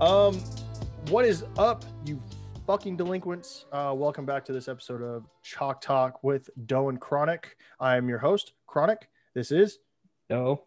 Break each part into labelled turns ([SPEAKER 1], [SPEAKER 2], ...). [SPEAKER 1] Um, what is up, you fucking delinquents? Uh, welcome back to this episode of Chalk Talk with Doe and Chronic. I am your host, Chronic. This is
[SPEAKER 2] No.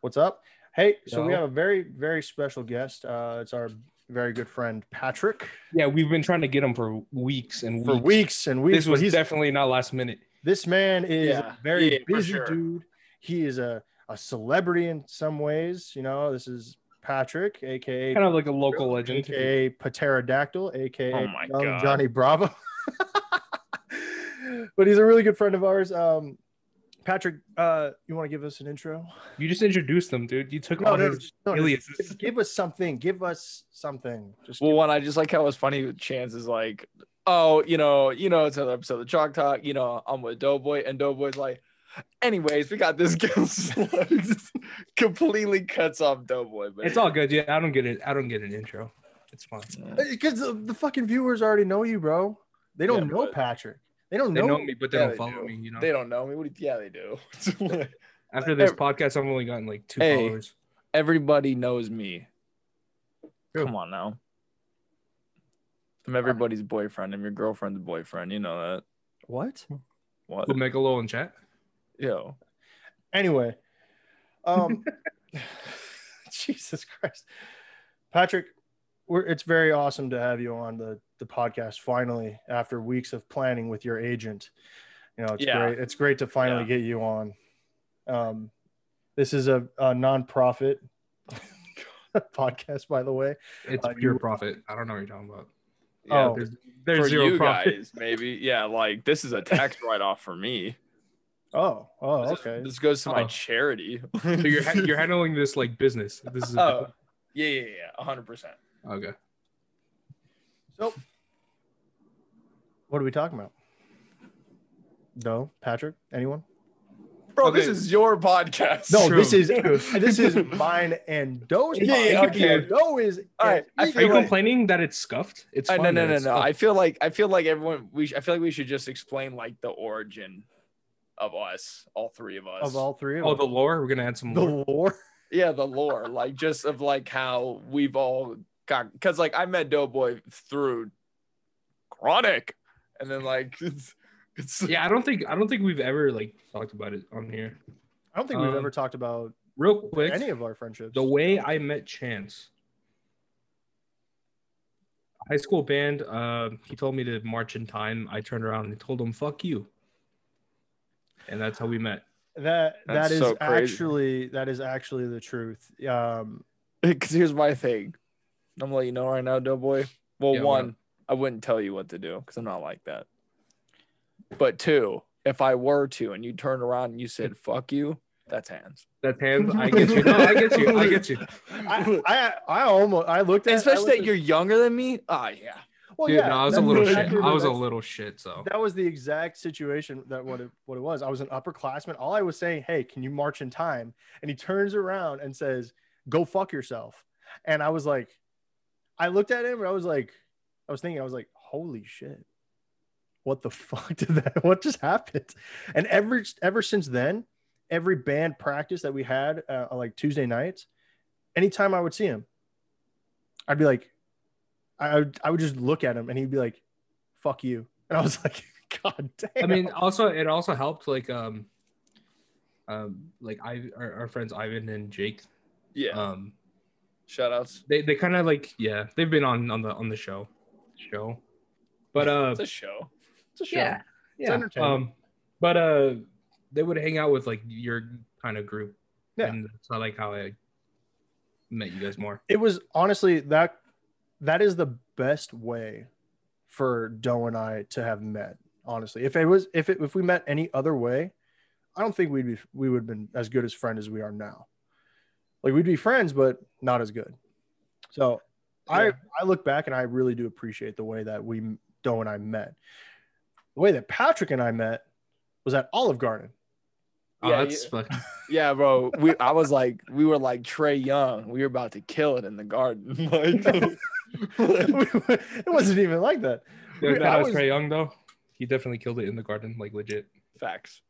[SPEAKER 1] what's up. Hey, so we
[SPEAKER 2] Doe.
[SPEAKER 1] have a very, very special guest. Uh, it's our very good friend Patrick.
[SPEAKER 2] Yeah, we've been trying to get him for weeks and
[SPEAKER 1] For
[SPEAKER 2] weeks.
[SPEAKER 1] weeks and weeks,
[SPEAKER 2] This
[SPEAKER 1] but
[SPEAKER 2] was
[SPEAKER 1] he's
[SPEAKER 2] definitely not last minute.
[SPEAKER 1] This man is
[SPEAKER 3] Yeah.
[SPEAKER 1] a very
[SPEAKER 3] Yeah, for
[SPEAKER 1] busy
[SPEAKER 3] sure.
[SPEAKER 1] dude. He is a, a celebrity in some ways. You know, this is Patrick, aka
[SPEAKER 2] Kind of like a local legend.
[SPEAKER 1] aka Pterodactyl, aka
[SPEAKER 3] Oh my
[SPEAKER 1] Young
[SPEAKER 3] God.
[SPEAKER 1] Johnny Bravo. but he's a really good friend of ours. Um, Patrick, uh, you want to give us an intro?
[SPEAKER 2] You just introduced him, dude. You took
[SPEAKER 1] No,
[SPEAKER 2] all
[SPEAKER 1] no,
[SPEAKER 2] his
[SPEAKER 1] no, no,
[SPEAKER 2] aliases.
[SPEAKER 1] give us something. Give us something. Just
[SPEAKER 3] Well, one, I just like how it was funny. with Chance is like, oh, you know, you know, it's another episode of Chalk Talk. You know, I'm with Doughboy, and Doughboy's like, anyways, we got this guest. completely cuts off Doughboy, but
[SPEAKER 2] It's all good. Yeah, I don't get it. I don't get an intro. It's fine.
[SPEAKER 1] because Uh, the, the fucking viewers already know you, bro. They don't
[SPEAKER 3] Yeah,
[SPEAKER 1] know
[SPEAKER 3] but-
[SPEAKER 1] Patrick. They don't
[SPEAKER 2] They
[SPEAKER 1] know.
[SPEAKER 2] know me, but they
[SPEAKER 3] Yeah,
[SPEAKER 2] don't
[SPEAKER 3] they
[SPEAKER 2] follow
[SPEAKER 3] do.
[SPEAKER 2] me. You know.
[SPEAKER 3] They don't know me. What do you- yeah, they do.
[SPEAKER 2] After this
[SPEAKER 3] Hey.
[SPEAKER 2] podcast, I've only gotten like two
[SPEAKER 3] Hey.
[SPEAKER 2] followers.
[SPEAKER 3] Everybody knows me.
[SPEAKER 1] Who?
[SPEAKER 3] Come on now. I'm everybody's boyfriend. I'm your girlfriend's boyfriend. You know that.
[SPEAKER 1] What?
[SPEAKER 3] What?
[SPEAKER 2] Who Oh, make a low in chat?
[SPEAKER 3] Yo.
[SPEAKER 1] Anyway, um, Jesus Christ, Patrick, we're, it's very awesome to have you on the the podcast finally after weeks of planning with your agent. You know, it's
[SPEAKER 3] Yeah.
[SPEAKER 1] great. It's great to finally get you on. Um, this is a, a nonprofit podcast, by the way.
[SPEAKER 2] It's
[SPEAKER 1] Uh,
[SPEAKER 2] pure
[SPEAKER 1] you-
[SPEAKER 2] profit. I don't know what you're talking about.
[SPEAKER 3] Yeah,
[SPEAKER 1] Oh.
[SPEAKER 2] There's, there's
[SPEAKER 3] for
[SPEAKER 2] zero
[SPEAKER 3] you
[SPEAKER 2] profit.
[SPEAKER 3] guys, maybe. Yeah, like this is a tax write-off for me.
[SPEAKER 1] Oh, oh,
[SPEAKER 3] This-
[SPEAKER 1] okay.
[SPEAKER 3] This goes to my
[SPEAKER 2] Oh.
[SPEAKER 3] charity.
[SPEAKER 2] So you're ha- you're handling this like business. This is a
[SPEAKER 3] oh, yeah, yeah, yeah, hundred percent.
[SPEAKER 2] okay.
[SPEAKER 1] So, what are we talking about? No, Patrick, anyone?
[SPEAKER 3] Bro,
[SPEAKER 2] Okay.
[SPEAKER 3] this is your podcast.
[SPEAKER 1] No,
[SPEAKER 2] True.
[SPEAKER 1] this is this is mine and Doe's.
[SPEAKER 3] Yeah, yeah,
[SPEAKER 1] podcast.
[SPEAKER 3] okay.
[SPEAKER 1] Doe is.
[SPEAKER 3] All right, I
[SPEAKER 2] Are you
[SPEAKER 3] feel like-
[SPEAKER 2] complaining that it's scuffed? It's
[SPEAKER 3] I, no,
[SPEAKER 2] fine
[SPEAKER 3] no,
[SPEAKER 2] that
[SPEAKER 3] no,
[SPEAKER 2] it's
[SPEAKER 3] no.
[SPEAKER 1] Oh.
[SPEAKER 2] scuffed.
[SPEAKER 3] I feel like I feel like everyone. We sh- I feel like we should just explain like the origin of us, all three of us.
[SPEAKER 1] of all three of
[SPEAKER 2] Oh,
[SPEAKER 1] us.
[SPEAKER 2] the lore. We're gonna add some
[SPEAKER 1] the
[SPEAKER 2] lore.
[SPEAKER 1] lore.
[SPEAKER 3] yeah, the lore, like just of like how we've all got. Because like I met Doughboy through Chronic, and then like it's, it's
[SPEAKER 2] Yeah, I don't think I don't think we've ever like talked about it on here.
[SPEAKER 1] I don't think we've
[SPEAKER 2] Um,
[SPEAKER 1] ever talked about
[SPEAKER 2] Real quick,
[SPEAKER 1] any of our friendships.
[SPEAKER 2] the way I met Chance. High school band. Uh, he told me to march in time. I turned around and told him "fuck you," and that's how we met.
[SPEAKER 1] that that
[SPEAKER 3] That's
[SPEAKER 1] is
[SPEAKER 3] so crazy.
[SPEAKER 1] actually that is actually the truth. Um,
[SPEAKER 3] Because here's my thing. I'm gonna let you know right now, Doughboy. Well,
[SPEAKER 2] Yeah, what
[SPEAKER 3] one, I wouldn't tell you what to do because I'm not like that. But two, if I were to and you turned around and you said "fuck you," that's hands.
[SPEAKER 2] That's hands. I get you. No, I get you. I get you.
[SPEAKER 1] I, I I almost I looked at I
[SPEAKER 3] Especially
[SPEAKER 1] looked
[SPEAKER 3] that
[SPEAKER 1] at-
[SPEAKER 3] you're younger than me. Ah, yeah.
[SPEAKER 1] Well,
[SPEAKER 2] Dude,
[SPEAKER 1] Oh, yeah,
[SPEAKER 2] no, I was a
[SPEAKER 1] that's
[SPEAKER 2] little
[SPEAKER 1] what
[SPEAKER 2] shit.
[SPEAKER 1] happened.
[SPEAKER 2] I was a
[SPEAKER 1] That's-
[SPEAKER 2] little shit. So
[SPEAKER 1] That was the exact situation that what it, what it was. I was an upperclassman. All I was saying, hey, can you march in time? And he turns around and says, go fuck yourself. And I was like, I looked at him and I was like, I was thinking, I was like, holy shit. What the fuck did that? What just happened? And ever ever since then, every band practice that we had uh, on like Tuesday nights, anytime I would see him, I'd be like, I I would, I would just look at him and he'd be like, "Fuck you," and I was like, "God damn."
[SPEAKER 2] I mean, also it also helped like um, um, like I our, our friends Ivan and Jake.
[SPEAKER 3] Yeah.
[SPEAKER 2] Um,
[SPEAKER 3] Shout outs.
[SPEAKER 2] they they kind of like yeah they've been on on the on the show show but uh
[SPEAKER 3] It's a show.
[SPEAKER 1] it's a show.
[SPEAKER 2] yeah
[SPEAKER 1] entertaining.
[SPEAKER 2] um but uh they would hang out with like your kind of group
[SPEAKER 1] Yeah.
[SPEAKER 2] and that's not like how i met you guys more
[SPEAKER 1] It was honestly that that is the best way for Doe and I to have met. Honestly, if it was if it if we met any other way, I don't think we'd be we would have been as good as friend as we are now. Like we'd be friends, but not as good. So I
[SPEAKER 3] Yeah.
[SPEAKER 1] I look back and I really do appreciate the way that we Doe and I met. The way that Patrick and I met was at Olive Garden.
[SPEAKER 2] oh,
[SPEAKER 3] Yeah,
[SPEAKER 2] that's fucking
[SPEAKER 3] Yeah, bro. We I was like, we were like Trey Young. We were about to kill it in the garden. Like,
[SPEAKER 1] it wasn't even like that.
[SPEAKER 2] yeah,
[SPEAKER 1] Dude,
[SPEAKER 2] that
[SPEAKER 1] I
[SPEAKER 2] was
[SPEAKER 1] was-
[SPEAKER 2] Trey Young though he definitely killed it in the garden like legit
[SPEAKER 3] Facts.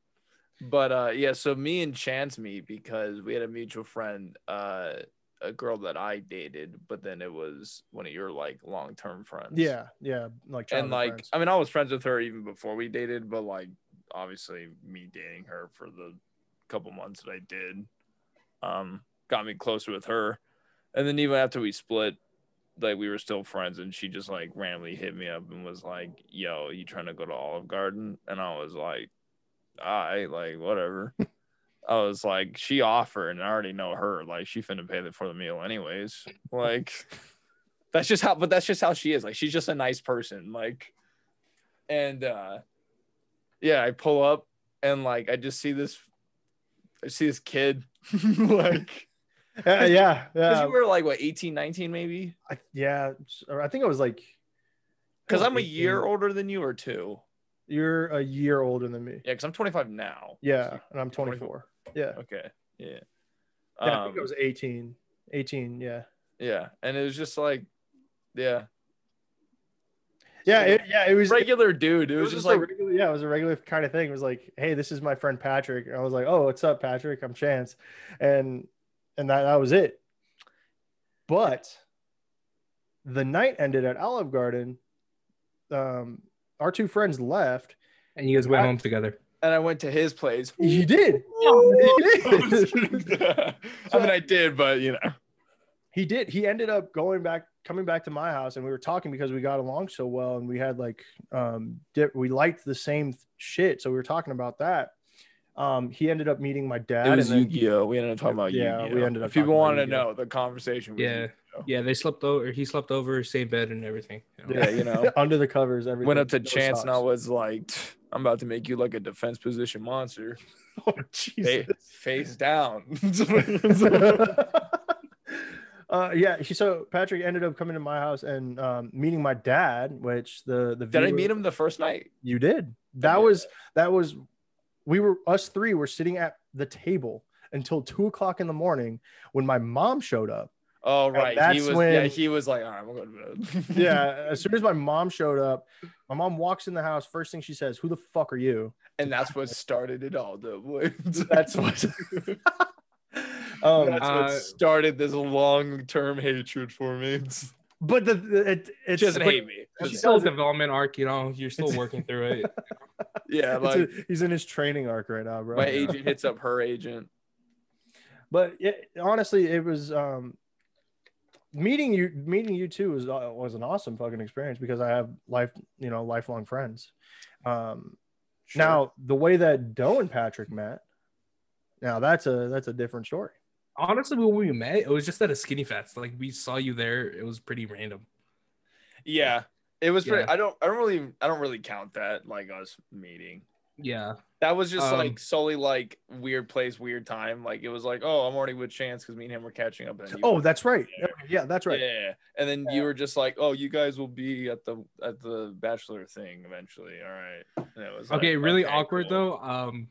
[SPEAKER 3] But uh yeah, so me and Chance meet because we had a mutual friend, uh a girl that I dated, but then it was one of your like long term friends.
[SPEAKER 1] Yeah, yeah, like childhood
[SPEAKER 3] and like
[SPEAKER 1] friends.
[SPEAKER 3] I mean, I was friends with her even before we dated, but like obviously me dating her for the couple months that I did, um, got me closer with her, and then even after we split, like we were still friends, and she just like randomly hit me up and was like, "Yo, you trying to go to Olive Garden?" And I was like, "I like whatever." I was like, she offered, and I already know her. Like, she finna pay for the meal, anyways. Like, that's just how. But that's just how she is. Like, she's just a nice person. Like, and uh, yeah, I pull up and like I just see this, I see this kid. like,
[SPEAKER 1] yeah, yeah,
[SPEAKER 3] because
[SPEAKER 1] yeah,
[SPEAKER 3] you were like what 18, 19 maybe.
[SPEAKER 1] I, yeah. s- or I think I was like,
[SPEAKER 3] Because
[SPEAKER 1] I
[SPEAKER 3] I'm a
[SPEAKER 1] was 18.
[SPEAKER 3] year older than you or two.
[SPEAKER 1] You're a year older than me.
[SPEAKER 3] Yeah, because I'm 25 now.
[SPEAKER 1] Yeah, and I'm
[SPEAKER 3] 24.
[SPEAKER 1] 24. Yeah,
[SPEAKER 3] Okay. Yeah.
[SPEAKER 1] yeah I think I
[SPEAKER 3] Um,
[SPEAKER 1] was 18. 18. Yeah,
[SPEAKER 3] yeah, and it was just like, yeah,
[SPEAKER 1] yeah,
[SPEAKER 3] Yeah.
[SPEAKER 1] it, yeah. It was
[SPEAKER 3] regular dude. It
[SPEAKER 1] It
[SPEAKER 3] was just like
[SPEAKER 1] a regular, yeah, it was a regular kind of thing. It was like, hey, this is my friend Patrick. And I was like, oh, what's up, Patrick? I'm Chance, and and that that was it. But the night ended at Olive Garden. Um, our two friends left.
[SPEAKER 2] And you guys went home together.
[SPEAKER 3] and I went to his place.
[SPEAKER 1] You did.
[SPEAKER 3] I mean, I did, but you know,
[SPEAKER 1] He did. He ended up going back, coming back to my house, and we were talking because we got along so well, and we had like, um, di- we liked the same th- shit, so we were talking about that. Um, he ended up meeting my dad.
[SPEAKER 3] it was
[SPEAKER 1] and then-
[SPEAKER 3] Yu-Gi-Oh. We ended up talking about
[SPEAKER 1] Yeah,
[SPEAKER 3] Yu-Gi-Oh.
[SPEAKER 1] we ended up
[SPEAKER 3] If people
[SPEAKER 1] talking about
[SPEAKER 3] want to
[SPEAKER 1] Yu-Gi-Oh.
[SPEAKER 3] know the conversation, was
[SPEAKER 2] Yeah. Yeah, they slept over. He slept over, same bed and everything. you know.
[SPEAKER 3] Yeah, you know.
[SPEAKER 1] under the covers, everything.
[SPEAKER 3] went up to
[SPEAKER 1] No
[SPEAKER 3] Chance and I
[SPEAKER 1] socks.
[SPEAKER 3] was like, "I'm about to make you like a defense position monster,
[SPEAKER 1] Oh,
[SPEAKER 3] Fa-
[SPEAKER 1] Jesus.
[SPEAKER 3] face down."
[SPEAKER 1] uh, yeah. He, so Patrick ended up coming to my house and um, meeting my dad, which the the
[SPEAKER 3] Did I
[SPEAKER 1] viewer-
[SPEAKER 3] meet him the first night?
[SPEAKER 1] You did. That
[SPEAKER 3] did.
[SPEAKER 1] was that was we were us three were sitting at the table until two o'clock in the morning when my mom showed up.
[SPEAKER 3] Oh right, he
[SPEAKER 1] that's
[SPEAKER 3] was. Yeah,
[SPEAKER 1] when-
[SPEAKER 3] he was like, "All right, we'll go to bed."
[SPEAKER 1] Yeah. as soon as my mom showed up, my mom walks in the house. First thing she says, "Who the fuck are you?"
[SPEAKER 3] and that's what started it all. The
[SPEAKER 1] That's what.
[SPEAKER 3] Um,
[SPEAKER 1] Um,
[SPEAKER 3] That's
[SPEAKER 2] uh,
[SPEAKER 3] what started this long-term hatred for me. It's-
[SPEAKER 1] But the it, it's
[SPEAKER 3] She doesn't
[SPEAKER 1] but-
[SPEAKER 3] hate
[SPEAKER 1] She
[SPEAKER 3] me.
[SPEAKER 2] It's still a
[SPEAKER 1] doesn't-
[SPEAKER 2] development arc, you know. You're still working through it.
[SPEAKER 3] Yeah,
[SPEAKER 1] It's a-
[SPEAKER 3] like
[SPEAKER 1] he's in his training arc right now, bro.
[SPEAKER 3] my agent hits up her agent.
[SPEAKER 1] but it, honestly, it was um, meeting you. Meeting you too was uh, was an awesome fucking experience because I have life, you know, lifelong friends. Um,
[SPEAKER 3] Sure.
[SPEAKER 1] Now the way that Doe and Patrick met, now that's a that's a different story.
[SPEAKER 2] Honestly, when we met, it was just at a skinny fest. Like we saw you there. It was pretty random.
[SPEAKER 3] yeah, it was pretty.
[SPEAKER 2] Yeah.
[SPEAKER 3] I don't. I don't really. I don't really count that like us meeting.
[SPEAKER 2] Yeah.
[SPEAKER 3] That was just
[SPEAKER 2] Um,
[SPEAKER 3] like solely like weird place, weird time. Like it was like, oh, I'm already with Chance because me and him were catching up. And you
[SPEAKER 1] Oh,
[SPEAKER 3] were-
[SPEAKER 1] that's right.
[SPEAKER 3] Yeah.
[SPEAKER 1] Yeah, that's right.
[SPEAKER 3] Yeah, and then you were just like, oh, you guys will be at the at the bachelor thing eventually. All right. And it was like,
[SPEAKER 2] Okay. Really
[SPEAKER 3] okay,
[SPEAKER 2] awkward
[SPEAKER 3] cool.
[SPEAKER 2] though. Um,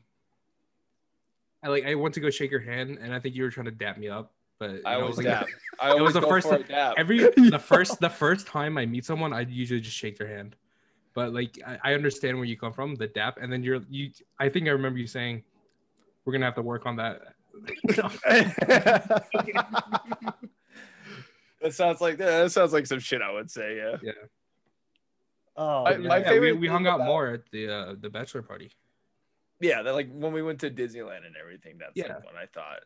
[SPEAKER 2] I like I went to go shake your hand, and I think you were trying to dap me up, but you
[SPEAKER 3] I
[SPEAKER 2] know,
[SPEAKER 3] always
[SPEAKER 2] like,
[SPEAKER 3] dap. I always
[SPEAKER 2] was the
[SPEAKER 3] go
[SPEAKER 2] first
[SPEAKER 3] for a
[SPEAKER 2] time-
[SPEAKER 3] dap.
[SPEAKER 2] every the first the first time I meet someone, I usually just shake their hand. But like I, I understand where you come from, the dap, and then you're you. I think I remember you saying, "We're gonna have to work on that."
[SPEAKER 3] That sounds like yeah, that sounds like some shit I would say. Yeah.
[SPEAKER 1] oh,
[SPEAKER 3] I-
[SPEAKER 2] But
[SPEAKER 1] man.
[SPEAKER 3] my
[SPEAKER 2] yeah,
[SPEAKER 3] favorite
[SPEAKER 2] we, we
[SPEAKER 3] thing
[SPEAKER 2] hung out
[SPEAKER 3] about-
[SPEAKER 2] more at the uh, the bachelor party.
[SPEAKER 3] Yeah. That, like when we went to Disneyland and everything. That's
[SPEAKER 2] Yeah.
[SPEAKER 3] like when I thought.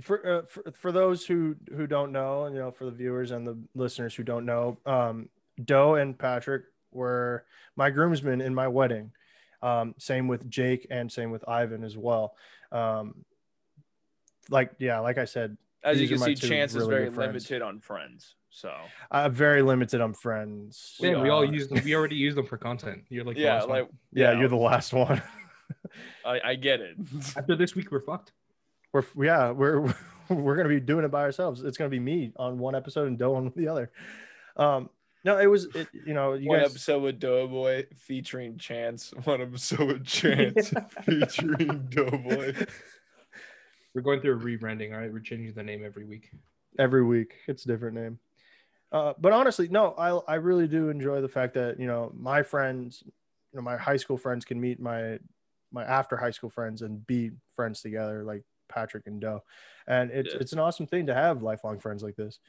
[SPEAKER 1] for, uh, for for those who who don't know, you know, for the viewers and the listeners who don't know, um, Doe and Patrick were my groomsmen in my wedding. Um, same with Jake and same with Ivan as well. Um, like yeah, like I said,
[SPEAKER 3] As
[SPEAKER 1] These
[SPEAKER 3] you
[SPEAKER 1] are
[SPEAKER 3] can
[SPEAKER 1] my
[SPEAKER 3] see,
[SPEAKER 1] two
[SPEAKER 3] Chance is
[SPEAKER 1] really
[SPEAKER 3] very
[SPEAKER 1] good friends.
[SPEAKER 3] limited on friends. So
[SPEAKER 1] I'm very limited on friends.
[SPEAKER 2] Yeah, we all
[SPEAKER 1] Uh,
[SPEAKER 2] used them. We already used them for content. You're like, the
[SPEAKER 3] yeah,
[SPEAKER 2] last one.
[SPEAKER 3] like
[SPEAKER 1] Yeah, you're the last one.
[SPEAKER 3] I, I get it.
[SPEAKER 2] after this week, we're fucked.
[SPEAKER 1] we're yeah, we're we're gonna be doing it by ourselves. It's gonna be me on one episode and Doe on the other. Um, no, it was it, you know you
[SPEAKER 3] One
[SPEAKER 1] guys.
[SPEAKER 3] episode with Doughboy featuring Chance. One episode with Chance featuring Doughboy.
[SPEAKER 2] We're going through a rebranding. All right, we're changing the name every week.
[SPEAKER 1] every week. It's a different name. Uh, but honestly, no, I I really do enjoy the fact that you know my friends, you know my high school friends can meet my my after high school friends and be friends together. Like Patrick and Doe, and it's
[SPEAKER 3] Yeah.
[SPEAKER 1] it's an awesome thing to have lifelong friends like this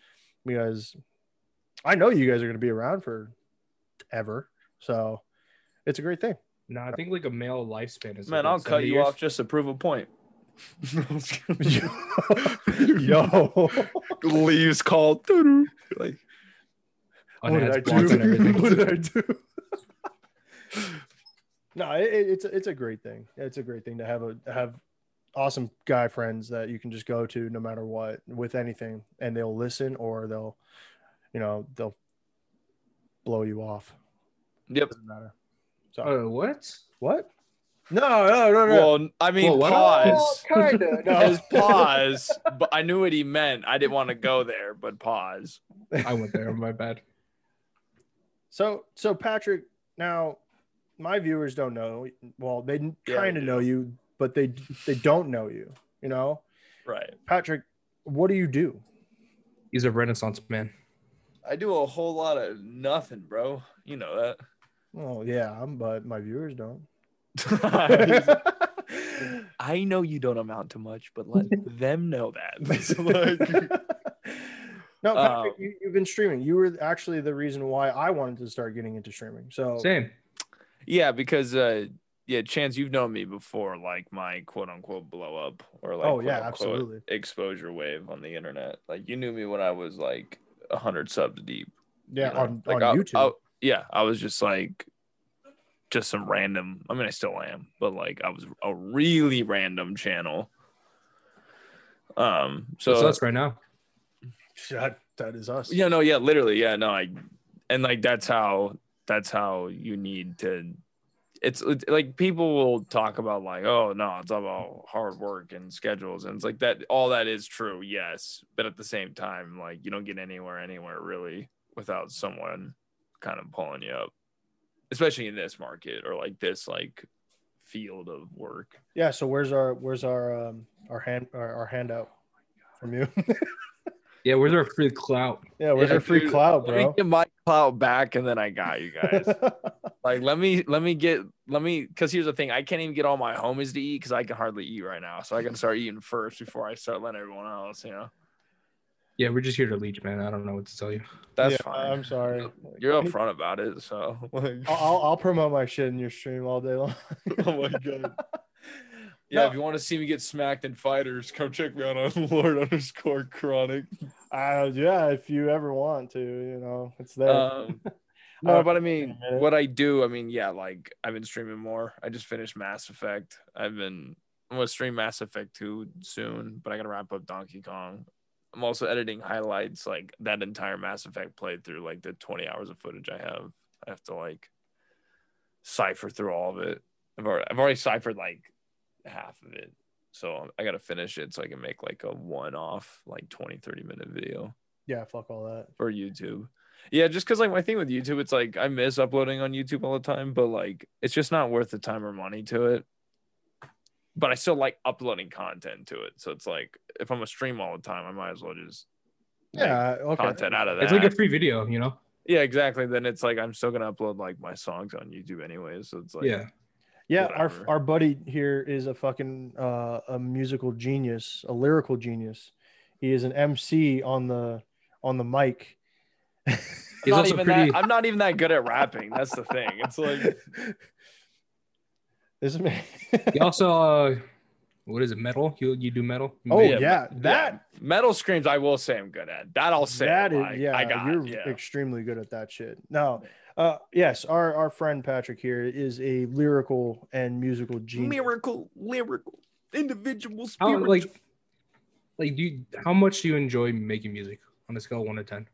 [SPEAKER 1] because I know you guys are going to be around for ever, so it's a great thing.
[SPEAKER 2] No, I think like a male lifespan is.
[SPEAKER 3] Man,
[SPEAKER 2] like,
[SPEAKER 3] I'll
[SPEAKER 2] what,
[SPEAKER 3] cut
[SPEAKER 2] 70
[SPEAKER 3] you
[SPEAKER 2] years?
[SPEAKER 3] off just to prove a point.
[SPEAKER 1] Yo,
[SPEAKER 3] Leaves called. doo-doo. Like,
[SPEAKER 1] what did I
[SPEAKER 2] Unannounced blocks and everything.
[SPEAKER 1] do? What did I do? no, it, it- it's it's a great thing. It's a great thing to have a have awesome guy friends that you can just go to no matter what with anything, and they'll listen or they'll, you know, they'll blow you off.
[SPEAKER 3] yep.
[SPEAKER 1] Doesn't matter.
[SPEAKER 2] Uh, what?
[SPEAKER 1] What? No, no, no, no.
[SPEAKER 3] Well, I mean,
[SPEAKER 2] Well, what-
[SPEAKER 3] pause.
[SPEAKER 1] Oh, kinda. No.
[SPEAKER 3] As pause, but I knew what he meant. I didn't want to go there, but pause.
[SPEAKER 2] I went there. My bad.
[SPEAKER 1] So, so Patrick, now my viewers don't know. Well, they
[SPEAKER 3] Yeah,
[SPEAKER 1] kind
[SPEAKER 3] they
[SPEAKER 1] of know you, but they they don't know you. You know,
[SPEAKER 3] Right.
[SPEAKER 1] Patrick, what do you do?
[SPEAKER 2] He's a Renaissance man.
[SPEAKER 3] I do a whole lot of nothing, bro. You know that.
[SPEAKER 1] Oh yeah, I'm- but my viewers don't.
[SPEAKER 3] I know you don't amount to much, but let them know that.
[SPEAKER 1] no, Patrick,
[SPEAKER 3] Uh,
[SPEAKER 1] you, you've been streaming. You were actually the reason why I wanted to start getting into streaming. So
[SPEAKER 2] Same.
[SPEAKER 3] yeah, because uh yeah, Chance, you've known me before, like my quote unquote blow up or like
[SPEAKER 1] Oh, yeah,
[SPEAKER 3] quote-unquote
[SPEAKER 1] absolutely.
[SPEAKER 3] exposure wave on the internet. Like you knew me when I was like hundred subs deep.
[SPEAKER 1] yeah,
[SPEAKER 3] you know?
[SPEAKER 1] on,
[SPEAKER 3] Like,
[SPEAKER 1] on
[SPEAKER 3] I-
[SPEAKER 1] YouTube.
[SPEAKER 3] I- yeah, I was just like just some random I mean I still am, but like I was a really random channel. Um so
[SPEAKER 2] So it's us right now.
[SPEAKER 1] that, that is us.
[SPEAKER 3] Yeah, no, yeah, literally, yeah, no, I, and like that's how that's how you need to. It's, it's like people will talk about like, oh no, it's all about hard work and schedules, and it's like that. All that is true, yes, but at the same time, like you don't get anywhere anywhere really without someone kind of pulling you up, especially in this market or like this like field of work.
[SPEAKER 1] Yeah. So where's our where's our um our hand our, our handout from you?
[SPEAKER 2] Yeah, where's our free clout?
[SPEAKER 1] yeah. Where's
[SPEAKER 3] Yeah,
[SPEAKER 1] our free
[SPEAKER 3] dude,
[SPEAKER 1] cloud,
[SPEAKER 3] Let me
[SPEAKER 1] bro?
[SPEAKER 3] get my clout back, and then I got you guys. like let me let me get let me because here's the thing i can't even get all my homies to eat because i can hardly eat right now so i can start eating first before i start letting everyone else you know
[SPEAKER 2] Yeah, we're just here to leech, man. I don't know what to tell you.
[SPEAKER 3] that's
[SPEAKER 1] Yeah,
[SPEAKER 3] fine
[SPEAKER 1] I'm sorry.
[SPEAKER 3] you're
[SPEAKER 1] Any-
[SPEAKER 3] upfront about it so like,
[SPEAKER 1] I'll, I'll, I'll promote my shit in your stream all day long.
[SPEAKER 3] oh my god yeah
[SPEAKER 1] No.
[SPEAKER 3] if you want to see me get smacked in fighters come check me out on lord underscore chronic
[SPEAKER 1] Uh, yeah, if you ever want to, you know, it's there.
[SPEAKER 3] um
[SPEAKER 1] Uh,
[SPEAKER 3] no but i mean
[SPEAKER 1] minute.
[SPEAKER 3] what i do i mean yeah like i've been streaming more i just finished mass effect i've been i'm gonna stream mass effect 2 soon but i gotta wrap up donkey kong i'm also editing highlights like that entire mass effect playthrough like the 20 hours of footage i have i have to like cipher through all of it i've already, I've already ciphered like half of it so um, i gotta finish it so i can make like a one-off like 20 30 minute video
[SPEAKER 1] yeah, fuck all that.
[SPEAKER 3] for YouTube. Yeah, just because like my thing with YouTube, it's like I miss uploading on YouTube all the time, but like it's just not worth the time or money to it. But I still like uploading content to it, so it's like if I'm a stream all the time, I might as well just make
[SPEAKER 1] Yeah, okay.
[SPEAKER 3] content out of that.
[SPEAKER 2] It's like a free video, you know?
[SPEAKER 3] yeah, exactly. Then it's like I'm still gonna upload like my songs on YouTube anyways, so it's like
[SPEAKER 2] yeah.
[SPEAKER 1] Yeah,
[SPEAKER 3] whatever.
[SPEAKER 1] our our buddy here is a fucking uh, a musical genius, a lyrical genius. He is an MC on the on the mic.
[SPEAKER 3] I'm
[SPEAKER 2] He's
[SPEAKER 3] not,
[SPEAKER 2] also
[SPEAKER 3] even
[SPEAKER 2] pretty.
[SPEAKER 3] that, I'm not even that good at rapping. That's the thing. It's like
[SPEAKER 1] this man.
[SPEAKER 2] He also, uh, what is it? Metal? You you do metal?
[SPEAKER 1] oh
[SPEAKER 2] Maybe-
[SPEAKER 1] yeah, that
[SPEAKER 3] yeah, metal screams. I will say I'm good at that. I'll say.
[SPEAKER 1] That is,
[SPEAKER 3] like,
[SPEAKER 1] yeah,
[SPEAKER 3] I got.
[SPEAKER 1] you're
[SPEAKER 3] yeah.
[SPEAKER 1] extremely good at that shit. No, uh, yes, our our friend Patrick here is a lyrical and musical genius.
[SPEAKER 3] miracle, lyrical, individual,
[SPEAKER 2] How,
[SPEAKER 3] spiritual.
[SPEAKER 2] like, like do you, how much do you enjoy making music on a scale of one to ten?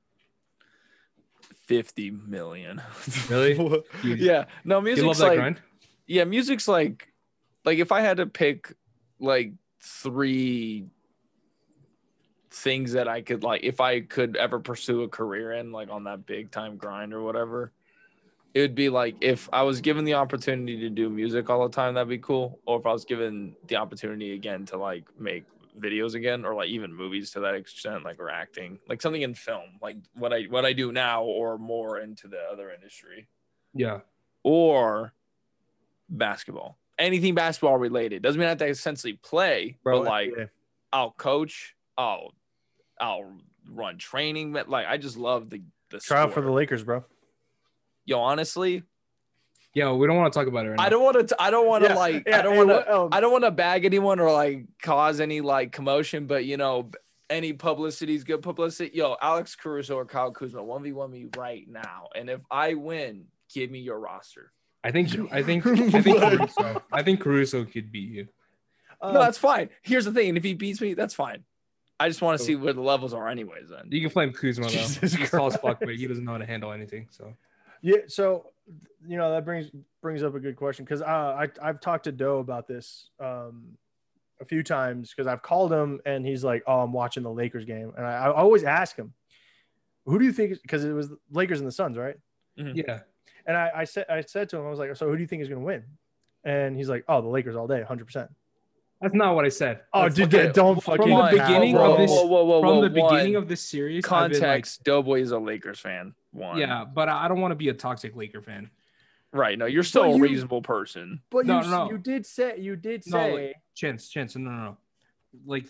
[SPEAKER 3] fifty million.
[SPEAKER 2] Really? You-
[SPEAKER 3] yeah.
[SPEAKER 2] You
[SPEAKER 3] No,
[SPEAKER 2] love
[SPEAKER 3] music's
[SPEAKER 2] that
[SPEAKER 3] like
[SPEAKER 2] grind?
[SPEAKER 3] yeah, music's like like if I had to pick like three things that I could like if I could ever pursue a career in like on that big time grind or whatever. It would be like if I was given the opportunity to do music all the time, that'd be cool. Or if I was given the opportunity again to like make videos again, or like even movies to that extent, like or acting, like something in film, like what I what I do now, or more into the other industry
[SPEAKER 2] Yeah.
[SPEAKER 3] or basketball. Anything basketball related doesn't mean I have to essentially play,
[SPEAKER 1] Bro,
[SPEAKER 3] but like
[SPEAKER 1] NBA.
[SPEAKER 3] I'll coach. I'll I'll run training. But like I just love the the
[SPEAKER 1] Try out for the
[SPEAKER 3] sport.
[SPEAKER 1] Lakers, bro.
[SPEAKER 3] yo. Honestly,
[SPEAKER 2] Yo, we don't want to talk about it right
[SPEAKER 3] I
[SPEAKER 2] now.
[SPEAKER 3] don't want to. I don't want to
[SPEAKER 1] Yeah,
[SPEAKER 3] like.
[SPEAKER 1] yeah,
[SPEAKER 3] I don't
[SPEAKER 1] hey,
[SPEAKER 3] want to.
[SPEAKER 1] what- um,
[SPEAKER 3] I don't want to bag anyone or like cause any like commotion, but you know, b- any publicity is good publicity. Yo, Alex Caruso or Kyle Kuzma, one v one me right now, and if I win, give me your roster.
[SPEAKER 2] I think I think I think Caruso, I think Caruso could beat you.
[SPEAKER 1] Um,
[SPEAKER 3] no, that's fine. Here's the thing, and if he beats me, that's fine. I just want to
[SPEAKER 2] Cool.
[SPEAKER 3] see where the levels are, anyways. Then
[SPEAKER 2] You can flame Kuzma though.
[SPEAKER 1] Jesus
[SPEAKER 2] He's tall as fuck, but he doesn't know how to handle anything. So
[SPEAKER 1] Yeah, so you know that brings brings up a good question because uh, I I've talked to Doe about this um, a few times because I've called him and he's like, "Oh, I'm watching the Lakers game," and I, I always ask him, "Who do you think?" Because it was Lakers and the Suns, right?
[SPEAKER 2] yeah,
[SPEAKER 1] And I, I said I said to him, I was like, "So who do you think is going to win?" And he's like, "Oh, the Lakers all day, 100." percent
[SPEAKER 2] that's not what I said.
[SPEAKER 1] Oh,
[SPEAKER 2] That's-
[SPEAKER 1] dude,
[SPEAKER 3] okay,
[SPEAKER 1] that don't
[SPEAKER 2] from
[SPEAKER 1] fucking
[SPEAKER 2] the
[SPEAKER 1] matter.
[SPEAKER 2] beginning of
[SPEAKER 3] whoa,
[SPEAKER 2] this-
[SPEAKER 3] whoa, whoa, whoa,
[SPEAKER 2] from
[SPEAKER 3] whoa,
[SPEAKER 2] the beginning
[SPEAKER 3] one,
[SPEAKER 2] of this series, I've been like,
[SPEAKER 3] context, Doughboy is a Lakers fan. One,
[SPEAKER 2] yeah, but I I don't want to be a toxic Laker fan.
[SPEAKER 3] right. No, you're still
[SPEAKER 1] Well,
[SPEAKER 3] a
[SPEAKER 1] you-
[SPEAKER 3] reasonable person.
[SPEAKER 1] But
[SPEAKER 2] No,
[SPEAKER 1] you
[SPEAKER 2] no.
[SPEAKER 1] you did say you did
[SPEAKER 2] No,
[SPEAKER 1] say
[SPEAKER 2] like- Chance, chance, no, no, no. Like,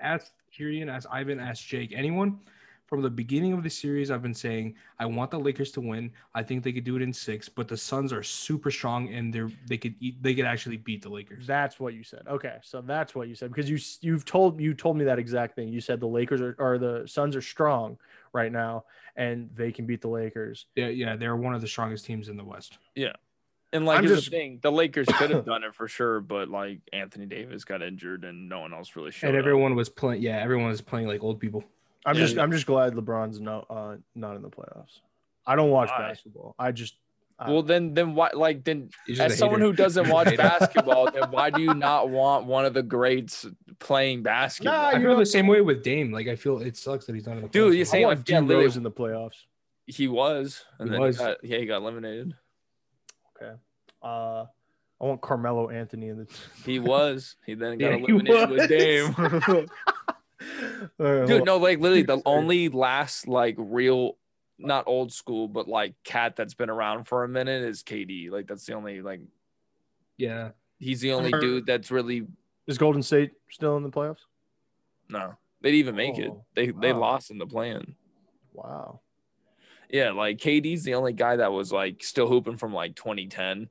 [SPEAKER 2] ask Kyrian, ask Ivan, ask Jake, anyone. From the beginning of the series, I've been saying I want the Lakers to win. I think they could do it in six, but the Suns are super strong and they're they could eat, they could actually beat the Lakers.
[SPEAKER 1] That's what you said. Okay, so that's what you said because you s- you've told you told me that exact thing. You said the Lakers are or the Suns are strong right now and they can beat the Lakers.
[SPEAKER 2] Yeah, yeah, they're one of the strongest teams in the West.
[SPEAKER 3] And like
[SPEAKER 1] I'm
[SPEAKER 3] here's
[SPEAKER 1] just-
[SPEAKER 3] the thing, the Lakers could have done it for sure, but like Anthony Davis got injured and no one else really showed
[SPEAKER 2] and
[SPEAKER 3] up.
[SPEAKER 2] everyone was playing. Yeah, everyone was playing like old people.
[SPEAKER 1] I'm
[SPEAKER 3] Yeah.
[SPEAKER 1] just I'm just glad LeBron's not uh, not in the playoffs. I don't watch
[SPEAKER 3] Why?
[SPEAKER 1] basketball. I just
[SPEAKER 3] Well, then, then why? Like, then
[SPEAKER 2] He's just
[SPEAKER 3] as
[SPEAKER 2] a
[SPEAKER 3] someone
[SPEAKER 2] hater.
[SPEAKER 3] who doesn't
[SPEAKER 2] He's a
[SPEAKER 3] watch
[SPEAKER 2] hater.
[SPEAKER 3] basketball, then why do you not want one of the greats playing basketball?
[SPEAKER 2] I
[SPEAKER 1] you
[SPEAKER 2] feel
[SPEAKER 1] know-
[SPEAKER 2] the same way with Dame. Like I feel it sucks that he's not in the
[SPEAKER 3] Dude,
[SPEAKER 2] playoffs.
[SPEAKER 3] you're
[SPEAKER 1] I
[SPEAKER 3] saying-
[SPEAKER 1] want
[SPEAKER 3] like,
[SPEAKER 1] D
[SPEAKER 3] yeah, literally-
[SPEAKER 1] Rose in the playoffs.
[SPEAKER 3] he was, and
[SPEAKER 2] He
[SPEAKER 3] then
[SPEAKER 2] was.
[SPEAKER 3] He got, yeah, he got eliminated.
[SPEAKER 1] Uh, I want Carmelo Anthony in the.
[SPEAKER 3] He was. He then got
[SPEAKER 2] Yeah, he
[SPEAKER 3] eliminated
[SPEAKER 2] was.
[SPEAKER 3] with Dame.
[SPEAKER 1] Uh,
[SPEAKER 3] Dude, no, like literally the
[SPEAKER 1] Dude, sorry.
[SPEAKER 3] only last like real, not old school, but like cat that's been around for a minute is KD. Like that's the only like
[SPEAKER 2] yeah,
[SPEAKER 3] he's the only
[SPEAKER 2] Or-
[SPEAKER 3] dude that's really
[SPEAKER 1] is Golden State still in the playoffs?
[SPEAKER 3] no. They'd even make it.
[SPEAKER 1] Oh,
[SPEAKER 3] They they
[SPEAKER 1] wow.
[SPEAKER 3] lost in the plan.
[SPEAKER 1] Wow.
[SPEAKER 3] Yeah, like KD's the only guy that was like still hooping from like 2010.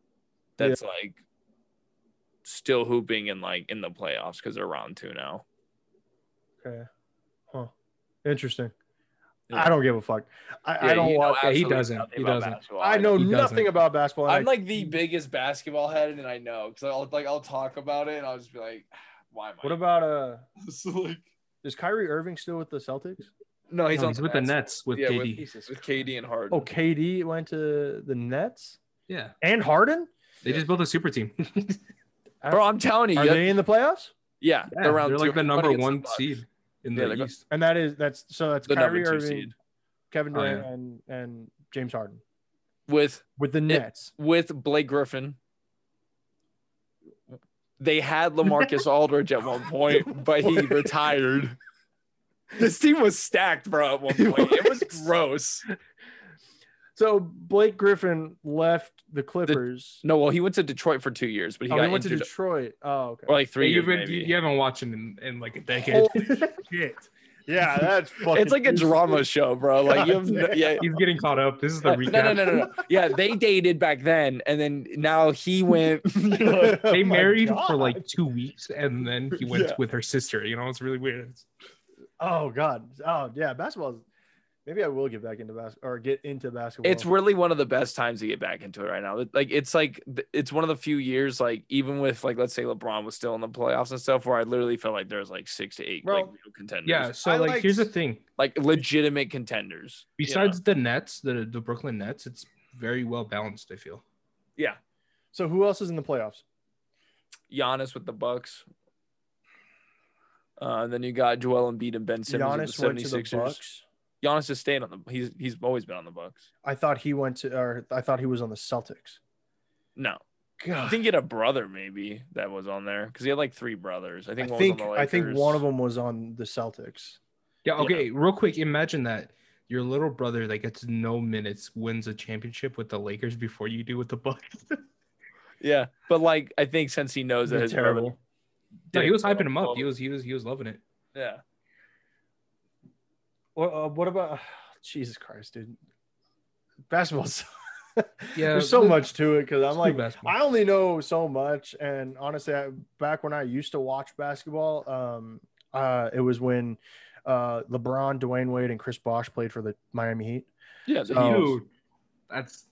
[SPEAKER 3] That's like still hooping and like in the playoffs because they're round two now.
[SPEAKER 1] Okay. Huh. Interesting.
[SPEAKER 3] Yeah.
[SPEAKER 1] I don't give a fuck. I, I
[SPEAKER 3] Yeah,
[SPEAKER 1] don't
[SPEAKER 3] you know
[SPEAKER 1] watch.
[SPEAKER 2] yeah, he
[SPEAKER 3] absolutely
[SPEAKER 2] doesn't.
[SPEAKER 3] nothing
[SPEAKER 2] He
[SPEAKER 3] about
[SPEAKER 2] doesn't.
[SPEAKER 3] basketball.
[SPEAKER 1] I know
[SPEAKER 2] He
[SPEAKER 1] nothing
[SPEAKER 2] doesn't.
[SPEAKER 1] about basketball. and
[SPEAKER 3] I'm
[SPEAKER 1] I-
[SPEAKER 3] like the biggest basketball head, and I know because I'll like I'll talk about it, and I'll just be like, "Why am I?"
[SPEAKER 1] what about uh?
[SPEAKER 3] It's like,
[SPEAKER 1] Is Kyrie Irving still with the Celtics?
[SPEAKER 3] no,
[SPEAKER 2] he's,
[SPEAKER 3] he's,
[SPEAKER 2] no,
[SPEAKER 3] on
[SPEAKER 2] he's with the Nets with
[SPEAKER 3] yeah,
[SPEAKER 2] KD.
[SPEAKER 3] with, with KD and Harden.
[SPEAKER 1] Oh, KD went to the Nets
[SPEAKER 2] yeah,
[SPEAKER 1] and Harden.
[SPEAKER 2] they just built a super team. yeah,
[SPEAKER 3] bro, I'm telling you,
[SPEAKER 1] Are
[SPEAKER 3] yeah,
[SPEAKER 1] they in the playoffs?
[SPEAKER 3] yeah,
[SPEAKER 2] they're,
[SPEAKER 3] round
[SPEAKER 2] like
[SPEAKER 3] two.
[SPEAKER 2] the number
[SPEAKER 3] Against the
[SPEAKER 2] one
[SPEAKER 3] Bucks.
[SPEAKER 2] seed in
[SPEAKER 3] Yeah,
[SPEAKER 2] the
[SPEAKER 3] they're go-
[SPEAKER 2] East.
[SPEAKER 1] And that is that's so that's
[SPEAKER 3] The number
[SPEAKER 1] Kyrie
[SPEAKER 3] two
[SPEAKER 1] Irving,
[SPEAKER 3] seed
[SPEAKER 1] Kevin
[SPEAKER 2] Oh,
[SPEAKER 1] Durant, and and James Harden
[SPEAKER 3] with
[SPEAKER 1] with the Nets.
[SPEAKER 3] with Blake Griffin. They had Lamarcus Aldridge at one point, but he retired. This team was stacked, bro. At one
[SPEAKER 1] It
[SPEAKER 3] point, it was
[SPEAKER 1] was.
[SPEAKER 3] gross.
[SPEAKER 1] So Blake Griffin left the Clippers.
[SPEAKER 3] No, well, he went to Detroit for two years, but he
[SPEAKER 1] oh,
[SPEAKER 3] got
[SPEAKER 1] he went
[SPEAKER 3] injured,
[SPEAKER 1] to Detroit. Oh, okay.
[SPEAKER 3] or like
[SPEAKER 2] Hey,
[SPEAKER 3] three
[SPEAKER 2] you've
[SPEAKER 3] years.
[SPEAKER 2] been, you,
[SPEAKER 3] maybe.
[SPEAKER 2] you haven't watched him in, in like a decade.
[SPEAKER 1] Holy shit. Yeah, that's fucking.
[SPEAKER 3] it's like a drama show, bro. Like you have, no,
[SPEAKER 1] God
[SPEAKER 3] yeah.
[SPEAKER 2] he's getting caught up. This is the
[SPEAKER 3] No,
[SPEAKER 2] recap.
[SPEAKER 3] no, no, no, no. Yeah, they dated back then, and then now he went.
[SPEAKER 2] They
[SPEAKER 1] Oh my
[SPEAKER 2] married for
[SPEAKER 1] God.
[SPEAKER 2] like two weeks, and then he went
[SPEAKER 1] Yeah.
[SPEAKER 2] with her sister. You know, it's really weird. It's-
[SPEAKER 3] Mm-hmm.
[SPEAKER 1] Oh God. Oh yeah, basketball. Is, maybe I will get back into basketball or get into basketball.
[SPEAKER 3] It's really one of the best times to get back into it right now. Like it's like th- it's one of the few years, like even with like let's say LeBron was still in the playoffs and stuff, where I literally felt like there was like six to eight
[SPEAKER 1] Bro.
[SPEAKER 3] like real contenders.
[SPEAKER 2] yeah. So
[SPEAKER 1] I
[SPEAKER 2] like,
[SPEAKER 1] liked-
[SPEAKER 2] here's the thing.
[SPEAKER 3] like legitimate contenders. you know?
[SPEAKER 2] Besides the Nets, the the Brooklyn Nets, it's very well balanced. I feel.
[SPEAKER 1] so. Who else is in the playoffs?
[SPEAKER 3] Giannis with the Bucks. Uh, and then you got Joel Embiid and Ben Simmons.
[SPEAKER 1] Giannis
[SPEAKER 3] with
[SPEAKER 1] went
[SPEAKER 3] the
[SPEAKER 1] to the
[SPEAKER 3] 76ers.
[SPEAKER 1] Bucks.
[SPEAKER 3] Giannis is staying on the. He's he's always been on the Bucks.
[SPEAKER 1] I thought he went to, or I thought he was on the Celtics.
[SPEAKER 3] No, I
[SPEAKER 1] God,
[SPEAKER 3] think he had a brother maybe that was on there because he had like three brothers. I
[SPEAKER 1] I
[SPEAKER 3] think one
[SPEAKER 1] think
[SPEAKER 3] was on the
[SPEAKER 1] I think
[SPEAKER 3] Lakers.
[SPEAKER 1] one of them was on the Celtics.
[SPEAKER 2] Yeah.
[SPEAKER 3] Yeah.
[SPEAKER 2] Okay. Real quick, imagine that your little brother that gets no minutes wins a championship with the Lakers before you do with the Bucks.
[SPEAKER 3] Yeah, but like I think since he knows that
[SPEAKER 1] They're
[SPEAKER 3] his brother
[SPEAKER 1] terrible.
[SPEAKER 2] no, he was
[SPEAKER 3] did- um,
[SPEAKER 2] hyping him up. He was he was he was loving it.
[SPEAKER 3] Yeah.
[SPEAKER 1] What, uh, what about Jesus Christ, dude? Basketball.
[SPEAKER 2] Yeah,
[SPEAKER 1] There's so much to it because I'm like,
[SPEAKER 2] basketball.
[SPEAKER 1] I only know so much. And honestly, I, back when I used to watch basketball, um, uh, it was when uh, LeBron, Dwayne Wade, and Chris Bosh played for the Miami Heat.
[SPEAKER 3] Yeah.
[SPEAKER 1] So-
[SPEAKER 3] Heat-
[SPEAKER 2] dude, that's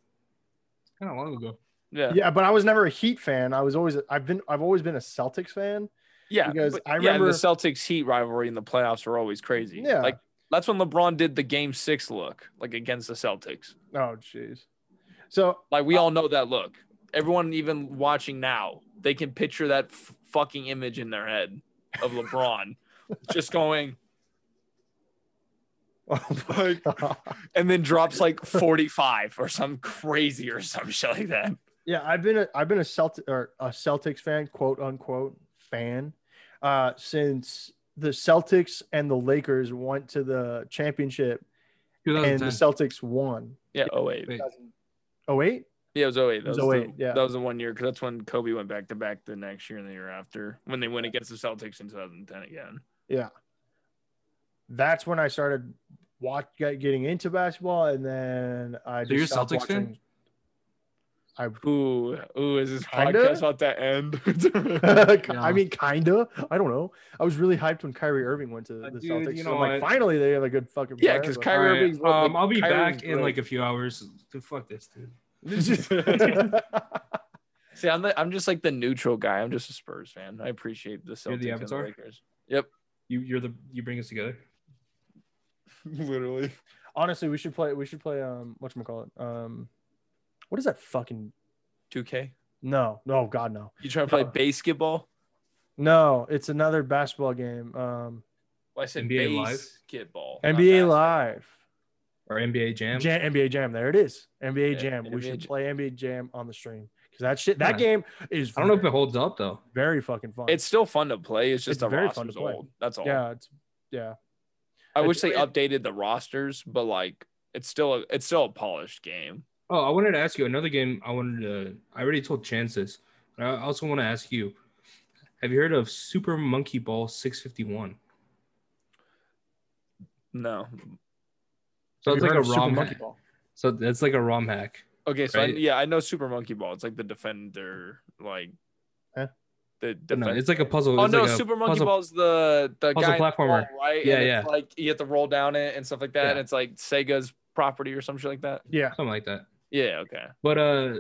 [SPEAKER 2] kind of long ago.
[SPEAKER 3] yeah.
[SPEAKER 1] Yeah, but I was never a Heat fan. I was always I've been I've always been a Celtics fan.
[SPEAKER 3] Yeah.
[SPEAKER 1] Because I
[SPEAKER 3] yeah, and
[SPEAKER 1] remember-
[SPEAKER 3] the Celtics Heat rivalry in the playoffs were always crazy.
[SPEAKER 1] Yeah.
[SPEAKER 3] Like that's when LeBron did the game six look, like against the Celtics.
[SPEAKER 1] Oh, jeez. So
[SPEAKER 3] Like we all know that look. Everyone, even watching now, they can picture that f- fucking image in their head of LeBron just going
[SPEAKER 1] Oh
[SPEAKER 3] like, and then drops like 45 or some crazy or some shit like that.
[SPEAKER 1] Yeah, I've been a I've been a Celtic or a Celtics fan, quote unquote fan, uh, since the Celtics and the Lakers went to the championship and the
[SPEAKER 2] 2010.
[SPEAKER 1] Celtics won.
[SPEAKER 3] Yeah. Oh wait.
[SPEAKER 2] Wait,
[SPEAKER 1] Oh eight?
[SPEAKER 3] Yeah, it was 08.
[SPEAKER 1] It
[SPEAKER 3] That
[SPEAKER 1] was
[SPEAKER 3] was,
[SPEAKER 1] 08,
[SPEAKER 3] the,
[SPEAKER 1] yeah.
[SPEAKER 3] That was the one year because that's when Kobe went back to back the next year and the year after when they went against the Celtics in 2010 again.
[SPEAKER 1] Yeah. That's when I started watch get- getting into basketball, and then I
[SPEAKER 2] So
[SPEAKER 1] just
[SPEAKER 2] you're a
[SPEAKER 1] stopped
[SPEAKER 2] Celtics fan?
[SPEAKER 3] Ooh, ooh, is this
[SPEAKER 1] Kinda?
[SPEAKER 3] podcast about to end?
[SPEAKER 1] watching.
[SPEAKER 2] Yeah.
[SPEAKER 1] I mean, kinda. I don't know. I was really hyped when Kyrie Irving went to the
[SPEAKER 2] Uh,
[SPEAKER 1] Celtics.
[SPEAKER 2] dude, you
[SPEAKER 1] so
[SPEAKER 2] know
[SPEAKER 1] I'm like,
[SPEAKER 2] what?
[SPEAKER 1] finally they have a good fucking
[SPEAKER 3] Yeah,
[SPEAKER 1] player,
[SPEAKER 3] 'cause
[SPEAKER 1] but-
[SPEAKER 3] Kyrie
[SPEAKER 2] All right,
[SPEAKER 3] Irving's what,
[SPEAKER 2] um,
[SPEAKER 3] like,
[SPEAKER 2] I'll be
[SPEAKER 3] Kyrie
[SPEAKER 2] back in
[SPEAKER 3] Irving's
[SPEAKER 2] like a few hours. Dude, fuck this, dude.
[SPEAKER 3] See, I'm the, I'm just like the neutral guy. I'm just a Spurs fan. I appreciate the
[SPEAKER 2] You're
[SPEAKER 3] Celtics
[SPEAKER 2] the
[SPEAKER 3] and the
[SPEAKER 2] avatar?
[SPEAKER 3] Lakers. Yep,
[SPEAKER 2] You, you're the you bring us together.
[SPEAKER 3] literally.
[SPEAKER 1] Honestly, we should play. We should play. Um, what call it? Um, what is that fucking?
[SPEAKER 3] 2K.
[SPEAKER 1] No, no, God, no,
[SPEAKER 3] You trying to play
[SPEAKER 1] No.
[SPEAKER 3] basketball?
[SPEAKER 1] no. It's another basketball game. Um,
[SPEAKER 3] Well, I said
[SPEAKER 2] NBA Live?
[SPEAKER 3] basketball. not
[SPEAKER 1] NBA
[SPEAKER 3] bas-
[SPEAKER 1] Live,
[SPEAKER 2] Or NBA Jam.
[SPEAKER 1] Jam, NBA Jam. There it is. NBA
[SPEAKER 3] Yeah,
[SPEAKER 1] Jam. we
[SPEAKER 3] NBA
[SPEAKER 1] should
[SPEAKER 3] Jam.
[SPEAKER 1] play NBA Jam on the stream because that shit. That
[SPEAKER 2] Nice.
[SPEAKER 1] game is.
[SPEAKER 2] I don't know if it holds up though.
[SPEAKER 1] very fucking fun.
[SPEAKER 3] It's still fun to play. It's just
[SPEAKER 1] It's
[SPEAKER 3] the
[SPEAKER 1] very
[SPEAKER 3] roster's
[SPEAKER 1] fun to play.
[SPEAKER 3] old. That's all.
[SPEAKER 1] yeah, it's yeah.
[SPEAKER 3] I
[SPEAKER 1] I
[SPEAKER 3] wish
[SPEAKER 1] do-
[SPEAKER 3] they updated the rosters, but like it's still a, it's still a polished game.
[SPEAKER 2] Oh, I wanted to ask you another game. I wanted to. I already told Chance this. but I also want to ask you. Have you heard of Super Monkey Ball 651? So
[SPEAKER 3] No.
[SPEAKER 1] Have
[SPEAKER 2] it's
[SPEAKER 1] you
[SPEAKER 2] like
[SPEAKER 1] heard
[SPEAKER 2] a
[SPEAKER 1] of Super
[SPEAKER 2] ROM
[SPEAKER 1] Monkey
[SPEAKER 2] hack.
[SPEAKER 1] Ball.
[SPEAKER 2] So that's like a ROM hack.
[SPEAKER 3] Okay, so I,
[SPEAKER 2] Right.
[SPEAKER 3] yeah, I know Super Monkey Ball. It's like the defender, like
[SPEAKER 1] Huh?
[SPEAKER 3] the
[SPEAKER 2] But No,
[SPEAKER 3] defender.
[SPEAKER 2] it's like a puzzle.
[SPEAKER 3] oh
[SPEAKER 2] it's
[SPEAKER 3] no,
[SPEAKER 2] like a
[SPEAKER 3] Super Monkey
[SPEAKER 2] puzzle-
[SPEAKER 3] Ball's the the
[SPEAKER 2] puzzle
[SPEAKER 3] guy in the ball,
[SPEAKER 2] platformer.
[SPEAKER 3] right?
[SPEAKER 2] Yeah,
[SPEAKER 3] and
[SPEAKER 2] yeah.
[SPEAKER 3] It's like you have to roll down it and stuff like that.
[SPEAKER 2] Yeah.
[SPEAKER 3] And it's like Sega's property or some shit like that.
[SPEAKER 1] Yeah,
[SPEAKER 2] something like that.
[SPEAKER 3] Yeah. Okay.
[SPEAKER 2] But uh,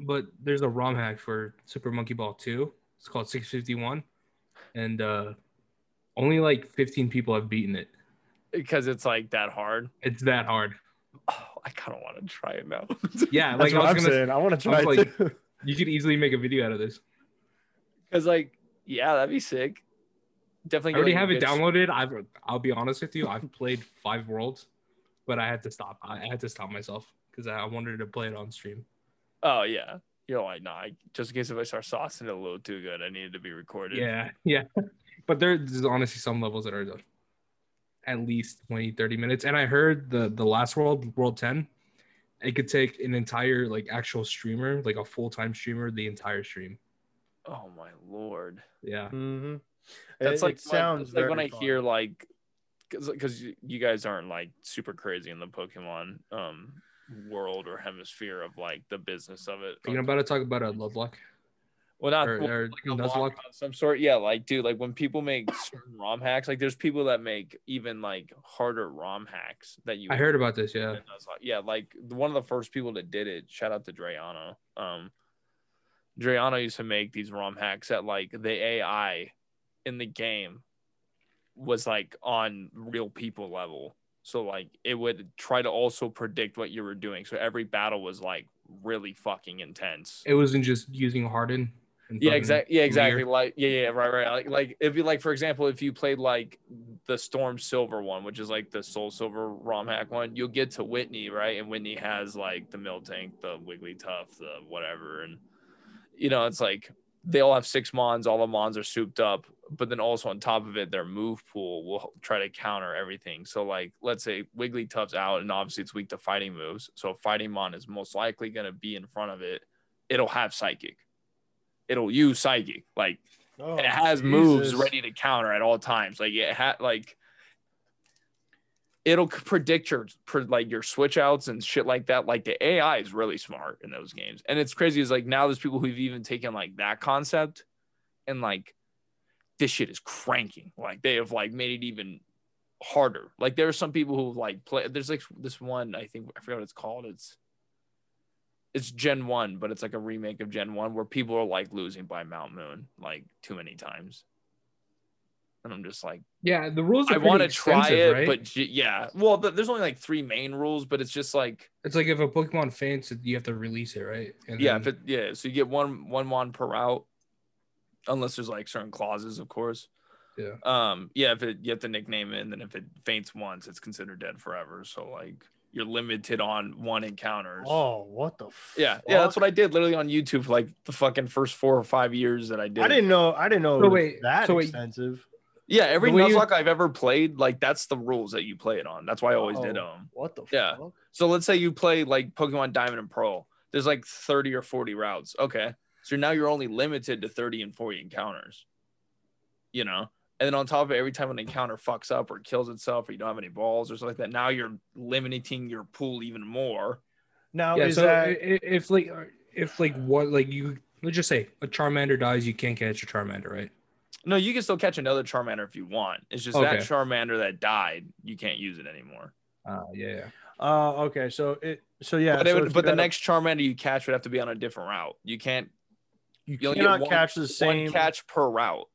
[SPEAKER 2] but there's a ROM hack for Super Monkey Ball 2. It's called 651, and uh, only like 15 people have beaten it.
[SPEAKER 3] Because it's like that hard.
[SPEAKER 2] It's that hard.
[SPEAKER 3] Oh, I kind of want to try it now.
[SPEAKER 2] Yeah,
[SPEAKER 1] that's
[SPEAKER 2] like I
[SPEAKER 1] what
[SPEAKER 2] was
[SPEAKER 1] I'm
[SPEAKER 2] gonna.
[SPEAKER 1] saying. I want to try.
[SPEAKER 2] was like-
[SPEAKER 1] too.
[SPEAKER 2] You could easily make a video out of this.
[SPEAKER 3] Because like, yeah, that'd be sick.
[SPEAKER 2] I
[SPEAKER 3] Definitely. get,
[SPEAKER 2] already
[SPEAKER 3] like, a
[SPEAKER 2] have it
[SPEAKER 3] good s-
[SPEAKER 2] downloaded. I've I'll be honest with you. I've played five worlds, but I had to stop. I had to stop myself because I I wanted to play it on stream.
[SPEAKER 3] Oh yeah. You're like, nah. I- Just in case if I start saucing it a little too good, I need it to be recorded.
[SPEAKER 2] Yeah, yeah. But there's honestly some levels that are at least 20, 30 minutes. And I heard the the last world, world 10, it could take an entire like actual streamer, like a full time streamer, the entire stream.
[SPEAKER 3] Oh my lord.
[SPEAKER 2] Yeah.
[SPEAKER 1] Mhm.
[SPEAKER 3] That's
[SPEAKER 1] It-
[SPEAKER 3] like
[SPEAKER 1] it
[SPEAKER 3] when-
[SPEAKER 1] sounds
[SPEAKER 3] that's like when
[SPEAKER 1] very
[SPEAKER 3] I
[SPEAKER 1] fun.
[SPEAKER 3] hear like, because you, you guys aren't like super crazy in the Pokemon um world or hemisphere of like the business of it.
[SPEAKER 2] Thinking about to talk about a Lovelock
[SPEAKER 3] well, not
[SPEAKER 2] or,
[SPEAKER 3] well,
[SPEAKER 2] or
[SPEAKER 3] like a
[SPEAKER 2] Nuzlocke.
[SPEAKER 3] lock of some sort. Yeah, like dude, like when people make certain ROM hacks, like there's people that make even like harder ROM hacks that you
[SPEAKER 2] I heard about this. Yeah.
[SPEAKER 3] And I was like, yeah, like one of the first people that did it. Shout out to Dreano. Um, Dreano used to make these ROM hacks that like the AI in the game was like on real people level. So like it would try to also predict what you were doing. So every battle was like really fucking intense.
[SPEAKER 2] It wasn't just using Harden. and
[SPEAKER 3] Yeah,
[SPEAKER 2] fucking
[SPEAKER 3] exactly. Yeah, exactly.
[SPEAKER 2] Lear.
[SPEAKER 3] Like, yeah, yeah, right, right. Like, like it'd be like, for example, if you played like the Storm Silver one, which is like the Soul Silver ROM hack one, you'll get to Whitney, right? And Whitney has like the Miltank, the Wigglytuff, the whatever, and you know, it's like they all have six mons. All the mons are souped up, but then also on top of it, their move pool will try to counter everything. So, like, let's say Wigglytuff's out, and obviously it's weak to fighting moves. So, a fighting mon is most likely going to be in front of it. It'll have psychic. It'll use psychic. Like,
[SPEAKER 1] Oh,
[SPEAKER 3] it has moves
[SPEAKER 1] Jesus.
[SPEAKER 3] ready to counter at all times. Like it had like it'll c- predict your pr- like your switch outs and shit like that. Like the AI is really smart in those games, and it's crazy. Is like now there's people who've even taken like that concept and like this shit is cranking. Like they have like made it even harder. Like there are some people who like play. There's like this one I think I forgot what it's called. It's it's Gen One, but it's like a remake of Gen One where people are like losing by Mount Moon like too many times, and I'm just like,
[SPEAKER 2] Yeah, the rules are
[SPEAKER 3] I
[SPEAKER 2] want to
[SPEAKER 3] try it,
[SPEAKER 2] right?
[SPEAKER 3] but j- yeah, well, th- there's only like three main rules, but it's just like
[SPEAKER 2] it's like if a Pokemon faints, you have to release it, right? And
[SPEAKER 3] yeah, if
[SPEAKER 2] then-
[SPEAKER 3] it, yeah. So you get one one wand per route, unless there's like certain clauses, of course.
[SPEAKER 2] Yeah.
[SPEAKER 3] Um. Yeah. If it you have to nickname it, and then if it faints once, it's considered dead forever. So like you're limited on one encounters.
[SPEAKER 1] Oh, what the?
[SPEAKER 3] Yeah, yeah, that's what I did literally on YouTube for like the fucking first four or five years that I did.
[SPEAKER 1] I
[SPEAKER 3] it.
[SPEAKER 1] didn't know. I didn't know
[SPEAKER 2] So
[SPEAKER 1] it was
[SPEAKER 2] wait,
[SPEAKER 1] that
[SPEAKER 2] so wait.
[SPEAKER 1] extensive.
[SPEAKER 3] Yeah, every
[SPEAKER 2] The way you-
[SPEAKER 3] Nuzlocke I've ever played, like that's the rules that you play it on. That's why I always did
[SPEAKER 1] Oh.
[SPEAKER 3] them.
[SPEAKER 1] What the?
[SPEAKER 3] Yeah.
[SPEAKER 1] Fuck?
[SPEAKER 3] So let's say you play like Pokemon Diamond and Pearl. There's like 30 or 40 routes. Okay. So now you're only limited to 30 and 40 encounters. You know? And then on top of it, every time an encounter fucks up or kills itself or you don't have any balls or something like that, now you're limiting your pool even more.
[SPEAKER 1] Now
[SPEAKER 2] yeah,
[SPEAKER 1] is
[SPEAKER 2] so
[SPEAKER 1] that?
[SPEAKER 2] i- i- if like uh, if like what like you let's just say a Charmander dies, you can't catch a Charmander, right?
[SPEAKER 3] No, you can still catch another Charmander if you want. It's just that
[SPEAKER 2] Okay.
[SPEAKER 3] Charmander that died, you can't use it anymore.
[SPEAKER 2] Uh,
[SPEAKER 1] Ah,
[SPEAKER 2] yeah, yeah.
[SPEAKER 1] Oh, okay. So it. So yeah.
[SPEAKER 3] but it
[SPEAKER 1] so
[SPEAKER 3] would,
[SPEAKER 1] if
[SPEAKER 3] but
[SPEAKER 1] you
[SPEAKER 3] the
[SPEAKER 1] had a-
[SPEAKER 3] next Charmander you catch would have to be on a different route. You can't
[SPEAKER 1] you
[SPEAKER 3] you'll get
[SPEAKER 1] cannot
[SPEAKER 3] one-
[SPEAKER 1] catch the same.
[SPEAKER 3] one catch per route.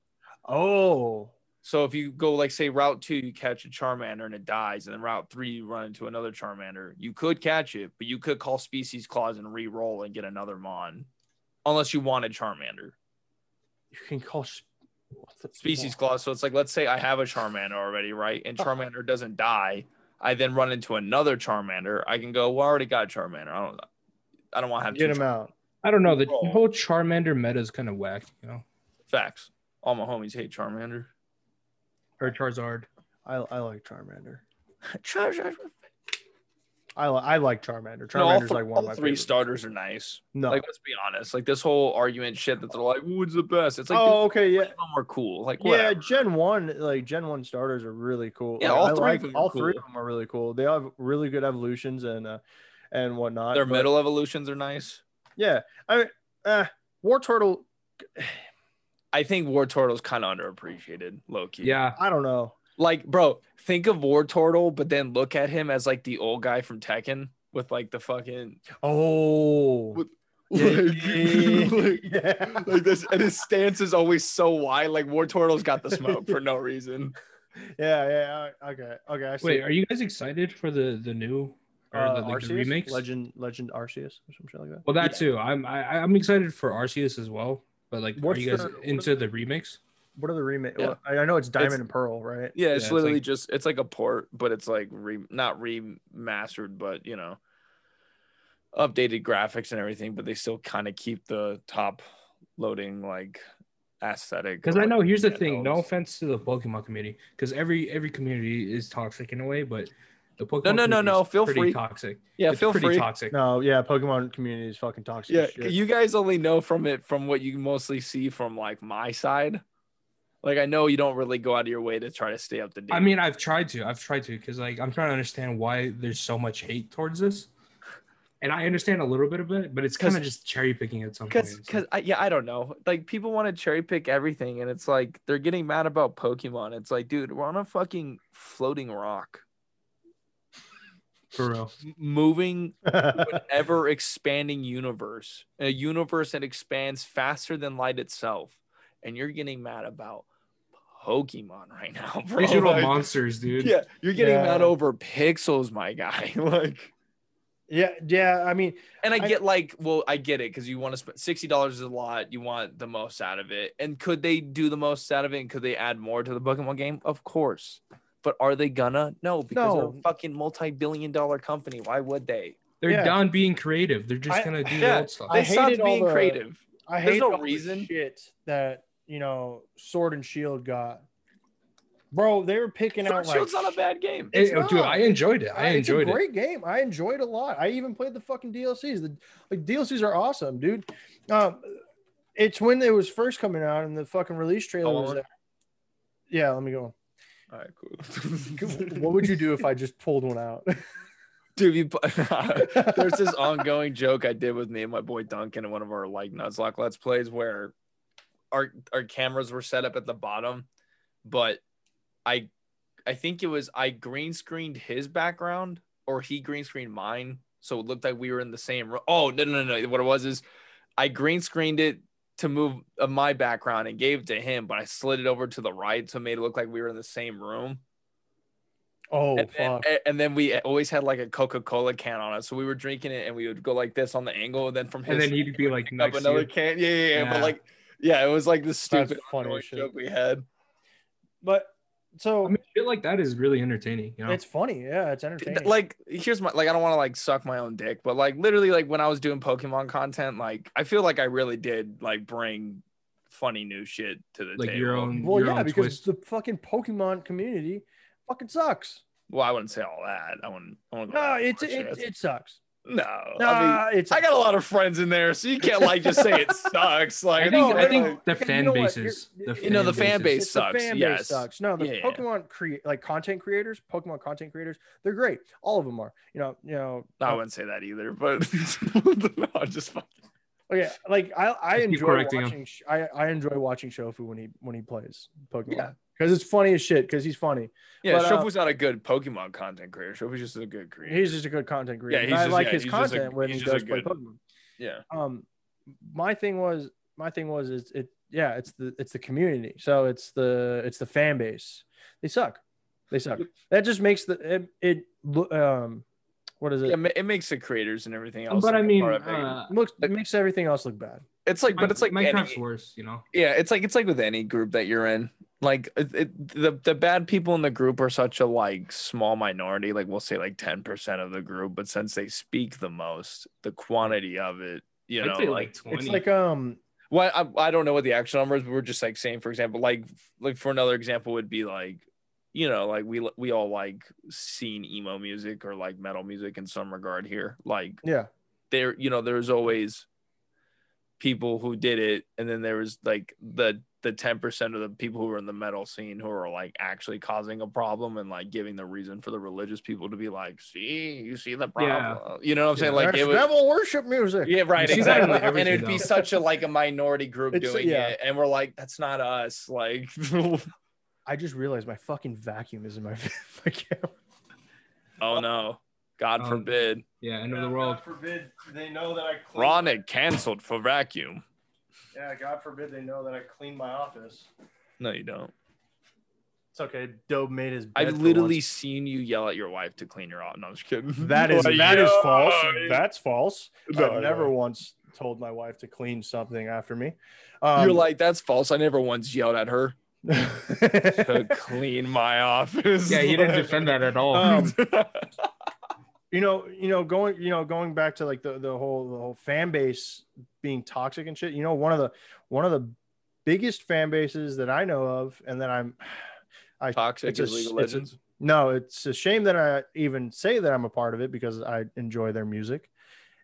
[SPEAKER 1] Oh.
[SPEAKER 3] So if you go like say route two, you catch a Charmander and it dies, and then route three you run into another Charmander. You could catch it, but you could call species clause and re-roll and get another Mon, unless you wanted Charmander.
[SPEAKER 1] You can call. sp- What the
[SPEAKER 3] Species
[SPEAKER 1] fuck?
[SPEAKER 3] clause. So it's like let's say I have a Charmander already, right? And
[SPEAKER 1] Uh-huh.
[SPEAKER 3] Charmander doesn't die. I then run into another Charmander. I can go. Well, I already got Charmander. I don't. I don't want to have
[SPEAKER 1] Get
[SPEAKER 3] two
[SPEAKER 1] him out.
[SPEAKER 2] I don't know. The
[SPEAKER 3] Roll.
[SPEAKER 2] whole Charmander meta is kind of whacked, you know.
[SPEAKER 3] Char- facts. All my homies hate Charmander.
[SPEAKER 2] Or Charizard.
[SPEAKER 1] I, I like Charmander.
[SPEAKER 3] Charmander.
[SPEAKER 1] I, li- I like Charmander.
[SPEAKER 3] No,
[SPEAKER 1] Charmander's
[SPEAKER 3] all, th-
[SPEAKER 1] like one of
[SPEAKER 3] all
[SPEAKER 1] my
[SPEAKER 3] three
[SPEAKER 1] favorites. Uh-huh.
[SPEAKER 3] starters are nice.
[SPEAKER 1] no.
[SPEAKER 3] Like, let's be honest. Like this whole argument shit that they're like, "Who's the best?" It's like
[SPEAKER 1] oh, okay. Yeah.
[SPEAKER 3] dude, all of them are cool. Like
[SPEAKER 1] Yeah,
[SPEAKER 3] whatever.
[SPEAKER 1] Gen One, like Gen One starters are really cool.
[SPEAKER 3] Yeah,
[SPEAKER 1] Like,
[SPEAKER 3] all
[SPEAKER 1] I
[SPEAKER 3] three of
[SPEAKER 1] like-
[SPEAKER 3] them are
[SPEAKER 1] all three
[SPEAKER 3] cool.
[SPEAKER 1] of them are really cool. They have really good evolutions and uh, and whatnot.
[SPEAKER 3] Their
[SPEAKER 1] but-
[SPEAKER 3] middle evolutions are nice.
[SPEAKER 1] yeah. I mean, uh, War Turtle.
[SPEAKER 3] I think War Turtle's kind of underappreciated, low key.
[SPEAKER 2] Yeah.
[SPEAKER 1] I don't know.
[SPEAKER 3] Like, bro, think of War Turtle, but then look at him as like the old guy from Tekken with like the fucking
[SPEAKER 1] Oh,
[SPEAKER 3] With-
[SPEAKER 1] yeah, yeah,
[SPEAKER 3] like,
[SPEAKER 1] yeah.
[SPEAKER 3] like this, and his stance is always so wide. Like War Turtle's got the smoke for no reason.
[SPEAKER 1] yeah, yeah. Okay, okay. I see.
[SPEAKER 2] Wait, are you guys excited for the the new or
[SPEAKER 1] Uh,
[SPEAKER 2] the, like, the
[SPEAKER 1] Arceus?
[SPEAKER 2] remakes?
[SPEAKER 1] Legend, Legend Arceus, or something like that.
[SPEAKER 2] Well, that too. I'm I, I'm excited for Arceus as well. But like,
[SPEAKER 1] What's
[SPEAKER 2] are you guys
[SPEAKER 1] the- what
[SPEAKER 2] into the remix?
[SPEAKER 1] What are the remake?
[SPEAKER 3] Yeah.
[SPEAKER 1] I, I know it's Diamond
[SPEAKER 3] It's-
[SPEAKER 1] and Pearl, right?
[SPEAKER 3] Yeah,
[SPEAKER 2] Yeah,
[SPEAKER 3] it's
[SPEAKER 2] it's
[SPEAKER 3] literally
[SPEAKER 2] like-
[SPEAKER 3] just it's like a port, but it's like re not remastered, but you know, updated graphics and everything, but they still kind of keep the top loading like aesthetic.
[SPEAKER 2] Because
[SPEAKER 3] of,
[SPEAKER 2] I
[SPEAKER 3] like,
[SPEAKER 2] know here's the
[SPEAKER 3] Nintendo.
[SPEAKER 2] thing. No offense to the Pokemon community, because every every community is toxic in a way, but the Pokemon
[SPEAKER 3] no, no,
[SPEAKER 2] community
[SPEAKER 3] no,
[SPEAKER 2] is
[SPEAKER 3] feel
[SPEAKER 2] pretty
[SPEAKER 3] free.
[SPEAKER 2] toxic.
[SPEAKER 3] Yeah,
[SPEAKER 2] It's
[SPEAKER 3] feel
[SPEAKER 2] pretty
[SPEAKER 3] free.
[SPEAKER 2] toxic.
[SPEAKER 1] No, yeah. Pokemon community is fucking toxic.
[SPEAKER 3] yeah,
[SPEAKER 1] as shit.
[SPEAKER 3] you guys only know from it from what you mostly see from like my side. Like I know you don't really go out of your way to try to stay up to date.
[SPEAKER 2] I mean, I've tried to. I've tried to because like I'm trying to understand why there's so much hate towards this, and I understand a little bit of it, but it's kind
[SPEAKER 3] 'Cause-
[SPEAKER 2] of just cherry picking at some point.
[SPEAKER 3] Cause,
[SPEAKER 2] It's
[SPEAKER 3] cause, I, yeah, I don't know. Like, people want to cherry pick everything, and it's like they're getting mad about Pokemon. It's like, dude, we're on a fucking floating rock,
[SPEAKER 2] like, for real.
[SPEAKER 3] m- moving, ever expanding universe, a universe that expands faster than light itself, and you're getting mad about Pokemon right now, bro.
[SPEAKER 2] Digital
[SPEAKER 3] Like,
[SPEAKER 2] monsters, dude.
[SPEAKER 3] yeah, you're getting
[SPEAKER 1] Yeah.
[SPEAKER 3] mad over pixels, my guy. like,
[SPEAKER 1] yeah, yeah. I mean,
[SPEAKER 3] And I
[SPEAKER 1] I-
[SPEAKER 3] get like, well, I get it because you want to spend sixty dollars is a lot. You want the most out of it. And could they do the most out of it? And could they add more to the Pokemon game? Of course. But are they gonna? No, because they're
[SPEAKER 1] No.
[SPEAKER 3] a fucking multi-billion-dollar company. Why would they?
[SPEAKER 2] They're
[SPEAKER 1] Yeah.
[SPEAKER 2] done being creative. They're just
[SPEAKER 1] I-
[SPEAKER 2] gonna do
[SPEAKER 3] yeah,
[SPEAKER 2] the old stuff.
[SPEAKER 1] I
[SPEAKER 3] They stopped
[SPEAKER 1] hated all
[SPEAKER 3] being
[SPEAKER 1] the-
[SPEAKER 3] creative.
[SPEAKER 1] I
[SPEAKER 3] There's
[SPEAKER 1] hate
[SPEAKER 3] no
[SPEAKER 1] all the
[SPEAKER 3] reason.
[SPEAKER 1] shit that you know Sword and Shield got. Bro, they were picking
[SPEAKER 3] Sword
[SPEAKER 1] out like
[SPEAKER 3] Shield's not a bad game.
[SPEAKER 1] It's
[SPEAKER 2] Hey, oh, dude,
[SPEAKER 1] not.
[SPEAKER 2] I enjoyed it. I
[SPEAKER 1] it's
[SPEAKER 2] enjoyed
[SPEAKER 1] a
[SPEAKER 2] it.
[SPEAKER 1] great game. I enjoyed a lot. I even played the fucking DLCs. The like DLCs are awesome, dude. Um, It's when it was first coming out and the fucking release trailer
[SPEAKER 3] Oh,
[SPEAKER 1] was
[SPEAKER 3] on.
[SPEAKER 1] there. Yeah, let me go.
[SPEAKER 3] All right, cool.
[SPEAKER 1] What would you do if I just pulled one out?
[SPEAKER 3] Dude, you, there's this ongoing joke I did with me and my boy Duncan in one of our like Nuzlocke Let's Plays where our our cameras were set up at the bottom, but I I think it was I green screened his background or he green screened mine, so it looked like we were in the same room. Oh no no no! no. What it was is I green screened it to move uh, my background and gave it to him, but I slid it over to the right so it made it look like we were in the same room
[SPEAKER 1] Oh
[SPEAKER 3] and, then,
[SPEAKER 1] fuck.
[SPEAKER 3] a- and then we always had like a Coca Cola can on us, so we were drinking it, and we would go like this on the angle, and then from his
[SPEAKER 2] and then he'd be like
[SPEAKER 3] pick up
[SPEAKER 2] next
[SPEAKER 3] another
[SPEAKER 2] year.
[SPEAKER 3] can. Yeah, yeah, yeah, But
[SPEAKER 2] Yeah.
[SPEAKER 3] like, yeah, it was like the stupid
[SPEAKER 1] funny
[SPEAKER 3] ongoing
[SPEAKER 1] as shit.
[SPEAKER 3] joke we had.
[SPEAKER 1] But so
[SPEAKER 2] I mean, shit like that is really entertaining. You know,
[SPEAKER 1] it's funny. Yeah, it's entertaining.
[SPEAKER 3] Like, here's my like, I don't want to like suck my own dick, but like literally, like when I was doing Pokemon content, like I feel like I really did like bring funny new shit to the
[SPEAKER 2] like
[SPEAKER 3] table.
[SPEAKER 2] your own,
[SPEAKER 1] well,
[SPEAKER 2] your
[SPEAKER 1] yeah,
[SPEAKER 2] own
[SPEAKER 1] because
[SPEAKER 2] twist.
[SPEAKER 1] the fucking Pokemon community fucking sucks.
[SPEAKER 3] Well, I wouldn't say all that. I wouldn't. I wouldn't go
[SPEAKER 1] No,
[SPEAKER 3] that
[SPEAKER 1] it's
[SPEAKER 3] far,
[SPEAKER 1] it,
[SPEAKER 3] shit.
[SPEAKER 1] it sucks.
[SPEAKER 3] no.
[SPEAKER 1] No,
[SPEAKER 3] Oh, I mean,
[SPEAKER 1] it's
[SPEAKER 3] I got a lot of friends in there, so you can't like just say it sucks. Like,
[SPEAKER 2] I
[SPEAKER 1] no,
[SPEAKER 2] think,
[SPEAKER 1] no,
[SPEAKER 2] I
[SPEAKER 1] no.
[SPEAKER 2] think the
[SPEAKER 1] Yeah, you
[SPEAKER 2] fan
[SPEAKER 1] know what?
[SPEAKER 2] bases,
[SPEAKER 1] You're-
[SPEAKER 3] you know, the fan
[SPEAKER 2] bases.
[SPEAKER 3] base
[SPEAKER 1] It's the
[SPEAKER 3] sucks,
[SPEAKER 1] fan
[SPEAKER 3] yes.
[SPEAKER 1] sucks. No, the
[SPEAKER 3] Yeah, yeah.
[SPEAKER 1] Pokemon create like content creators, Pokemon content creators, they're great. All of them are. You know, you know. uh,
[SPEAKER 3] I wouldn't say that either, but no, I'm just fucking.
[SPEAKER 1] Okay, like I, I
[SPEAKER 2] Keep
[SPEAKER 1] enjoy
[SPEAKER 2] correcting him.
[SPEAKER 1] watching. Sh- I, I enjoy watching Shofu when he when he plays Pokemon.
[SPEAKER 3] Yeah.
[SPEAKER 1] because it's funny as shit. Because he's funny.
[SPEAKER 3] Yeah,
[SPEAKER 1] But, uh,
[SPEAKER 3] Shofu's not a good Pokemon content creator. Shofu's just a good creator.
[SPEAKER 1] He's just a good content creator.
[SPEAKER 3] Yeah,
[SPEAKER 1] and
[SPEAKER 3] he's
[SPEAKER 1] I
[SPEAKER 3] just-
[SPEAKER 1] like
[SPEAKER 3] yeah,
[SPEAKER 1] his
[SPEAKER 3] he's just a-
[SPEAKER 1] content when
[SPEAKER 3] he's
[SPEAKER 1] he
[SPEAKER 3] just a
[SPEAKER 1] does play
[SPEAKER 3] good-
[SPEAKER 1] Pokemon.
[SPEAKER 3] yeah.
[SPEAKER 1] Um, my thing was my thing was is it yeah it's the it's the community. So it's the it's the fan base. They suck. They suck. That just makes the it, it lo- um what is it?
[SPEAKER 3] yeah, ma- it makes the creators and everything else.
[SPEAKER 2] But I
[SPEAKER 3] like,
[SPEAKER 2] mean,
[SPEAKER 3] part of it.
[SPEAKER 2] uh,
[SPEAKER 1] looks it makes everything else look bad.
[SPEAKER 3] it's like, but it's like any,
[SPEAKER 2] Minecraft's worse. You know,
[SPEAKER 3] yeah, it's like it's like with any group that you're in. Like it, it, the the bad people in the group are such a like small minority. Like we'll say like ten percent of the group, but since they speak the most, the quantity of it, you know,
[SPEAKER 2] I'd say
[SPEAKER 3] like
[SPEAKER 2] like twenty.
[SPEAKER 1] It's like um
[SPEAKER 3] Well, I, I don't know what the actual number is, but we're just like saying, for example, like like for another example would be like, you know, like we we all like seen emo music or like metal music in some regard here. Like
[SPEAKER 1] yeah
[SPEAKER 3] there, you know, there's always people who did it, and then there was like the the ten percent of the people who were in the metal scene who are like actually causing a problem and like giving the reason for the religious people to be like, see, you see the problem, you know what I'm saying? Like
[SPEAKER 1] That's
[SPEAKER 3] it was
[SPEAKER 1] devil worship music.
[SPEAKER 3] yeah, right.
[SPEAKER 2] You see that in
[SPEAKER 3] Exactly.
[SPEAKER 2] everything,
[SPEAKER 3] And it'd be
[SPEAKER 2] though.
[SPEAKER 3] such a like a minority group
[SPEAKER 1] It's-
[SPEAKER 3] doing
[SPEAKER 1] yeah.
[SPEAKER 3] it, and we're like, that's not us. Like, oh
[SPEAKER 1] I just realized my fucking vacuum is in my, my camera.
[SPEAKER 3] no, God
[SPEAKER 2] Oh, Um,
[SPEAKER 3] forbid.
[SPEAKER 2] yeah, end of the world.
[SPEAKER 1] forbid they know that I
[SPEAKER 3] Ronick canceled for vacuum.
[SPEAKER 1] Yeah, God forbid they know that I clean my office.
[SPEAKER 3] No, you don't.
[SPEAKER 1] It's okay. Dobe made his.
[SPEAKER 3] I've literally seen you yell at your wife to clean your office. No, I'm just kidding.
[SPEAKER 1] That is
[SPEAKER 3] Like,
[SPEAKER 1] that is
[SPEAKER 3] yo,
[SPEAKER 1] false.
[SPEAKER 3] you-
[SPEAKER 1] That's false.
[SPEAKER 3] No,
[SPEAKER 1] I've never
[SPEAKER 3] no.
[SPEAKER 1] once told my wife to clean something after me. Um,
[SPEAKER 3] You're like, that's false. I never once yelled at her to clean my office.
[SPEAKER 2] Yeah, you didn't
[SPEAKER 3] Like-
[SPEAKER 2] defend that at all.
[SPEAKER 1] Um, you know, you know, going, you know, going back to like the the whole the whole fan base being toxic and shit. You know, one of the one of the biggest fan bases that I know of, and that I'm
[SPEAKER 3] Toxic
[SPEAKER 1] It's
[SPEAKER 3] is
[SPEAKER 1] a-
[SPEAKER 3] League of
[SPEAKER 1] it's a-
[SPEAKER 3] Legends.
[SPEAKER 1] No, it's a shame that I even say that I'm a part of it because I enjoy their music.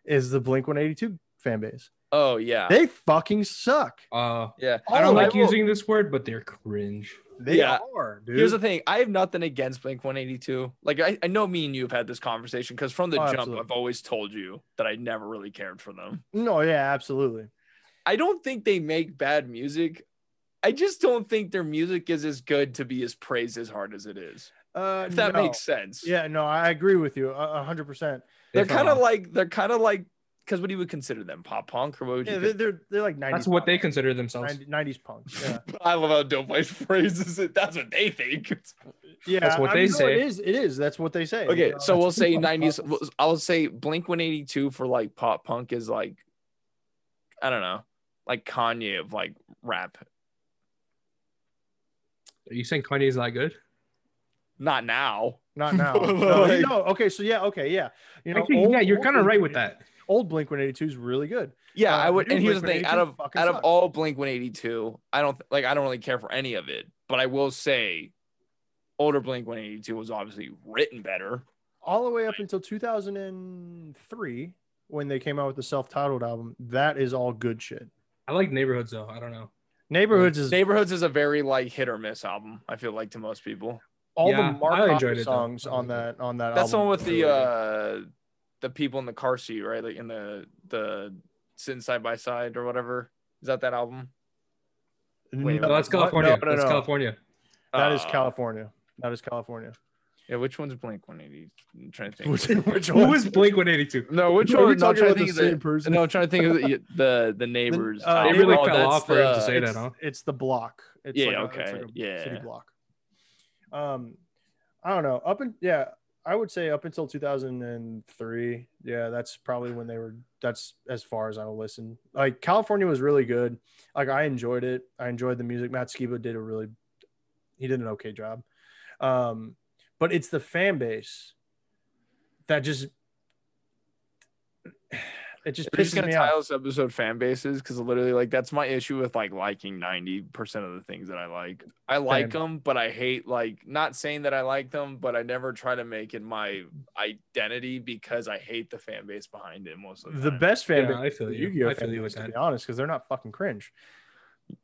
[SPEAKER 1] Is the Blink 182 fan base?
[SPEAKER 3] oh yeah.
[SPEAKER 1] They fucking suck.
[SPEAKER 2] uh,
[SPEAKER 3] yeah.
[SPEAKER 2] I
[SPEAKER 1] Oh,
[SPEAKER 2] don't like
[SPEAKER 3] will-
[SPEAKER 2] using this word, but they're cringe.
[SPEAKER 1] They
[SPEAKER 3] Yeah.
[SPEAKER 1] are, dude.
[SPEAKER 3] Here's the thing. I have nothing against Blink 182. Like I, I know me and you have had this conversation because from the
[SPEAKER 1] Oh,
[SPEAKER 3] jump,
[SPEAKER 1] absolutely.
[SPEAKER 3] I've always told you that I never really cared for them.
[SPEAKER 1] no, yeah, absolutely.
[SPEAKER 3] I don't think they make bad music. I just don't think their music is as good to be as praised as hard as it is.
[SPEAKER 1] Uh,
[SPEAKER 3] If that
[SPEAKER 1] no.
[SPEAKER 3] makes sense.
[SPEAKER 1] Yeah, no, I agree with you uh, a a hundred percent.
[SPEAKER 3] They're
[SPEAKER 2] They
[SPEAKER 3] kind of
[SPEAKER 2] found-
[SPEAKER 3] like they're kind of like because what do you would consider them? Pop punk or what would you?
[SPEAKER 1] Yeah, they're
[SPEAKER 3] cons-
[SPEAKER 1] they're, they're like 90s.
[SPEAKER 2] that's what they
[SPEAKER 1] punk.
[SPEAKER 2] consider themselves.
[SPEAKER 1] 90- 90s punk. Yeah,
[SPEAKER 3] I love how Doughboy phrases it. That's what they think.
[SPEAKER 1] yeah
[SPEAKER 2] That's what
[SPEAKER 1] I
[SPEAKER 2] they
[SPEAKER 1] mean, no,
[SPEAKER 2] say.
[SPEAKER 1] It is. It is. That's what they say.
[SPEAKER 3] Okay,
[SPEAKER 1] You know,
[SPEAKER 3] so
[SPEAKER 1] that's
[SPEAKER 3] we'll
[SPEAKER 1] what
[SPEAKER 3] say
[SPEAKER 1] punk
[SPEAKER 3] nineties.
[SPEAKER 1] was.
[SPEAKER 3] I'll say Blink One Eighty Two for like pop punk is like, I don't know, like Kanye of like rap.
[SPEAKER 2] Are you saying Kanye's not good?
[SPEAKER 3] Not now.
[SPEAKER 1] Not now. No,
[SPEAKER 3] Like-
[SPEAKER 1] no, okay, so yeah, okay, yeah. You know,
[SPEAKER 2] Actually,
[SPEAKER 1] old-
[SPEAKER 2] yeah, you're
[SPEAKER 1] old
[SPEAKER 2] kind of right
[SPEAKER 1] Blink-
[SPEAKER 2] with that.
[SPEAKER 1] Old Blink 182 is really good.
[SPEAKER 3] Yeah,
[SPEAKER 1] Uh,
[SPEAKER 3] I would.
[SPEAKER 1] dude,
[SPEAKER 3] And here's the thing:
[SPEAKER 1] Blink-182
[SPEAKER 3] out of
[SPEAKER 1] fucking
[SPEAKER 3] out of
[SPEAKER 1] sucks.
[SPEAKER 3] all Blink One Eighty Two, I don't like. I don't really care for any of it. But I will say, older Blink One Eighty Two was obviously written better.
[SPEAKER 1] all the way up until 2003 when they came out with the self-titled album that is all good shit
[SPEAKER 2] I like neighborhoods though. I don't know.
[SPEAKER 1] Neighborhoods is
[SPEAKER 3] Neighborhoods is a very like hit or miss album. I feel like to most people.
[SPEAKER 1] all
[SPEAKER 2] Yeah, I
[SPEAKER 1] the Mark
[SPEAKER 2] enjoyed
[SPEAKER 1] Hoppus
[SPEAKER 2] it, though.
[SPEAKER 1] songs
[SPEAKER 2] I
[SPEAKER 1] on
[SPEAKER 2] liked
[SPEAKER 1] that on that.
[SPEAKER 3] That's the one
[SPEAKER 1] album
[SPEAKER 3] with
[SPEAKER 1] were really
[SPEAKER 3] the
[SPEAKER 1] good.
[SPEAKER 3] uh the people in the car seat, right? Like in the the sitting side by side or whatever. Is that that album? wait,
[SPEAKER 2] No,
[SPEAKER 1] No,
[SPEAKER 2] that's
[SPEAKER 1] what?
[SPEAKER 2] California.
[SPEAKER 3] no,
[SPEAKER 2] that's
[SPEAKER 3] no.
[SPEAKER 2] California.
[SPEAKER 1] That is
[SPEAKER 3] Uh,
[SPEAKER 1] California. That is California.
[SPEAKER 3] Yeah, which one's Blink 180? I'm trying to think.
[SPEAKER 1] Which, which
[SPEAKER 2] Who
[SPEAKER 1] one?
[SPEAKER 2] was Blink 182?
[SPEAKER 3] no, which
[SPEAKER 1] Are we
[SPEAKER 3] one? No, I'm
[SPEAKER 1] talking
[SPEAKER 3] trying to
[SPEAKER 1] about the
[SPEAKER 3] think of the-
[SPEAKER 1] same person?
[SPEAKER 3] no, I'm trying to think of the the, the neighbors.
[SPEAKER 1] uh,
[SPEAKER 2] They
[SPEAKER 1] Oh,
[SPEAKER 2] really
[SPEAKER 1] oh,
[SPEAKER 2] fell
[SPEAKER 3] that's
[SPEAKER 2] off for him to
[SPEAKER 3] the-
[SPEAKER 2] say that,
[SPEAKER 1] it's,
[SPEAKER 2] huh?
[SPEAKER 1] it's the block. It's
[SPEAKER 3] Yeah,
[SPEAKER 1] like a-
[SPEAKER 3] okay,
[SPEAKER 1] it's like a city
[SPEAKER 3] yeah.
[SPEAKER 1] block. Um, I don't know. Up and yeah, I would say up until 2003. Yeah, that's probably when they were. That's as far as I will listen. Like California was really good. Like I enjoyed it. I enjoyed the music. Matt Skiba did a really, he did an okay job. Um, but it's the fan base that just. It just
[SPEAKER 3] We're just
[SPEAKER 1] pisses
[SPEAKER 3] gonna
[SPEAKER 1] me off.
[SPEAKER 3] title this episode fan bases because literally, like, that's my issue with like liking ninety percent of the things that I like. I like
[SPEAKER 1] Same.
[SPEAKER 3] them, but I hate like not saying that I like them, but I never try to make it my identity because I hate the fan base behind it most of the,
[SPEAKER 1] The
[SPEAKER 3] time.
[SPEAKER 1] best fan
[SPEAKER 2] Yeah, I
[SPEAKER 1] base,
[SPEAKER 2] feel
[SPEAKER 1] is
[SPEAKER 2] you.
[SPEAKER 1] the Yu-Gi-Oh!
[SPEAKER 2] I feel
[SPEAKER 1] fan
[SPEAKER 2] you
[SPEAKER 1] base,
[SPEAKER 2] with
[SPEAKER 1] to
[SPEAKER 2] that.
[SPEAKER 1] be honest, because they're not fucking cringe.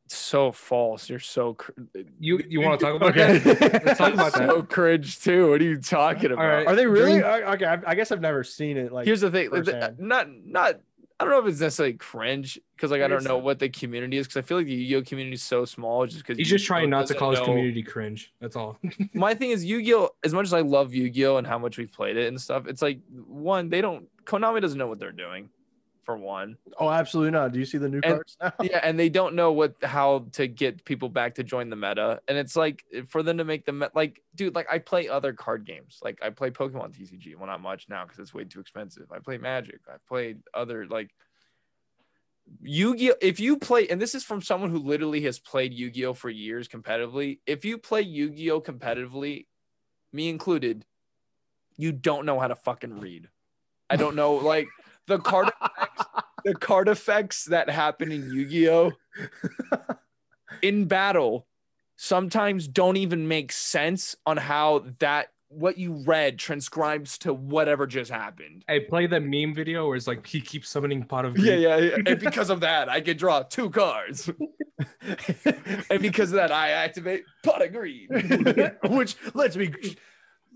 [SPEAKER 3] So false. You're so cr-
[SPEAKER 2] You you want to talk about
[SPEAKER 1] Okay.
[SPEAKER 2] that? Let's talk about that.
[SPEAKER 3] so cringe too. What are you talking
[SPEAKER 2] All
[SPEAKER 3] about?
[SPEAKER 2] right.
[SPEAKER 1] Are they really?
[SPEAKER 2] Dream-
[SPEAKER 1] I- okay, I, I guess I've never seen it. Like,
[SPEAKER 3] here's the thing th-
[SPEAKER 1] firsthand.
[SPEAKER 3] not not i don't know if it's necessarily cringe because like i don't
[SPEAKER 1] It's-
[SPEAKER 3] know what the community is because i feel like the yu-gi-oh community is so small just because
[SPEAKER 2] He's just trying not to call his
[SPEAKER 3] know.
[SPEAKER 2] community cringe. That's all.
[SPEAKER 3] my thing is yu-gi-oh as much as i love yu-gi-oh and how much we played it and stuff it's like one they don't konami doesn't know what they're doing for one
[SPEAKER 1] oh, absolutely not. Do you see the new
[SPEAKER 3] And-
[SPEAKER 1] cards now?
[SPEAKER 3] yeah and they don't know what how to get people back to join the meta and it's like for them to make the me- like dude like i play other card games like i play pokemon tcg well not much now because it's way too expensive i play magic i played other like Yu-Gi-Oh! If you play, and this is from someone who literally has played Yu-Gi-Oh! for years competitively. If you play Yu-Gi-Oh! competitively, me included, you don't know how to fucking read. I don't know, like the card effects, the card effects that happen in Yu-Gi-Oh! in battle sometimes don't even make sense on how that what you read transcribes to whatever just happened.
[SPEAKER 2] I play that meme video where it's like he keeps summoning pot of
[SPEAKER 3] Yeah,
[SPEAKER 2] grief.
[SPEAKER 3] yeah, yeah. And because of that, I can draw two cards. and because of that, I activate pot of green.
[SPEAKER 1] Which let's be.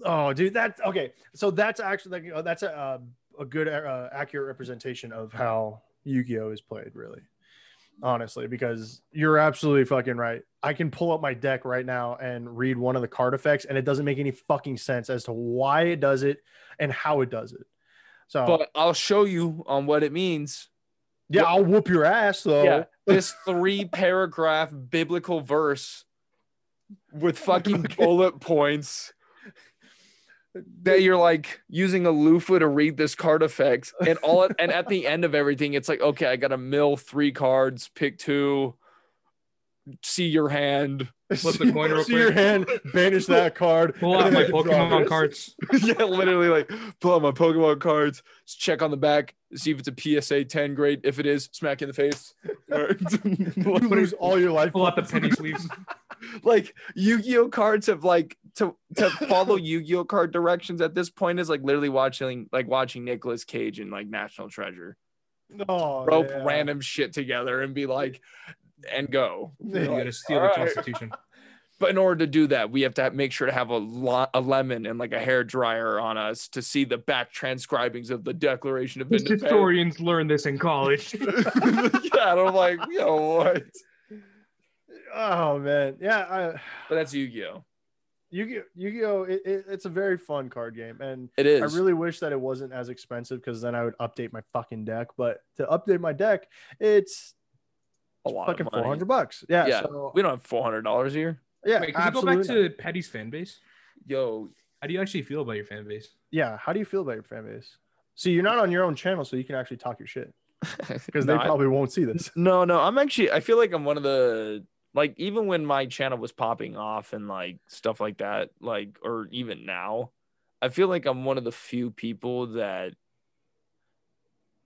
[SPEAKER 1] Oh, dude, that's okay. So that's actually like you know, that's a uh, a good uh, accurate representation of how Yu-Gi-Oh is played, really. Honestly, because you're absolutely fucking right. I can pull up my deck right now and read one of the card effects, and it doesn't make any fucking sense as to why it does it and how it does it. So,
[SPEAKER 3] But I'll show you on what it means.
[SPEAKER 1] yeah, I'll whoop your ass though.
[SPEAKER 3] Yeah, this three paragraph biblical verse with fucking bullet points that you're like using a loofah to read this card effect and all it, and at the end of everything it's like okay i gotta mill three cards pick two see your hand
[SPEAKER 2] Flip the coin real
[SPEAKER 1] See your
[SPEAKER 2] quick.
[SPEAKER 1] hand, banish that card.
[SPEAKER 2] Pull out my
[SPEAKER 1] and then draw
[SPEAKER 2] Pokemon
[SPEAKER 1] this.
[SPEAKER 2] cards.
[SPEAKER 3] yeah literally like pull out my pokemon cards check on the back see if it's a psa 10 grade if it is smack in the face
[SPEAKER 1] You lose all your life.
[SPEAKER 2] Pull out the penny sleeves.
[SPEAKER 3] like Yu-Gi-Oh cards have like to to follow Yu-Gi-Oh card directions at this point is like literally watching like watching Nicolas Cage and like National Treasure
[SPEAKER 1] Oh,
[SPEAKER 3] rope
[SPEAKER 1] yeah.
[SPEAKER 3] random shit together and be like and go.
[SPEAKER 2] You gotta steal the
[SPEAKER 3] Alright.
[SPEAKER 2] Constitution.
[SPEAKER 3] But in order to do that, we have to make sure to have a lo- a lemon and like a hair dryer on us to see the back transcribings of the Declaration of Independence.
[SPEAKER 2] Historians learn this in college.
[SPEAKER 3] yeah, and I'm like, yo, what?
[SPEAKER 1] Oh man, yeah. I,
[SPEAKER 3] But that's Yu-Gi-Oh.
[SPEAKER 1] Yu-Gi-Oh, Yu-Gi-Oh! It, it, it's a very fun card game, and
[SPEAKER 3] It is.
[SPEAKER 1] I really wish that it wasn't as expensive because then I would update my fucking deck. But to update my deck, it's
[SPEAKER 3] a lot
[SPEAKER 1] fucking
[SPEAKER 3] of money.
[SPEAKER 1] four hundred bucks. Yeah,
[SPEAKER 3] Yeah.
[SPEAKER 1] so
[SPEAKER 3] We don't have four hundred dollars a year.
[SPEAKER 1] yeah,
[SPEAKER 2] Wait, can you go
[SPEAKER 1] absolutely.
[SPEAKER 2] back to Patty's fan base?
[SPEAKER 3] Yo,
[SPEAKER 2] How do you actually feel about your fan base?
[SPEAKER 1] yeah, how do you feel about your fan base? See, you're not on your own channel, so you can actually talk your shit because they
[SPEAKER 3] No, I-
[SPEAKER 1] probably won't see this.
[SPEAKER 3] No, no, I'm actually I feel like I'm one of the like even when my channel was popping off and like stuff like that, like or even now, I feel like I'm one of the few people that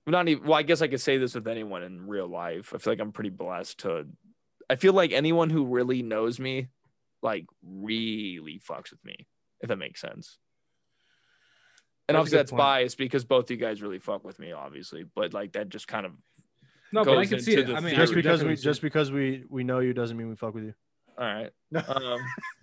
[SPEAKER 3] not even well, I guess I could say this with anyone in real life. I feel like I'm pretty blessed to I feel like anyone who really knows me like really fucks with me, if that makes sense. And
[SPEAKER 2] That's a
[SPEAKER 3] obviously
[SPEAKER 2] good
[SPEAKER 3] that's
[SPEAKER 2] point.
[SPEAKER 3] biased because both you guys really fuck with me, obviously. But like that just kind of
[SPEAKER 2] No, but I
[SPEAKER 3] goes
[SPEAKER 2] can see
[SPEAKER 3] into
[SPEAKER 2] it.
[SPEAKER 3] the
[SPEAKER 2] I mean, I
[SPEAKER 1] just
[SPEAKER 2] could
[SPEAKER 3] theory.
[SPEAKER 1] because
[SPEAKER 2] definitely
[SPEAKER 1] we
[SPEAKER 2] see
[SPEAKER 1] just
[SPEAKER 2] it.
[SPEAKER 1] because we we know you doesn't mean we fuck with you.
[SPEAKER 3] All right.
[SPEAKER 1] No.
[SPEAKER 3] Um,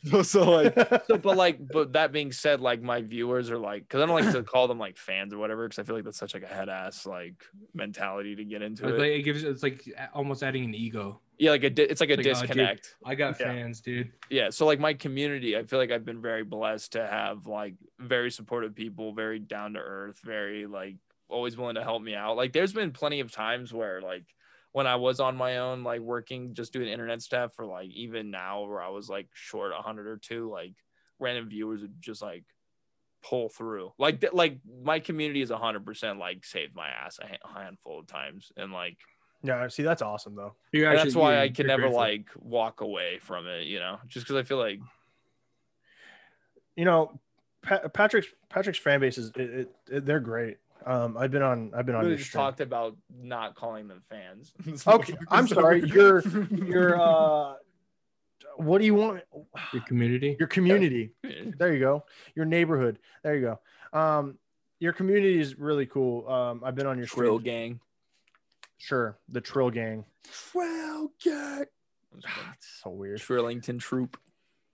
[SPEAKER 3] so, so like, so, but like, but that being said, like my viewers are like, because I don't like to call them like fans or whatever, because I feel like that's such like a head ass like mentality to get into
[SPEAKER 2] Like,
[SPEAKER 3] it.
[SPEAKER 2] like, it gives it's like a- almost adding an ego.
[SPEAKER 3] yeah, like a di- it's like a
[SPEAKER 2] Like, oh, dude.
[SPEAKER 3] disconnect.
[SPEAKER 2] I got
[SPEAKER 1] Yeah.
[SPEAKER 2] fans, dude.
[SPEAKER 3] yeah, so like my community, I feel like I've been very blessed to have like very supportive people, very down to earth, very like always willing to help me out. Like there's been plenty of times where like when I was on my own, like working, just doing internet stuff, or like even now where I was like short a hundred or two, like random viewers would just like pull through. Like th- like my community is a hundred percent like saved my ass a ha- handful of times, and like
[SPEAKER 1] yeah, see that's awesome though.
[SPEAKER 2] You
[SPEAKER 3] and
[SPEAKER 2] actually-
[SPEAKER 3] that's why
[SPEAKER 2] yeah,
[SPEAKER 3] I can
[SPEAKER 2] you're
[SPEAKER 3] never
[SPEAKER 2] grateful.
[SPEAKER 3] like walk away from it, you know, just because I feel like.
[SPEAKER 1] you know, pa- Patrick's Patrick's fan base is it, it, it- they're great. Um, I've been on I've been on
[SPEAKER 3] We
[SPEAKER 1] your
[SPEAKER 3] just
[SPEAKER 1] stream.
[SPEAKER 3] talked about not calling them fans.
[SPEAKER 1] Okay, I'm sorry. Your your uh, what do you want?
[SPEAKER 2] your community.
[SPEAKER 1] Your community. There you go. Your neighborhood. There you go. Um, your community is really cool. Um, I've been on your
[SPEAKER 3] Trill
[SPEAKER 1] streams.
[SPEAKER 3] gang.
[SPEAKER 1] Sure, the Trill Gang.
[SPEAKER 3] Trill gang.
[SPEAKER 1] It's so weird.
[SPEAKER 3] Trillington Troop.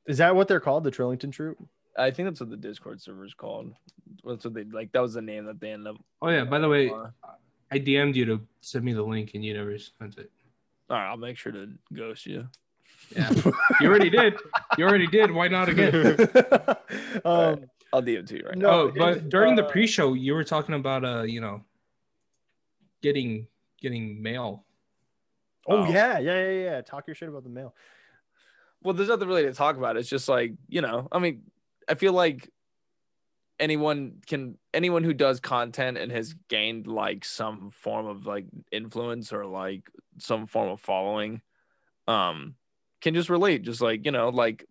[SPEAKER 1] Is that what they're called? The Trillington Troop?
[SPEAKER 3] I think that's what the Discord server is called. That's what they like. That was the name that they ended up.
[SPEAKER 2] Oh yeah. By the way,
[SPEAKER 3] Uh,
[SPEAKER 2] I DM'd you to send me the link, and you never sent it.
[SPEAKER 3] all right, I'll make sure to ghost you.
[SPEAKER 2] Yeah. you already did. You already did. Why not again?
[SPEAKER 1] um,
[SPEAKER 3] I'll DM to you right now.
[SPEAKER 1] No,
[SPEAKER 2] oh,
[SPEAKER 1] it
[SPEAKER 2] but
[SPEAKER 1] is,
[SPEAKER 2] during the
[SPEAKER 1] uh,
[SPEAKER 2] pre-show, you were talking about uh, you know, getting getting mail.
[SPEAKER 1] oh
[SPEAKER 3] Oh.
[SPEAKER 1] yeah, yeah, yeah, yeah. Talk your shit about the mail.
[SPEAKER 3] Well, there's nothing really to talk about. It's just like you know. I mean, I feel like anyone can anyone who does content and has gained like some form of like influence or like some form of following um can just relate just like you know like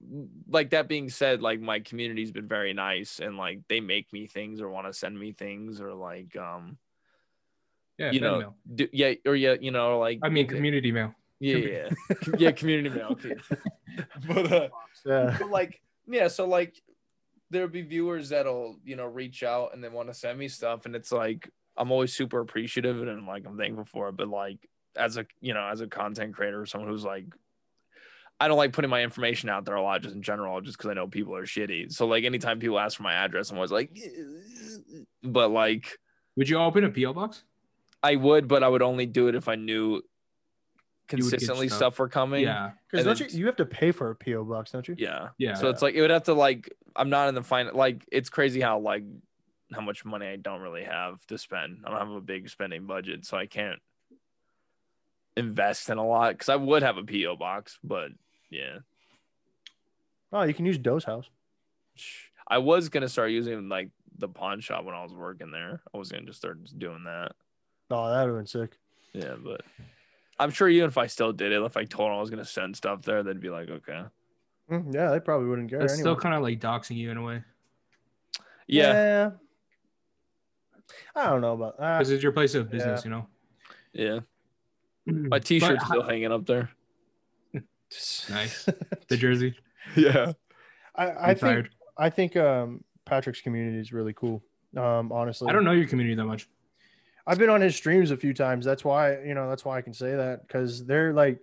[SPEAKER 3] like that being said like my community's been very nice and like they make me things or want to send me things or like um
[SPEAKER 2] Yeah,
[SPEAKER 3] You
[SPEAKER 2] fan
[SPEAKER 3] know,
[SPEAKER 2] mail.
[SPEAKER 3] do, yeah or yeah you know like
[SPEAKER 2] I mean community mail.
[SPEAKER 3] yeah yeah, yeah. yeah community mail okay. but uh
[SPEAKER 1] Yeah.
[SPEAKER 3] but like yeah so like there'll be viewers that'll you know reach out and they want to send me stuff and it's like i'm always super appreciative and I'm like i'm thankful for it but like as a you know as a content creator or someone who's like i don't like putting my information out there a lot just in general just because i know people are shitty so like anytime people ask for my address i'm always like but like
[SPEAKER 2] Would you open a PO box?
[SPEAKER 3] i would but i would only do it if i knew consistently
[SPEAKER 2] stuff.
[SPEAKER 3] stuff were coming
[SPEAKER 2] Yeah,
[SPEAKER 1] Because
[SPEAKER 3] And
[SPEAKER 1] don't
[SPEAKER 3] then-
[SPEAKER 1] you you have to pay for a PO box, don't you?
[SPEAKER 3] yeah
[SPEAKER 2] yeah.
[SPEAKER 3] So it's like it would have to like I'm not in the final like it's crazy how like how much money I don't really have to spend. I don't have a big spending budget, so I can't invest in a lot because I would have a PO box, but yeah,
[SPEAKER 1] Oh, you can use Doe's house.
[SPEAKER 3] I was gonna start using like the pawn shop when I was working there. I was gonna just start just doing that.
[SPEAKER 1] Oh, that would have been sick.
[SPEAKER 3] Yeah, but I'm sure even if I still did it, if I told them I was gonna send stuff there, they'd be like, okay,
[SPEAKER 1] Mm, yeah, they probably wouldn't care.
[SPEAKER 2] that's
[SPEAKER 1] anyway.
[SPEAKER 2] still kind of like doxing you in a way
[SPEAKER 3] yeah,
[SPEAKER 1] I don't know about that.
[SPEAKER 2] because it's your place of business, you know.
[SPEAKER 3] yeah. My T-shirt's
[SPEAKER 2] But-
[SPEAKER 3] still hanging up there.
[SPEAKER 2] Nice. the jersey.
[SPEAKER 3] Yeah.
[SPEAKER 1] I, I
[SPEAKER 2] I'm
[SPEAKER 1] think
[SPEAKER 2] tired.
[SPEAKER 1] I think um, Patrick's community is really cool. Um, honestly,
[SPEAKER 2] I don't know your community that much.
[SPEAKER 1] I've been on his streams a few times. That's why you know. That's why I can say that because they're like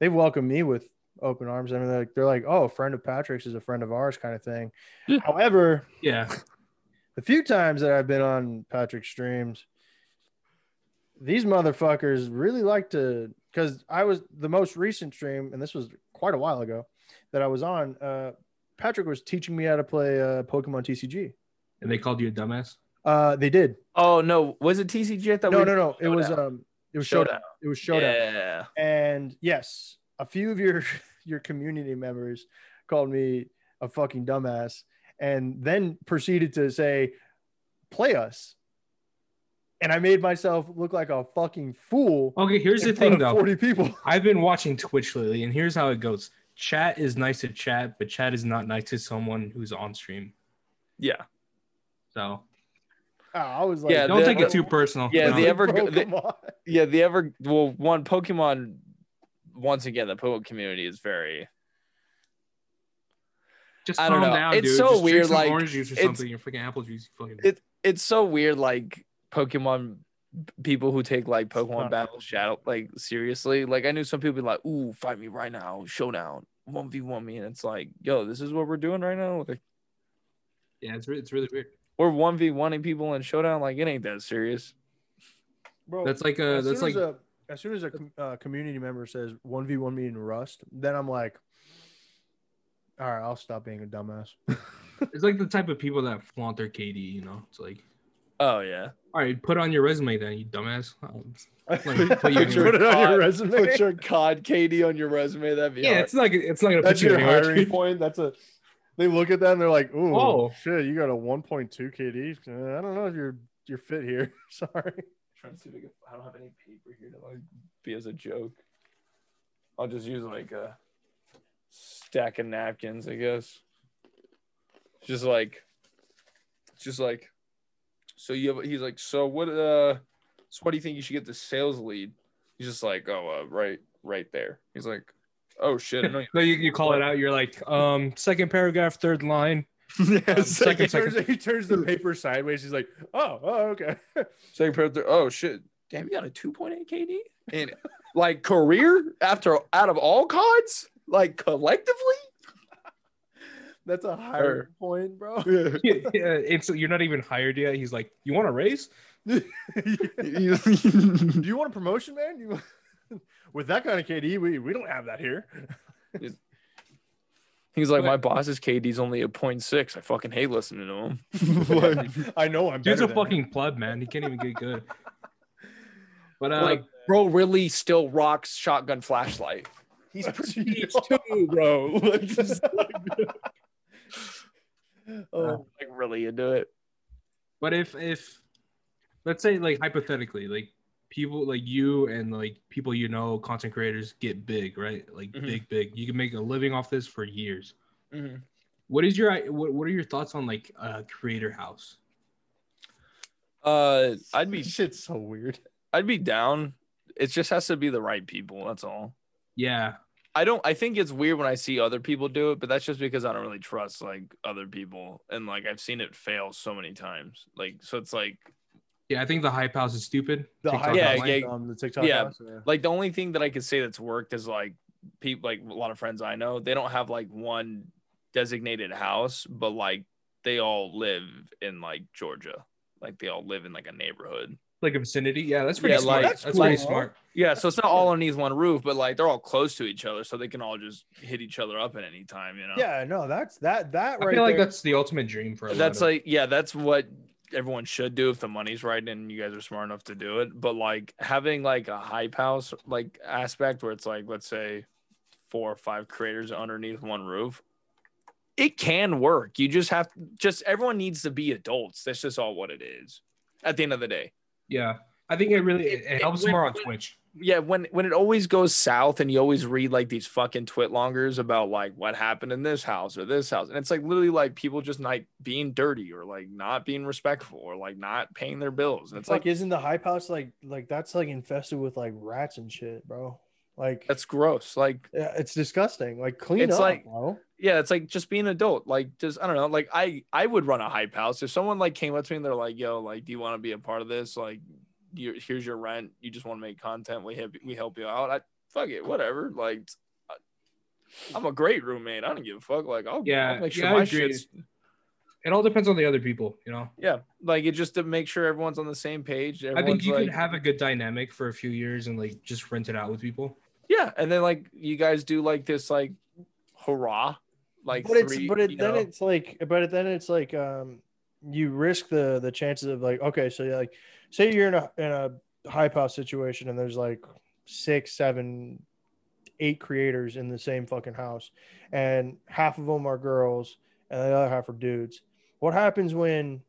[SPEAKER 1] they've welcomed me with open arms. I mean, they're like, they're like, oh, a friend of Patrick's is a friend of ours, kind of thing.
[SPEAKER 3] Yeah.
[SPEAKER 1] However,
[SPEAKER 2] Yeah,
[SPEAKER 1] the few times that I've been on Patrick's streams, these motherfuckers really like to because I was the most recent stream, and this was quite a while ago that I was on. Uh, Patrick was teaching me how to play uh, Pokemon TCG.
[SPEAKER 2] and they called you a dumbass.
[SPEAKER 1] Uh, they did.
[SPEAKER 3] Oh no, was it TCG? I thought
[SPEAKER 1] No,
[SPEAKER 3] we-
[SPEAKER 1] no, no. It was
[SPEAKER 3] Showdown.
[SPEAKER 1] um, it was showdown. It was showdown.
[SPEAKER 3] Yeah.
[SPEAKER 1] And yes, a few of your your community members called me a fucking dumbass, and then proceeded to say, "Play us." And I made myself look like a fucking fool.
[SPEAKER 2] Okay, here's
[SPEAKER 1] in
[SPEAKER 2] the
[SPEAKER 1] front
[SPEAKER 2] thing
[SPEAKER 1] of
[SPEAKER 2] though.
[SPEAKER 1] Forty people.
[SPEAKER 2] I've been watching Twitch lately, and here's how it goes. Chat is nice to chat, but chat is not nice to someone who's on stream.
[SPEAKER 3] Yeah.
[SPEAKER 2] So
[SPEAKER 1] Oh, I was like,
[SPEAKER 3] Yeah,
[SPEAKER 2] don't
[SPEAKER 3] the-
[SPEAKER 2] take it too personal.
[SPEAKER 1] I
[SPEAKER 3] Yeah,
[SPEAKER 1] was
[SPEAKER 2] No.
[SPEAKER 3] the
[SPEAKER 1] like,
[SPEAKER 3] ever-
[SPEAKER 1] "Bro,
[SPEAKER 3] the-
[SPEAKER 1] come on."
[SPEAKER 3] Yeah. The ever well one Pokemon once again the Pokemon community is very
[SPEAKER 2] just
[SPEAKER 3] I don't
[SPEAKER 2] calm
[SPEAKER 3] know.
[SPEAKER 2] down,
[SPEAKER 3] It's
[SPEAKER 2] dude.
[SPEAKER 3] so
[SPEAKER 2] Just drink
[SPEAKER 3] weird,
[SPEAKER 2] some
[SPEAKER 3] like,
[SPEAKER 2] orange juice or
[SPEAKER 3] it's-
[SPEAKER 2] something. Your freaking apple juice. You fucking.
[SPEAKER 3] it's so weird like Pokemon people who take like Pokemon
[SPEAKER 1] not-
[SPEAKER 3] Battle Shadow like seriously. Like I knew some people like, ooh, fight me right now, showdown, one v one me, and it's like, yo, this is what we're doing right now. Like
[SPEAKER 2] Yeah, it's re- it's really weird.
[SPEAKER 3] we're one v oneing people in showdown. Like it ain't that serious.
[SPEAKER 1] Bro,
[SPEAKER 2] That's like a
[SPEAKER 1] as
[SPEAKER 2] that's
[SPEAKER 1] soon
[SPEAKER 2] like
[SPEAKER 1] as a, as soon as a com- uh, community member says one v one me in Rust, then I'm like, all right, I'll stop being a dumbass.
[SPEAKER 2] it's like the type of people that flaunt their KD. You know, it's like,
[SPEAKER 3] Oh yeah.
[SPEAKER 2] all right, put on your resume then, you dumbass. Um,
[SPEAKER 1] Like,
[SPEAKER 2] put your-
[SPEAKER 1] it on your
[SPEAKER 3] Put
[SPEAKER 1] resume.
[SPEAKER 3] Put your COD KD on your resume. That'd be
[SPEAKER 2] yeah, it's not it's not gonna put
[SPEAKER 1] That's
[SPEAKER 2] you
[SPEAKER 1] your
[SPEAKER 2] anywhere.
[SPEAKER 1] hiring point. That's a. They look at that and they're like, "Ooh,
[SPEAKER 2] Oh.
[SPEAKER 1] shit, you got a 1.2 KD. Uh, I don't know if you're you're fit here. Sorry."
[SPEAKER 3] trying to see if I, can, I don't have any paper here to like be as a joke. I'll just use like a stack of napkins, I guess. Just like, just like, so you have, he's like, so what, uh, so what do you think you should get the sales lead? He's just like, oh, uh, right, right there. He's like, oh shit, no,
[SPEAKER 2] No, you, you call it out. You're like, um, second paragraph, third line.
[SPEAKER 3] yeah,
[SPEAKER 2] second-
[SPEAKER 1] he, turns, he turns the paper sideways. He's like, "Oh, oh okay."
[SPEAKER 3] Second pair, third- oh shit. Damn, you got a 2.8 KD? And like career after out of all cards, like collectively?
[SPEAKER 1] That's a higher point, bro.
[SPEAKER 2] yeah, it's you're not even hired yet. He's like, you want a raise?
[SPEAKER 1] Do you want a promotion, man? You, with that kind of KD, we, we don't have that here.
[SPEAKER 3] He's like, my boss's KD's only a 0.6. I fucking hate listening to him.
[SPEAKER 1] I know I'm
[SPEAKER 2] Dude's
[SPEAKER 1] better
[SPEAKER 2] a
[SPEAKER 1] than
[SPEAKER 2] fucking pleb, man. He can't even get good. But uh,
[SPEAKER 3] like, bro, really still rocks shotgun flashlight. He's
[SPEAKER 1] That's-
[SPEAKER 3] prestige too, bro. Like, just,
[SPEAKER 1] him.
[SPEAKER 2] Uh,
[SPEAKER 1] Oh,
[SPEAKER 3] like, really into it.
[SPEAKER 2] But if if let's say like hypothetically, like people like you and like people you know, content creators get big, right? Like
[SPEAKER 1] Mm-hmm.
[SPEAKER 3] Mhm.
[SPEAKER 2] big, big. You can make a living off this for years. What is your what What are your thoughts on like a creator house?
[SPEAKER 3] Uh, I'd
[SPEAKER 1] this
[SPEAKER 3] be,
[SPEAKER 1] shit's so weird.
[SPEAKER 3] I'd be down. It just has to be the right people. That's all.
[SPEAKER 2] Yeah,
[SPEAKER 3] I don't. I think it's weird when I see other people do it, but that's just because I don't really trust like other people, and like I've seen it fail so many times. Like so, it's like
[SPEAKER 2] yeah. I think the hype house is stupid.
[SPEAKER 1] The
[SPEAKER 2] TikTok
[SPEAKER 1] hype
[SPEAKER 3] Yeah,
[SPEAKER 1] online,
[SPEAKER 2] online.
[SPEAKER 3] yeah.
[SPEAKER 1] um, the TikTok.
[SPEAKER 3] yeah.
[SPEAKER 1] house,
[SPEAKER 3] like the only thing that I could say that's worked is like people, like a lot of friends I know, they don't have like one designated house, but like they all live in like Georgia, like they all live in like a neighborhood.
[SPEAKER 2] like a vicinity. Yeah, that's pretty
[SPEAKER 3] Yeah,
[SPEAKER 2] smart.
[SPEAKER 3] like-
[SPEAKER 2] that's
[SPEAKER 1] That's
[SPEAKER 2] pretty
[SPEAKER 1] cool.
[SPEAKER 2] smart.
[SPEAKER 3] Yeah, so it's not all underneath one roof, but like they're all close to each other, so they can all just hit each other up at any time, you know.
[SPEAKER 1] yeah, no, that's that that
[SPEAKER 2] I
[SPEAKER 1] right
[SPEAKER 2] feel like
[SPEAKER 1] there.
[SPEAKER 2] that's the ultimate dream for a lot
[SPEAKER 3] that's
[SPEAKER 2] of-
[SPEAKER 3] like yeah that's what everyone should do if the money's right and you guys are smart enough to do it but like having like a hype house like aspect where it's like let's say four or five creators underneath one roof it can work you just have just everyone needs to be adults that's just all what it is at the end of the day
[SPEAKER 2] yeah. I think it really it,
[SPEAKER 3] It-
[SPEAKER 2] it
[SPEAKER 3] it
[SPEAKER 2] helps
[SPEAKER 3] went-
[SPEAKER 2] more on
[SPEAKER 3] went-
[SPEAKER 2] Twitch.
[SPEAKER 3] yeah when when it always goes south and you always read like these fucking twitlongers about like what happened in this house or this house and it's like literally like people just like being dirty or like not being respectful or like not paying their bills and it's like
[SPEAKER 1] isn't the hype house like like that's like infested with like rats and shit, bro? Like
[SPEAKER 3] that's gross like
[SPEAKER 1] yeah, it's disgusting. Like clean
[SPEAKER 3] It's
[SPEAKER 1] up,
[SPEAKER 3] like-
[SPEAKER 1] bro.
[SPEAKER 3] yeah it's like just being an adult like just i don't know like i i would run a hype house if someone like came up to me and they're like yo like do you want to be a part of this like you here's your rent you just want to make content we help we help you out i fuck it whatever like I- i'm a great roommate i don't give a fuck like i'll,
[SPEAKER 2] Yeah,
[SPEAKER 3] I'll make sure
[SPEAKER 2] yeah, I
[SPEAKER 3] my
[SPEAKER 2] agree.
[SPEAKER 3] shit's
[SPEAKER 2] It all depends on the other people, you know.
[SPEAKER 3] Yeah, like it just to make sure everyone's on the same page.
[SPEAKER 2] I think
[SPEAKER 3] everyone's,
[SPEAKER 2] you
[SPEAKER 3] like,
[SPEAKER 2] could have a good dynamic for a few years and like just rent it out with people.
[SPEAKER 3] yeah, and then like you guys do like this like hurrah, like
[SPEAKER 1] but it's
[SPEAKER 3] three,
[SPEAKER 1] but it,
[SPEAKER 3] you
[SPEAKER 1] then
[SPEAKER 3] know?
[SPEAKER 1] it's like but then it's like um you risk the the chances of like okay so like say you're in a in a high house situation and there's like six seven eight creators in the same fucking house and half of them are girls and the other half are dudes what happens when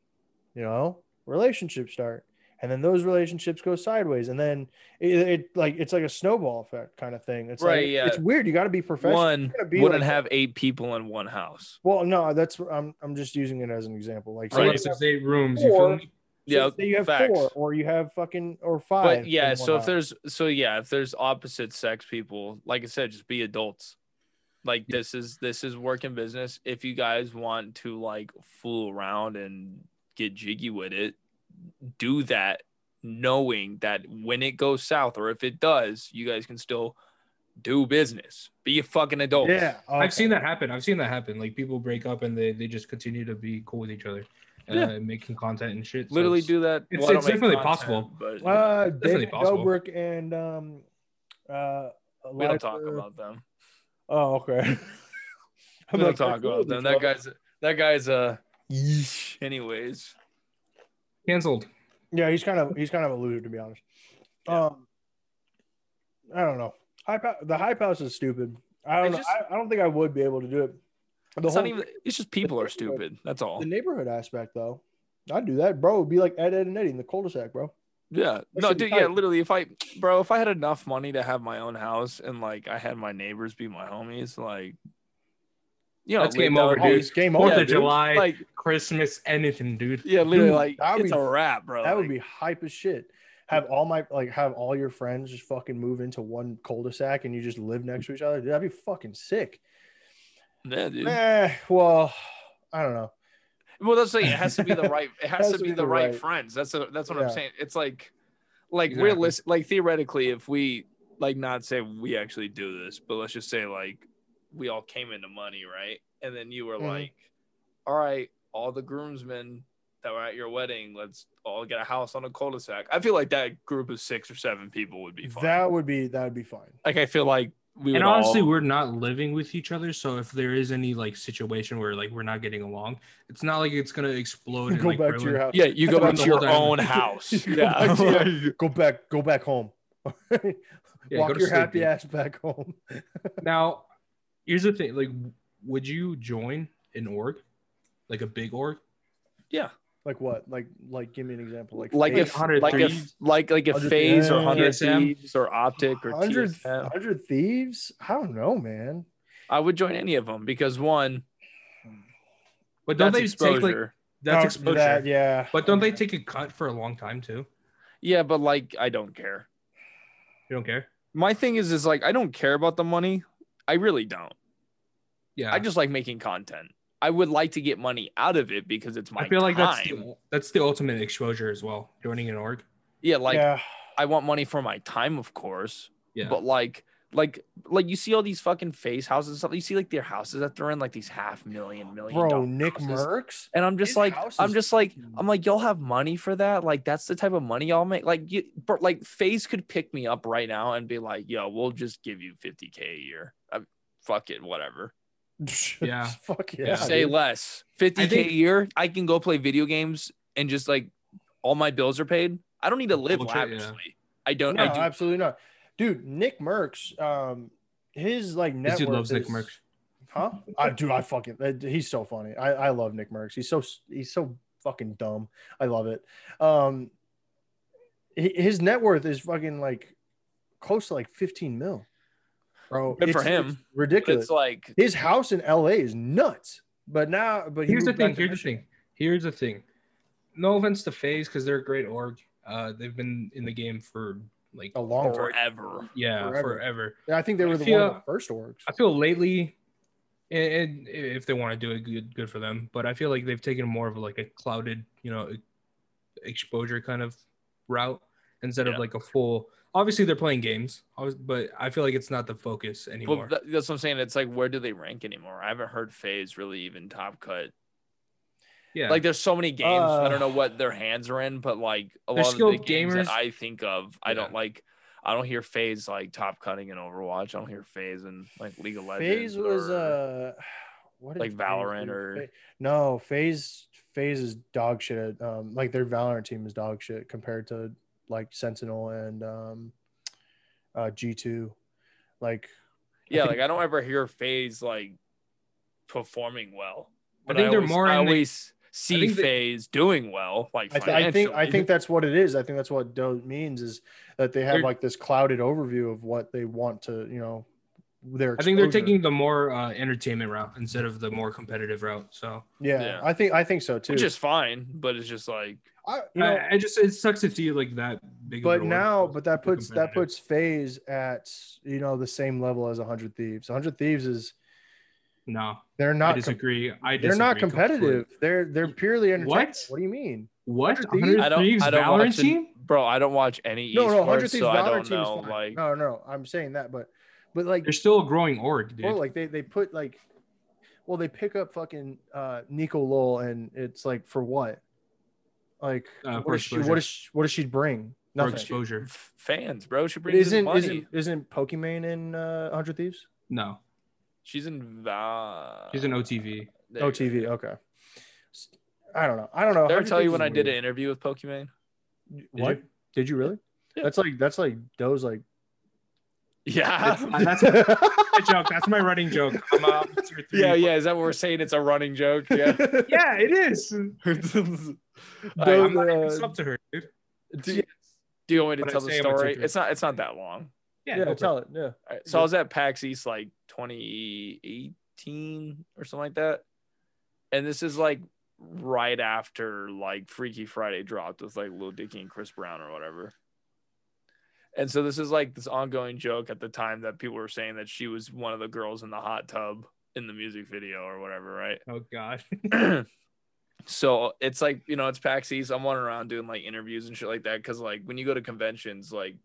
[SPEAKER 1] you know relationships start and then those relationships go sideways and then it, it like it's like a snowball effect kind of thing it's
[SPEAKER 3] Right,
[SPEAKER 1] like,
[SPEAKER 3] yeah.
[SPEAKER 1] it's weird you got to be professional
[SPEAKER 3] one
[SPEAKER 1] gonna be
[SPEAKER 3] wouldn't
[SPEAKER 1] like-
[SPEAKER 3] have eight people in one house.
[SPEAKER 1] well, no, that's I'm I'm just using it as an example. Like,
[SPEAKER 2] So
[SPEAKER 1] say
[SPEAKER 3] Right.
[SPEAKER 1] you
[SPEAKER 2] if
[SPEAKER 1] have-
[SPEAKER 2] there's eight rooms, you feel
[SPEAKER 1] Or-
[SPEAKER 2] me?
[SPEAKER 3] Yeah,
[SPEAKER 1] say you have
[SPEAKER 3] facts.
[SPEAKER 1] four, or you have fucking or five.
[SPEAKER 3] But yeah,
[SPEAKER 1] and
[SPEAKER 3] so
[SPEAKER 1] whatnot.
[SPEAKER 3] if there's so yeah, if there's opposite sex people, like I said, just be adults. Like
[SPEAKER 2] Yeah.
[SPEAKER 3] this is this is work and business. If you guys want to like fool around and get jiggy with it, do that. knowing that when it goes south or if it does, you guys can still do business. Be a fucking adult.
[SPEAKER 1] Yeah, okay.
[SPEAKER 2] I've seen that happen. I've seen that happen. Like people break up and they, they just continue to be cool with each other, uh,
[SPEAKER 3] Yeah.
[SPEAKER 2] making content and shit. So
[SPEAKER 3] Literally
[SPEAKER 2] it's-
[SPEAKER 3] do that.
[SPEAKER 2] it's-
[SPEAKER 3] I don't
[SPEAKER 2] it's
[SPEAKER 3] make
[SPEAKER 2] definitely
[SPEAKER 3] content,
[SPEAKER 2] possible.
[SPEAKER 3] But
[SPEAKER 1] Uh,
[SPEAKER 2] Definitely
[SPEAKER 1] David
[SPEAKER 2] possible.
[SPEAKER 1] Dobrik and um, uh,
[SPEAKER 3] we don't talk
[SPEAKER 1] Eliza-
[SPEAKER 3] about them.
[SPEAKER 1] Oh, okay.
[SPEAKER 3] We
[SPEAKER 1] I'm
[SPEAKER 3] don't
[SPEAKER 1] like,
[SPEAKER 3] talk
[SPEAKER 1] "Cool,
[SPEAKER 3] about them. That
[SPEAKER 1] Detroit."
[SPEAKER 3] guy's that guy's uh yeesh. Anyways.
[SPEAKER 2] canceled.
[SPEAKER 1] Yeah, he's kind of he's kind of a loser to be honest.
[SPEAKER 3] Yeah.
[SPEAKER 1] Um, I don't know. Hype, hou- the hype house is stupid. I don't.
[SPEAKER 3] It's
[SPEAKER 1] know.
[SPEAKER 3] just-
[SPEAKER 1] I, I don't think I would be able to do it. The
[SPEAKER 3] It's
[SPEAKER 1] whole
[SPEAKER 3] not even it's just people are stupid. That's all.
[SPEAKER 1] the neighborhood aspect though, I'd do that, bro. It'd be like Ed, Ed, and Eddie in the cul-de-sac, bro.
[SPEAKER 3] Yeah. No,
[SPEAKER 1] should be
[SPEAKER 3] dude, yeah,
[SPEAKER 1] tight.
[SPEAKER 3] literally if I bro, if I had enough money to have my own house and like I had my neighbors be my homies, like you know,
[SPEAKER 2] That's
[SPEAKER 3] live
[SPEAKER 2] game
[SPEAKER 3] down-
[SPEAKER 2] over,
[SPEAKER 1] Oh,
[SPEAKER 2] dude.
[SPEAKER 1] it's game
[SPEAKER 2] Fourth
[SPEAKER 1] over.
[SPEAKER 2] of
[SPEAKER 1] dude.
[SPEAKER 2] July,
[SPEAKER 3] Like
[SPEAKER 2] Christmas, anything, dude.
[SPEAKER 3] yeah, literally
[SPEAKER 1] Dude,
[SPEAKER 3] like
[SPEAKER 1] that would
[SPEAKER 3] it's
[SPEAKER 1] be-
[SPEAKER 3] a wrap, bro.
[SPEAKER 1] That would
[SPEAKER 3] Like,
[SPEAKER 1] be hype as shit. Have all my like have all your friends just fucking move into one cul-de-sac and you just live next to each other. Dude, that'd be fucking sick.
[SPEAKER 3] yeah, dude.
[SPEAKER 1] Eh, well, I don't know.
[SPEAKER 3] Well, that's like it has to be the right. It has to be the right,
[SPEAKER 1] right-
[SPEAKER 3] friends. That's a, that's what I'm
[SPEAKER 1] Yeah.
[SPEAKER 3] saying. It's like, like
[SPEAKER 2] Exactly.
[SPEAKER 3] realis- like theoretically, if we like not say we actually do this, but let's just say like we all came into money, right? And then you were
[SPEAKER 1] Mhm.
[SPEAKER 3] like, all right, all the groomsmen that were at your wedding, let's all get a house on a cul-de-sac. I feel like that group of six or seven people would be fun.
[SPEAKER 1] That would be that would be fine.
[SPEAKER 3] like I feel like we would
[SPEAKER 2] and honestly,
[SPEAKER 3] all,
[SPEAKER 2] we're not living with each other, so if there is any like situation where like we're not getting along, it's not like it's gonna explode. and,
[SPEAKER 1] Go
[SPEAKER 2] like,
[SPEAKER 1] back to
[SPEAKER 2] ruin-
[SPEAKER 1] your house.
[SPEAKER 3] yeah, you go
[SPEAKER 2] Hold
[SPEAKER 3] back
[SPEAKER 2] on,
[SPEAKER 3] to
[SPEAKER 2] hold
[SPEAKER 3] your
[SPEAKER 2] on.
[SPEAKER 3] own house.
[SPEAKER 1] You go
[SPEAKER 3] yeah,
[SPEAKER 1] back to Go back, go back home.
[SPEAKER 2] Yeah, go
[SPEAKER 1] Walk
[SPEAKER 2] to
[SPEAKER 1] your
[SPEAKER 2] sleep,
[SPEAKER 1] happy
[SPEAKER 2] dude.
[SPEAKER 1] ass back home.
[SPEAKER 2] Now, here's the thing: like, would you join an org, like a big org?
[SPEAKER 3] yeah.
[SPEAKER 1] Like what? Like like give me an example. Like
[SPEAKER 3] like
[SPEAKER 2] Phase
[SPEAKER 3] if
[SPEAKER 2] 100
[SPEAKER 3] like if
[SPEAKER 2] Thieves.
[SPEAKER 3] like like if
[SPEAKER 1] 100
[SPEAKER 3] phase or
[SPEAKER 1] Yeah.
[SPEAKER 3] hundred
[SPEAKER 2] TSM.
[SPEAKER 3] thieves or optic or
[SPEAKER 1] 100,
[SPEAKER 3] TSM,
[SPEAKER 1] 100 thieves? I don't know, man.
[SPEAKER 3] I would join any of them because one,
[SPEAKER 2] But don't
[SPEAKER 3] that's
[SPEAKER 2] they
[SPEAKER 3] exposure.
[SPEAKER 2] take like that's
[SPEAKER 1] Oh,
[SPEAKER 2] exposure?
[SPEAKER 1] that- yeah.
[SPEAKER 2] But don't they take a cut for a long time too?
[SPEAKER 3] yeah, but like I don't care.
[SPEAKER 2] You don't care?
[SPEAKER 3] My thing is is like I don't care about the money. I really don't.
[SPEAKER 2] Yeah,
[SPEAKER 3] I just like making content. I would like to get money out of it because it's my
[SPEAKER 2] I feel like
[SPEAKER 3] time.
[SPEAKER 2] that's the, that's the ultimate exposure as well. Joining an org.
[SPEAKER 3] yeah, like
[SPEAKER 1] yeah.
[SPEAKER 3] I want money for my time, of course.
[SPEAKER 2] Yeah.
[SPEAKER 3] But like like like you see all these fucking phase houses and stuff. You see like their houses that they're in, like these half million, million.
[SPEAKER 1] Bro,
[SPEAKER 3] dollar
[SPEAKER 1] Nick
[SPEAKER 3] houses.
[SPEAKER 1] Merckx?
[SPEAKER 3] And I'm just
[SPEAKER 1] His
[SPEAKER 3] like,
[SPEAKER 1] house
[SPEAKER 3] I'm
[SPEAKER 1] is
[SPEAKER 3] just like,
[SPEAKER 1] fucking-
[SPEAKER 3] I'm like, y'all have money for that? Like, that's the type of money y'all make. Like, you, but like, Phase could pick me up right now and be like, yo, we'll just give you 50k a year. i fuck it, whatever.
[SPEAKER 2] Yeah.
[SPEAKER 1] Fuck yeah.
[SPEAKER 2] Yeah.
[SPEAKER 3] Say
[SPEAKER 1] dude.
[SPEAKER 3] less. 50k
[SPEAKER 2] think-
[SPEAKER 3] a year. I can go play video games and just like, all my bills are paid. I don't need to live
[SPEAKER 2] Bullshit, yeah.
[SPEAKER 3] lavishly. I don't.
[SPEAKER 1] No,
[SPEAKER 3] I do.
[SPEAKER 1] absolutely not. Dude, Nick Merckx, um, his like
[SPEAKER 2] This
[SPEAKER 1] network
[SPEAKER 2] dude loves Nick
[SPEAKER 1] is-
[SPEAKER 2] Merckx.
[SPEAKER 1] Huh? I dude, I fucking uh, he's so funny. I, I love Nick Merckx. He's so he's so fucking dumb. I love it. Um hi- his net worth is fucking like close to like 15 mil. Bro,
[SPEAKER 3] Good for
[SPEAKER 1] it's-
[SPEAKER 3] him.
[SPEAKER 1] it's
[SPEAKER 3] But
[SPEAKER 1] ridiculous.
[SPEAKER 3] it's like,
[SPEAKER 1] his house in LA is nuts. But now but he
[SPEAKER 2] Here's the
[SPEAKER 1] moved back
[SPEAKER 2] thing.
[SPEAKER 1] to
[SPEAKER 2] Here's the
[SPEAKER 1] Michigan.
[SPEAKER 2] thing. Here's the thing. No offense to Phase because they're a great org. Uh, they've been in the game for like
[SPEAKER 1] a long time.
[SPEAKER 3] forever.
[SPEAKER 2] yeah
[SPEAKER 1] Oh, forever.
[SPEAKER 2] forever.
[SPEAKER 1] I think they
[SPEAKER 2] I
[SPEAKER 1] were the
[SPEAKER 2] feel-
[SPEAKER 1] one of the first orgs.
[SPEAKER 2] I feel lately, and, and if they want to do it, good good for them. But I feel like they've taken more of like a clouded, you know, e-, exposure kind of route instead
[SPEAKER 3] Yeah.
[SPEAKER 2] of like a full. Obviously, they're playing games, obvi- but I feel like it's not the focus anymore.
[SPEAKER 3] Well, that, that's what I'm saying. It's like, where do they rank anymore? I haven't heard Phase really even top cut
[SPEAKER 2] yeah,
[SPEAKER 3] Like there's so many games. I
[SPEAKER 1] Uh,
[SPEAKER 3] don't know what their hands are in, but like a
[SPEAKER 2] They're
[SPEAKER 3] lot of the
[SPEAKER 2] skilled
[SPEAKER 3] games that
[SPEAKER 2] gamers.
[SPEAKER 3] I think of, I don't
[SPEAKER 2] Yeah.
[SPEAKER 3] like. I don't hear Phase like top cutting in Overwatch. I don't hear Phase in like League of Legends.
[SPEAKER 1] Phase was
[SPEAKER 3] or-
[SPEAKER 1] uh what did
[SPEAKER 3] like
[SPEAKER 1] FaZe
[SPEAKER 3] Valorant
[SPEAKER 1] do?
[SPEAKER 3] or-
[SPEAKER 1] Fa- no phase phase is dog shit um like their Valorant team is dog shit compared to like Sentinel and um uh G2 like
[SPEAKER 3] yeah,
[SPEAKER 1] think-
[SPEAKER 3] like I don't ever hear Phase like performing well. But I
[SPEAKER 2] think they're
[SPEAKER 3] always,
[SPEAKER 2] more
[SPEAKER 3] I
[SPEAKER 2] in the-
[SPEAKER 3] always see
[SPEAKER 2] think they-
[SPEAKER 3] Phase doing well. Like
[SPEAKER 1] I, th- I think I
[SPEAKER 3] financially.
[SPEAKER 1] think that's what it is I think that's what Dode means is that they have
[SPEAKER 2] They're-
[SPEAKER 1] like this clouded overview of what they want to you know their
[SPEAKER 2] I think they're
[SPEAKER 1] exposure.
[SPEAKER 2] taking the more uh, entertainment route instead of the more competitive route. So
[SPEAKER 1] yeah,
[SPEAKER 3] Yeah.
[SPEAKER 1] I think I think so too
[SPEAKER 3] which is fine, but it's just like
[SPEAKER 1] I, you know,
[SPEAKER 2] I, I just it sucks to see like that big. of
[SPEAKER 1] but
[SPEAKER 2] an org
[SPEAKER 1] now
[SPEAKER 2] goes
[SPEAKER 1] but that
[SPEAKER 2] super
[SPEAKER 1] puts that
[SPEAKER 2] competitive.
[SPEAKER 1] puts phase at you know the same level as 100 thieves 100 thieves is
[SPEAKER 2] no.
[SPEAKER 1] they're
[SPEAKER 2] I
[SPEAKER 1] not com-
[SPEAKER 2] disagree. I
[SPEAKER 1] they're not
[SPEAKER 2] disagree completely.
[SPEAKER 1] competitive they're they're purely entertainment
[SPEAKER 2] What?
[SPEAKER 1] what do you mean
[SPEAKER 2] What?
[SPEAKER 1] 100 Thieves?
[SPEAKER 2] 100
[SPEAKER 3] I don't-
[SPEAKER 2] Thieves
[SPEAKER 3] I don't
[SPEAKER 2] Valorant
[SPEAKER 3] watch it.
[SPEAKER 2] team?
[SPEAKER 3] bro. I don't watch any
[SPEAKER 1] No, no,
[SPEAKER 3] esports,
[SPEAKER 1] hundred thieves
[SPEAKER 3] E so I
[SPEAKER 1] Valorant
[SPEAKER 3] don't
[SPEAKER 1] team is
[SPEAKER 3] know.
[SPEAKER 1] fine.
[SPEAKER 3] Like,
[SPEAKER 1] no, no, I'm saying that, but but like
[SPEAKER 2] They're still a growing org, dude.
[SPEAKER 1] Well, like they they put like, well, they pick up fucking uh Nico Lowell, and it's like for what? Like,
[SPEAKER 2] Uh,
[SPEAKER 1] what,
[SPEAKER 2] for
[SPEAKER 1] does she, what
[SPEAKER 2] exposure.
[SPEAKER 1] does she, what does she bring?
[SPEAKER 2] for
[SPEAKER 1] Nothing.
[SPEAKER 2] exposure.
[SPEAKER 3] f- fans, bro. She
[SPEAKER 1] But
[SPEAKER 3] brings in
[SPEAKER 1] isn't
[SPEAKER 3] money.
[SPEAKER 1] isn't isn't Pokimane in uh, Hundred Thieves?
[SPEAKER 2] No,
[SPEAKER 3] She's in. Va-
[SPEAKER 2] he's an OTV.
[SPEAKER 3] There you go.
[SPEAKER 1] OTV. Oh, Okay. S- I don't know. I don't know.
[SPEAKER 3] Did I ever
[SPEAKER 1] 100
[SPEAKER 3] tell you
[SPEAKER 1] Thieves
[SPEAKER 3] when
[SPEAKER 1] is
[SPEAKER 3] I did an
[SPEAKER 1] weird.
[SPEAKER 3] interview with Pokimane?
[SPEAKER 2] Did
[SPEAKER 1] What
[SPEAKER 2] you-
[SPEAKER 1] did you really?
[SPEAKER 3] Yeah.
[SPEAKER 1] That's like that's like Doe's like.
[SPEAKER 3] Yeah.
[SPEAKER 2] Uh, that's my joke. That's my running joke. I'm, uh, tier three.
[SPEAKER 3] Yeah, yeah. Is that what we're saying? It's a running joke. Yeah.
[SPEAKER 2] Yeah, it is. Dude,
[SPEAKER 3] Alright,
[SPEAKER 2] I'm not even
[SPEAKER 1] uh,
[SPEAKER 2] sub to her, dude.
[SPEAKER 3] do, do you want me
[SPEAKER 2] But
[SPEAKER 3] to
[SPEAKER 2] I
[SPEAKER 3] tell the
[SPEAKER 2] say I'm a tier
[SPEAKER 3] story?
[SPEAKER 2] three.
[SPEAKER 3] It's not. It's not that long.
[SPEAKER 1] yeah,
[SPEAKER 2] go for it.
[SPEAKER 1] tell it. Yeah.
[SPEAKER 3] All right, so I was at PAX East like 2018 or something like that, and this is like right after like Freaky Friday dropped with like Lil Dicky and Chris Brown or whatever. And so this is like this ongoing joke at the time that people were saying that she was one of the girls in the hot tub in the music video or whatever, right?
[SPEAKER 2] Oh god.
[SPEAKER 3] so it's like you know it's PAX East. I'm running around doing like interviews and shit like that because like when you go to conventions, like,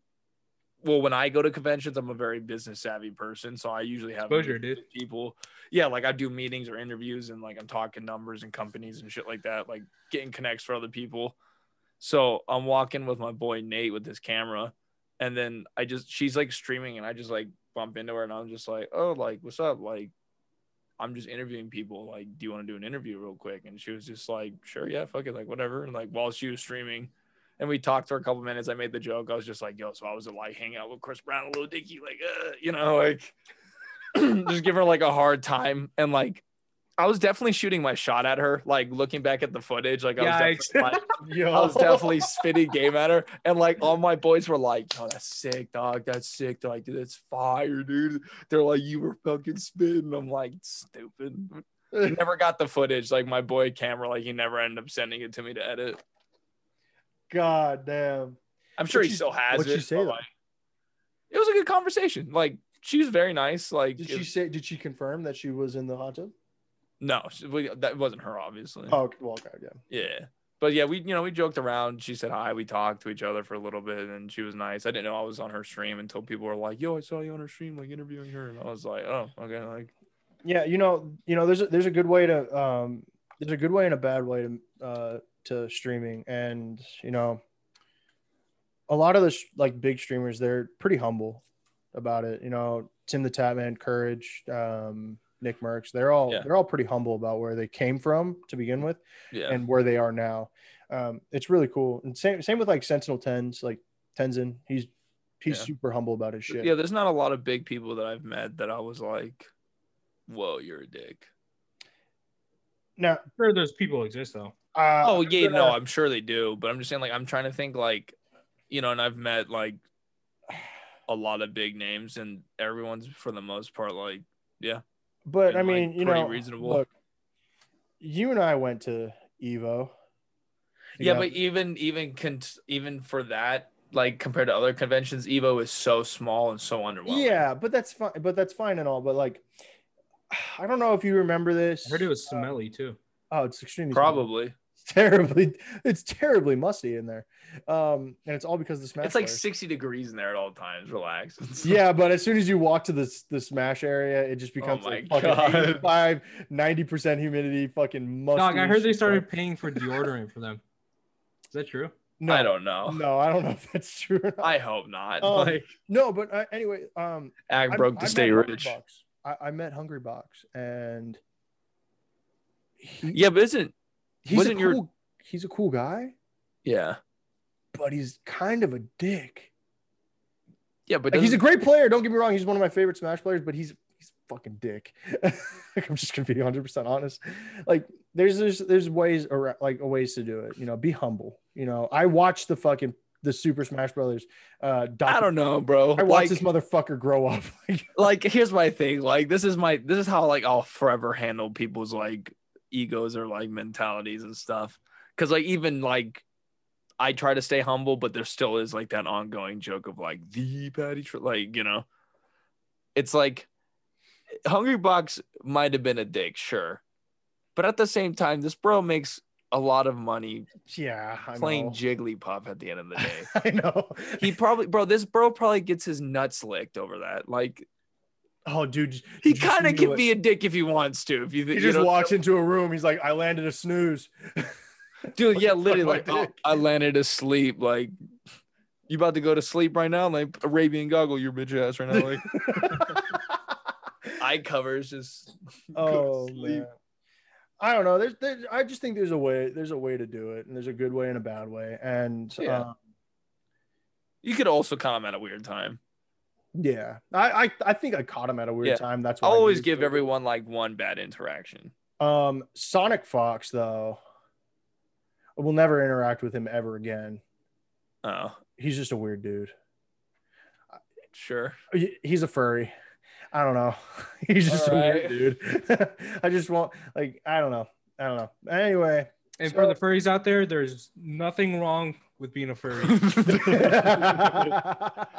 [SPEAKER 3] well, when I go to conventions, I'm a very business savvy person, so I usually have
[SPEAKER 2] Exposure, dude.
[SPEAKER 3] people. Yeah, like I do meetings or interviews, and like I'm talking numbers and companies and shit like that, like getting connects for other people. So I'm walking with my boy Nate with his camera, and then I just she's like streaming, and I just like bump into her, and I'm just like, oh, like what's up, like. I'm just interviewing people. Like, do you want to do an interview real quick? And she was just like, sure, yeah, fuck it, like whatever. And like while she was streaming, and we talked for a couple minutes, I made the joke. I was just like, yo, so I was at like hang out with Chris Brown, a little dicky, like, uh, you know, like just give her like a hard time. And like, I was definitely shooting my shot at her. Like looking back at the footage, like I was
[SPEAKER 2] Yikes.
[SPEAKER 3] definitely, like,
[SPEAKER 1] Yo.
[SPEAKER 3] I was definitely spitting game at her, and like all my boys were like, "Yo, that's sick, dog. That's sick. They're like, dude, that's fire, dude." They're like, "You were fucking spitting." I'm like, "Stupid." Never got the footage. Like my boy camera, like he never ended up sending it to me to edit.
[SPEAKER 1] God damn.
[SPEAKER 3] I'm sure
[SPEAKER 1] What'd
[SPEAKER 3] he
[SPEAKER 1] she-
[SPEAKER 3] still has
[SPEAKER 1] what'd
[SPEAKER 3] it.
[SPEAKER 1] she say,
[SPEAKER 3] but,
[SPEAKER 1] though?
[SPEAKER 3] like, it was a good conversation. Like she was very nice. Like
[SPEAKER 1] Did
[SPEAKER 3] it-
[SPEAKER 1] she say? Did she confirm that she was in the hot tub?
[SPEAKER 3] no, she- we- that wasn't her, obviously.
[SPEAKER 1] Oh, okay, well, okay, yeah.
[SPEAKER 3] Yeah. But yeah, we you know we joked around. She said hi. We talked to each other for a little bit, and she was nice. I didn't know I was on her stream until people were like, "Yo, I saw you on her stream, like interviewing her," and I was like, "Oh, okay." Like,
[SPEAKER 1] Yeah, you know, you know, there's a, there's a good way to um, there's a good way and a bad way to uh, to streaming, and you know, a lot of the sh- like big streamers, they're pretty humble about it. You know, Tim the Tatman, Courage, um, Nick Merckx, they're all
[SPEAKER 3] Yeah.
[SPEAKER 1] they're all pretty humble about where they came from to begin with.
[SPEAKER 3] yeah,
[SPEAKER 1] and where they are now. Um, it's really cool. And same same with like Sentinel Tens, like Tenzin. He's he's
[SPEAKER 3] Yeah.
[SPEAKER 1] super humble about his shit.
[SPEAKER 3] yeah. There's not a lot of big people that I've met that I was like, "Whoa, you're a dick."
[SPEAKER 1] Now,
[SPEAKER 2] I'm sure those people exist though.
[SPEAKER 1] uh,
[SPEAKER 3] Oh yeah, no,
[SPEAKER 1] gonna-
[SPEAKER 3] I'm sure they do, but I'm just saying, like, I'm trying to think, like, you know, and I've met like a lot of big names, and everyone's for the most part like,
[SPEAKER 1] but
[SPEAKER 3] and,
[SPEAKER 1] I
[SPEAKER 3] like,
[SPEAKER 1] mean, you
[SPEAKER 3] pretty
[SPEAKER 1] know,
[SPEAKER 3] reasonable.
[SPEAKER 1] Look, you and I went to Evo.
[SPEAKER 3] Yeah,
[SPEAKER 1] together.
[SPEAKER 3] but even even con- even for that, like compared to other conventions, Evo is so small and so underwhelming.
[SPEAKER 1] yeah, but that's fine. But that's fine and all. But like, I don't know if you remember this.
[SPEAKER 2] I heard it was smelly too.
[SPEAKER 1] oh, it's extremely small.
[SPEAKER 3] probably.
[SPEAKER 1] It's terribly. It's terribly musty in there, um, and it's all because of the smash.
[SPEAKER 3] It's like
[SPEAKER 1] players.
[SPEAKER 3] sixty degrees in there at all times. Relax.
[SPEAKER 1] yeah but as soon as you walk to this the smash area it just becomes
[SPEAKER 3] Oh my
[SPEAKER 1] like
[SPEAKER 3] God.
[SPEAKER 1] fucking 85 90% humidity fucking musty
[SPEAKER 2] Dog, I heard they
[SPEAKER 1] shit.
[SPEAKER 2] started paying for deodorant for them. Is that true?
[SPEAKER 1] no
[SPEAKER 3] I don't know.
[SPEAKER 1] no i don't know if that's true or not.
[SPEAKER 3] I hope not.
[SPEAKER 1] Um,
[SPEAKER 3] like
[SPEAKER 1] no but uh, anyway um
[SPEAKER 3] act
[SPEAKER 1] I-
[SPEAKER 3] broke
[SPEAKER 1] I
[SPEAKER 3] to stay
[SPEAKER 1] met
[SPEAKER 3] rich.
[SPEAKER 1] Hungrybox. I, I met hungry box and he,
[SPEAKER 3] Yeah, but isn't
[SPEAKER 1] he's
[SPEAKER 3] wasn't
[SPEAKER 1] a
[SPEAKER 3] your-
[SPEAKER 1] cool, he's a cool guy
[SPEAKER 3] yeah
[SPEAKER 1] but he's kind of a dick
[SPEAKER 3] yeah, but
[SPEAKER 1] Like, he's a
[SPEAKER 3] doesn't-
[SPEAKER 1] great player don't get me wrong he's one of my favorite smash players but he's he's a fucking dick i'm just gonna be 100% honest like there's there's there's ways around like ways to do it you know be humble you know i watched the fucking the super smash brothers uh doc-
[SPEAKER 3] I don't know, bro.
[SPEAKER 1] i
[SPEAKER 3] like,
[SPEAKER 1] watched this motherfucker grow up like
[SPEAKER 3] like here's my thing like this is my this is how like i'll forever handle people's like egos or like mentalities and stuff because like even like i try to stay humble but there still is like that ongoing joke of like the patty Tr-, like you know it's like hungry box might have been a dick sure but at the same time this bro makes a lot of money
[SPEAKER 1] Yeah, I
[SPEAKER 3] playing
[SPEAKER 1] know.
[SPEAKER 3] Jigglypuff at the end of the day.
[SPEAKER 1] I know.
[SPEAKER 3] he probably, bro, this bro probably gets his nuts licked over that. Like
[SPEAKER 1] Oh, dude,
[SPEAKER 3] he
[SPEAKER 1] did you
[SPEAKER 3] kind
[SPEAKER 1] see
[SPEAKER 3] of can
[SPEAKER 1] what-
[SPEAKER 3] be a dick if he wants to. If you,
[SPEAKER 1] He
[SPEAKER 3] you
[SPEAKER 1] just
[SPEAKER 3] know,
[SPEAKER 1] walks into a room. He's like, "I landed a snooze."
[SPEAKER 3] dude, yeah, literally,
[SPEAKER 1] my
[SPEAKER 3] like oh,
[SPEAKER 1] dick.
[SPEAKER 3] I landed asleep. Like you about to go to sleep right now? Like Arabian goggle your bitch ass right now. Like eye covers just.
[SPEAKER 1] oh
[SPEAKER 3] sleep.
[SPEAKER 1] man. I don't know. There's, there's, I just think there's a way. There's a way to do it, and there's a good way and a bad way. And
[SPEAKER 3] Yeah.
[SPEAKER 1] um,
[SPEAKER 3] You could also come at a weird time.
[SPEAKER 1] Yeah, I I, I think I caught him at a weird
[SPEAKER 3] Yeah.
[SPEAKER 1] time. That's
[SPEAKER 3] I
[SPEAKER 1] why Oh, I
[SPEAKER 3] always
[SPEAKER 1] used
[SPEAKER 3] give
[SPEAKER 1] it.
[SPEAKER 3] everyone like one bad interaction.
[SPEAKER 1] Um, Sonic Fox though, we'll never interact with him ever again.
[SPEAKER 3] Oh,
[SPEAKER 1] He's just a weird dude.
[SPEAKER 3] sure.
[SPEAKER 1] He- He's a furry. I don't know. He's just a
[SPEAKER 3] Alright.
[SPEAKER 1] weird dude. I just want like I don't know. I don't know. Anyway,
[SPEAKER 2] And
[SPEAKER 1] So-
[SPEAKER 2] for the furries out there, there's nothing wrong with being a furry.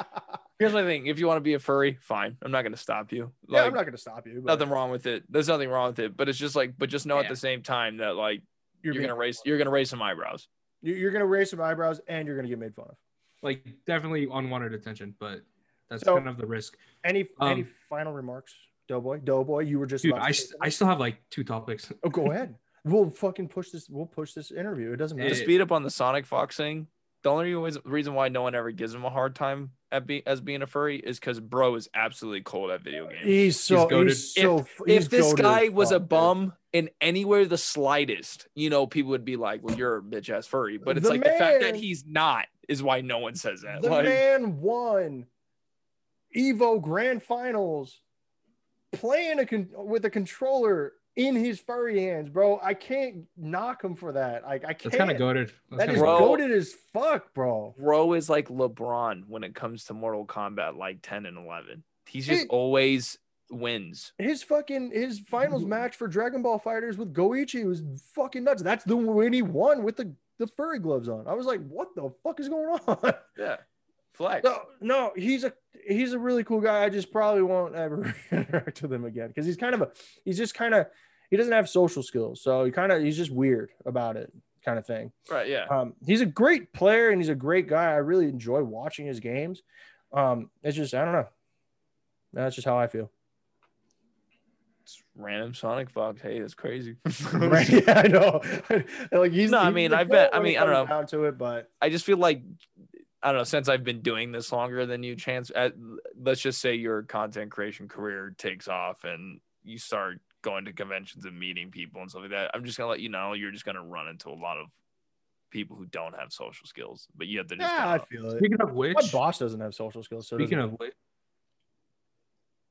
[SPEAKER 3] Here's my thing: if you want to be a furry, fine. I'm not gonna stop you. Like,
[SPEAKER 1] yeah, I'm not gonna stop you. But
[SPEAKER 3] nothing wrong with it. There's nothing wrong with it. But it's just like, but just know at
[SPEAKER 2] Yeah.
[SPEAKER 3] the same time that like
[SPEAKER 1] You're,
[SPEAKER 3] you're,
[SPEAKER 1] being-
[SPEAKER 3] gonna raise you're gonna raise some eyebrows.
[SPEAKER 1] you- you're gonna raise some eyebrows and you're gonna get made fun of.
[SPEAKER 2] like definitely unwanted attention, but that's
[SPEAKER 1] So-
[SPEAKER 2] kind of the risk.
[SPEAKER 1] Any any
[SPEAKER 2] Um,
[SPEAKER 1] final remarks, Doughboy? Doughboy, you were just
[SPEAKER 2] Dude,
[SPEAKER 1] about to
[SPEAKER 2] I,
[SPEAKER 1] say
[SPEAKER 2] st- I still have like two topics.
[SPEAKER 1] Oh, go ahead. We'll fucking push this. We'll push this interview. It doesn't
[SPEAKER 2] Yeah.
[SPEAKER 1] matter.
[SPEAKER 3] To
[SPEAKER 2] It-
[SPEAKER 3] speed up on the Sonic Fox thing, the only reas- reason why no one ever gives him a hard time at be, as being a furry is because bro is absolutely cold at video games.
[SPEAKER 1] He's so. He's,
[SPEAKER 2] goated.
[SPEAKER 1] so. he's
[SPEAKER 3] if this
[SPEAKER 1] goated as
[SPEAKER 3] guy was a
[SPEAKER 1] fuck, dude.
[SPEAKER 3] bum in anywhere the slightest, you know, people would be like, "Well, you're a bitch ass furry." But it's
[SPEAKER 1] The
[SPEAKER 3] like the fact that
[SPEAKER 1] man-
[SPEAKER 3] he's not is why no one says that.
[SPEAKER 1] the
[SPEAKER 3] Like,
[SPEAKER 1] man won Evo Grand Finals playing a con- with a controller in his furry hands, bro. I can't knock him for that. Like I can't.
[SPEAKER 2] That's kind of goaded.
[SPEAKER 1] That is
[SPEAKER 3] Bro.
[SPEAKER 1] goaded as fuck, bro.
[SPEAKER 3] bro is like LeBron when it comes to Mortal Kombat, like ten and eleven. He's just
[SPEAKER 1] It-
[SPEAKER 3] always wins.
[SPEAKER 1] His fucking his finals match for Dragon Ball Fighters with Goichi was fucking nuts. That's the win he won with the the furry gloves on. I was like, what the fuck is going on?
[SPEAKER 3] Yeah, flex.
[SPEAKER 1] No, no, he's a he's a really cool guy. I just probably won't ever interact with him again because he's kind of a he's just kind of he doesn't have social skills, so he kind of he's just weird about it, kind of thing.
[SPEAKER 3] Right? Yeah.
[SPEAKER 1] Um, he's a great player and he's a great guy. I really enjoy watching his games. Um, it's just I don't know. That's just how I feel.
[SPEAKER 3] It's random Sonic Fox. Hey, that's crazy.
[SPEAKER 1] Right? Yeah, I know. like he's
[SPEAKER 3] No, I
[SPEAKER 1] he's
[SPEAKER 3] mean,
[SPEAKER 1] the
[SPEAKER 3] I bet-
[SPEAKER 1] goat
[SPEAKER 3] I
[SPEAKER 1] when it
[SPEAKER 3] mean, I don't
[SPEAKER 1] comes
[SPEAKER 3] know.
[SPEAKER 1] down to it, but
[SPEAKER 3] I just feel like I don't know. Since I've been doing this longer than you, chance. At, let's just say your content creation career takes off and you start going to conventions and meeting people and stuff like that. I'm just gonna let you know you're just gonna run into a lot of people who don't have social skills, but you have to just.
[SPEAKER 1] yeah,
[SPEAKER 3] kinda-
[SPEAKER 1] I feel it.
[SPEAKER 2] Speaking of which,
[SPEAKER 1] My boss doesn't have social skills, so
[SPEAKER 2] speaking
[SPEAKER 1] doesn't-
[SPEAKER 2] of which,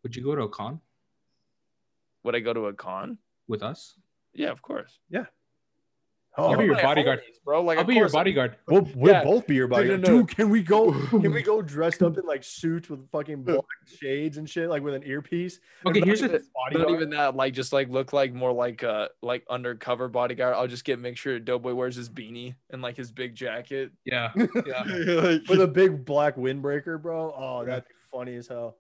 [SPEAKER 2] would you go to a con
[SPEAKER 3] would I go to a con?
[SPEAKER 2] with us?
[SPEAKER 3] Yeah, of course.
[SPEAKER 1] oh,
[SPEAKER 2] I'll be your
[SPEAKER 3] my
[SPEAKER 2] bodyguard.
[SPEAKER 3] homies, bro. Like,
[SPEAKER 2] I'll
[SPEAKER 3] of
[SPEAKER 2] be your
[SPEAKER 3] course I-
[SPEAKER 2] bodyguard.
[SPEAKER 1] We'll, we'll
[SPEAKER 3] Yeah.
[SPEAKER 1] both be your body.
[SPEAKER 3] no,
[SPEAKER 1] Dude,
[SPEAKER 3] no.
[SPEAKER 1] can we go? Can we go dressed up in like suits with fucking black shades and shit, like with an earpiece?
[SPEAKER 2] Okay,
[SPEAKER 1] And
[SPEAKER 2] here's the
[SPEAKER 1] not
[SPEAKER 2] th-
[SPEAKER 1] body
[SPEAKER 3] Not
[SPEAKER 1] guard?
[SPEAKER 3] even that, like just like look like more like uh like undercover bodyguard. I'll just get make sure Doughboy wears his beanie and like his big jacket.
[SPEAKER 2] yeah, yeah.
[SPEAKER 3] Like-
[SPEAKER 1] with a big black windbreaker, bro. Oh, that'd be funny as hell.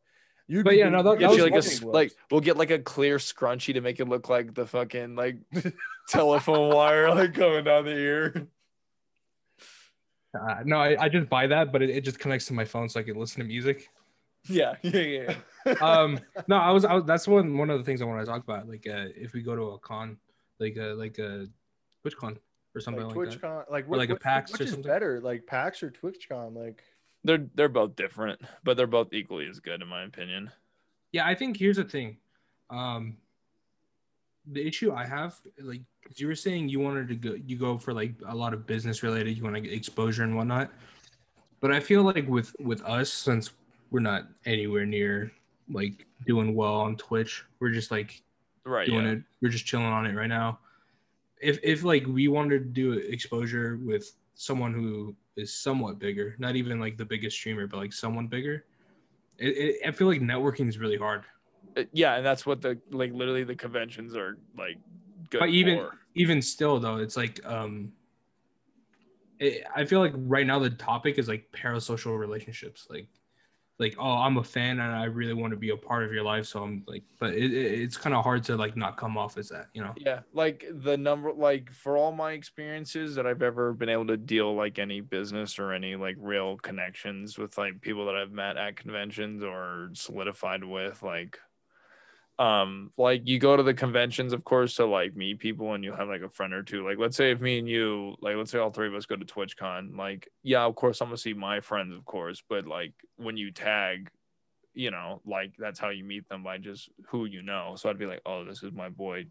[SPEAKER 1] You'd
[SPEAKER 2] But
[SPEAKER 1] be
[SPEAKER 2] yeah, no, that-
[SPEAKER 1] you'd be
[SPEAKER 3] Get
[SPEAKER 2] was
[SPEAKER 3] you like a
[SPEAKER 2] one
[SPEAKER 1] fucking
[SPEAKER 3] s-
[SPEAKER 1] gloves.
[SPEAKER 3] like we'll get like a clear scrunchie to make it look like the fucking like telephone wire like coming down the ear.
[SPEAKER 2] Uh, no, I, I just buy that, but it, it just connects to my phone so I can listen to music.
[SPEAKER 3] Yeah, yeah, yeah. yeah.
[SPEAKER 2] um no i was, I was that's one one of the things i want to talk about like uh if we go to a con like uh like a twitchcon or something
[SPEAKER 1] like
[SPEAKER 2] like, that
[SPEAKER 1] TwitchCon, like what-
[SPEAKER 2] like a
[SPEAKER 1] which-
[SPEAKER 2] PAX
[SPEAKER 1] which
[SPEAKER 2] or
[SPEAKER 1] is
[SPEAKER 2] something.
[SPEAKER 1] better, like PAX or TwitchCon, like
[SPEAKER 3] They're they're both different, but they're both equally as good in my opinion.
[SPEAKER 2] yeah i think here's the thing um the issue i have like 'cause you were saying you wanted to go you go for like a lot of business related you want to get exposure and whatnot but i feel like with with us since we're not anywhere near like doing well on twitch we're just like
[SPEAKER 3] Right.
[SPEAKER 2] doing
[SPEAKER 3] Yeah.
[SPEAKER 2] it. We're just chilling on it right now. If if like we wanted to do exposure with someone who is somewhat bigger, not even like the biggest streamer, but like someone bigger, it, it, I feel like networking is really hard.
[SPEAKER 3] Uh, Yeah, and that's what the like literally the conventions are like good
[SPEAKER 2] But even
[SPEAKER 3] for.
[SPEAKER 2] even still though, it's like um, it, I feel like right now the topic is like parasocial relationships, like like oh i'm a fan and i really want to be a part of your life so i'm like but it, it- it's kind of hard to like not come off as that you know
[SPEAKER 3] Yeah, like the number, like for all my experiences that I've ever been able to deal, like any business or any like real connections with like people that I've met at conventions or solidified with, like, um, like you go to the conventions, of course, to like meet people and you have like a friend or two. Like, let's say if me and you, like, let's say all three of us go to TwitchCon, like, yeah, of course, I'm gonna see my friends, of course, but like when you tag, you know, like that's how you meet them by just who you know. So I'd be like, oh, this is my boy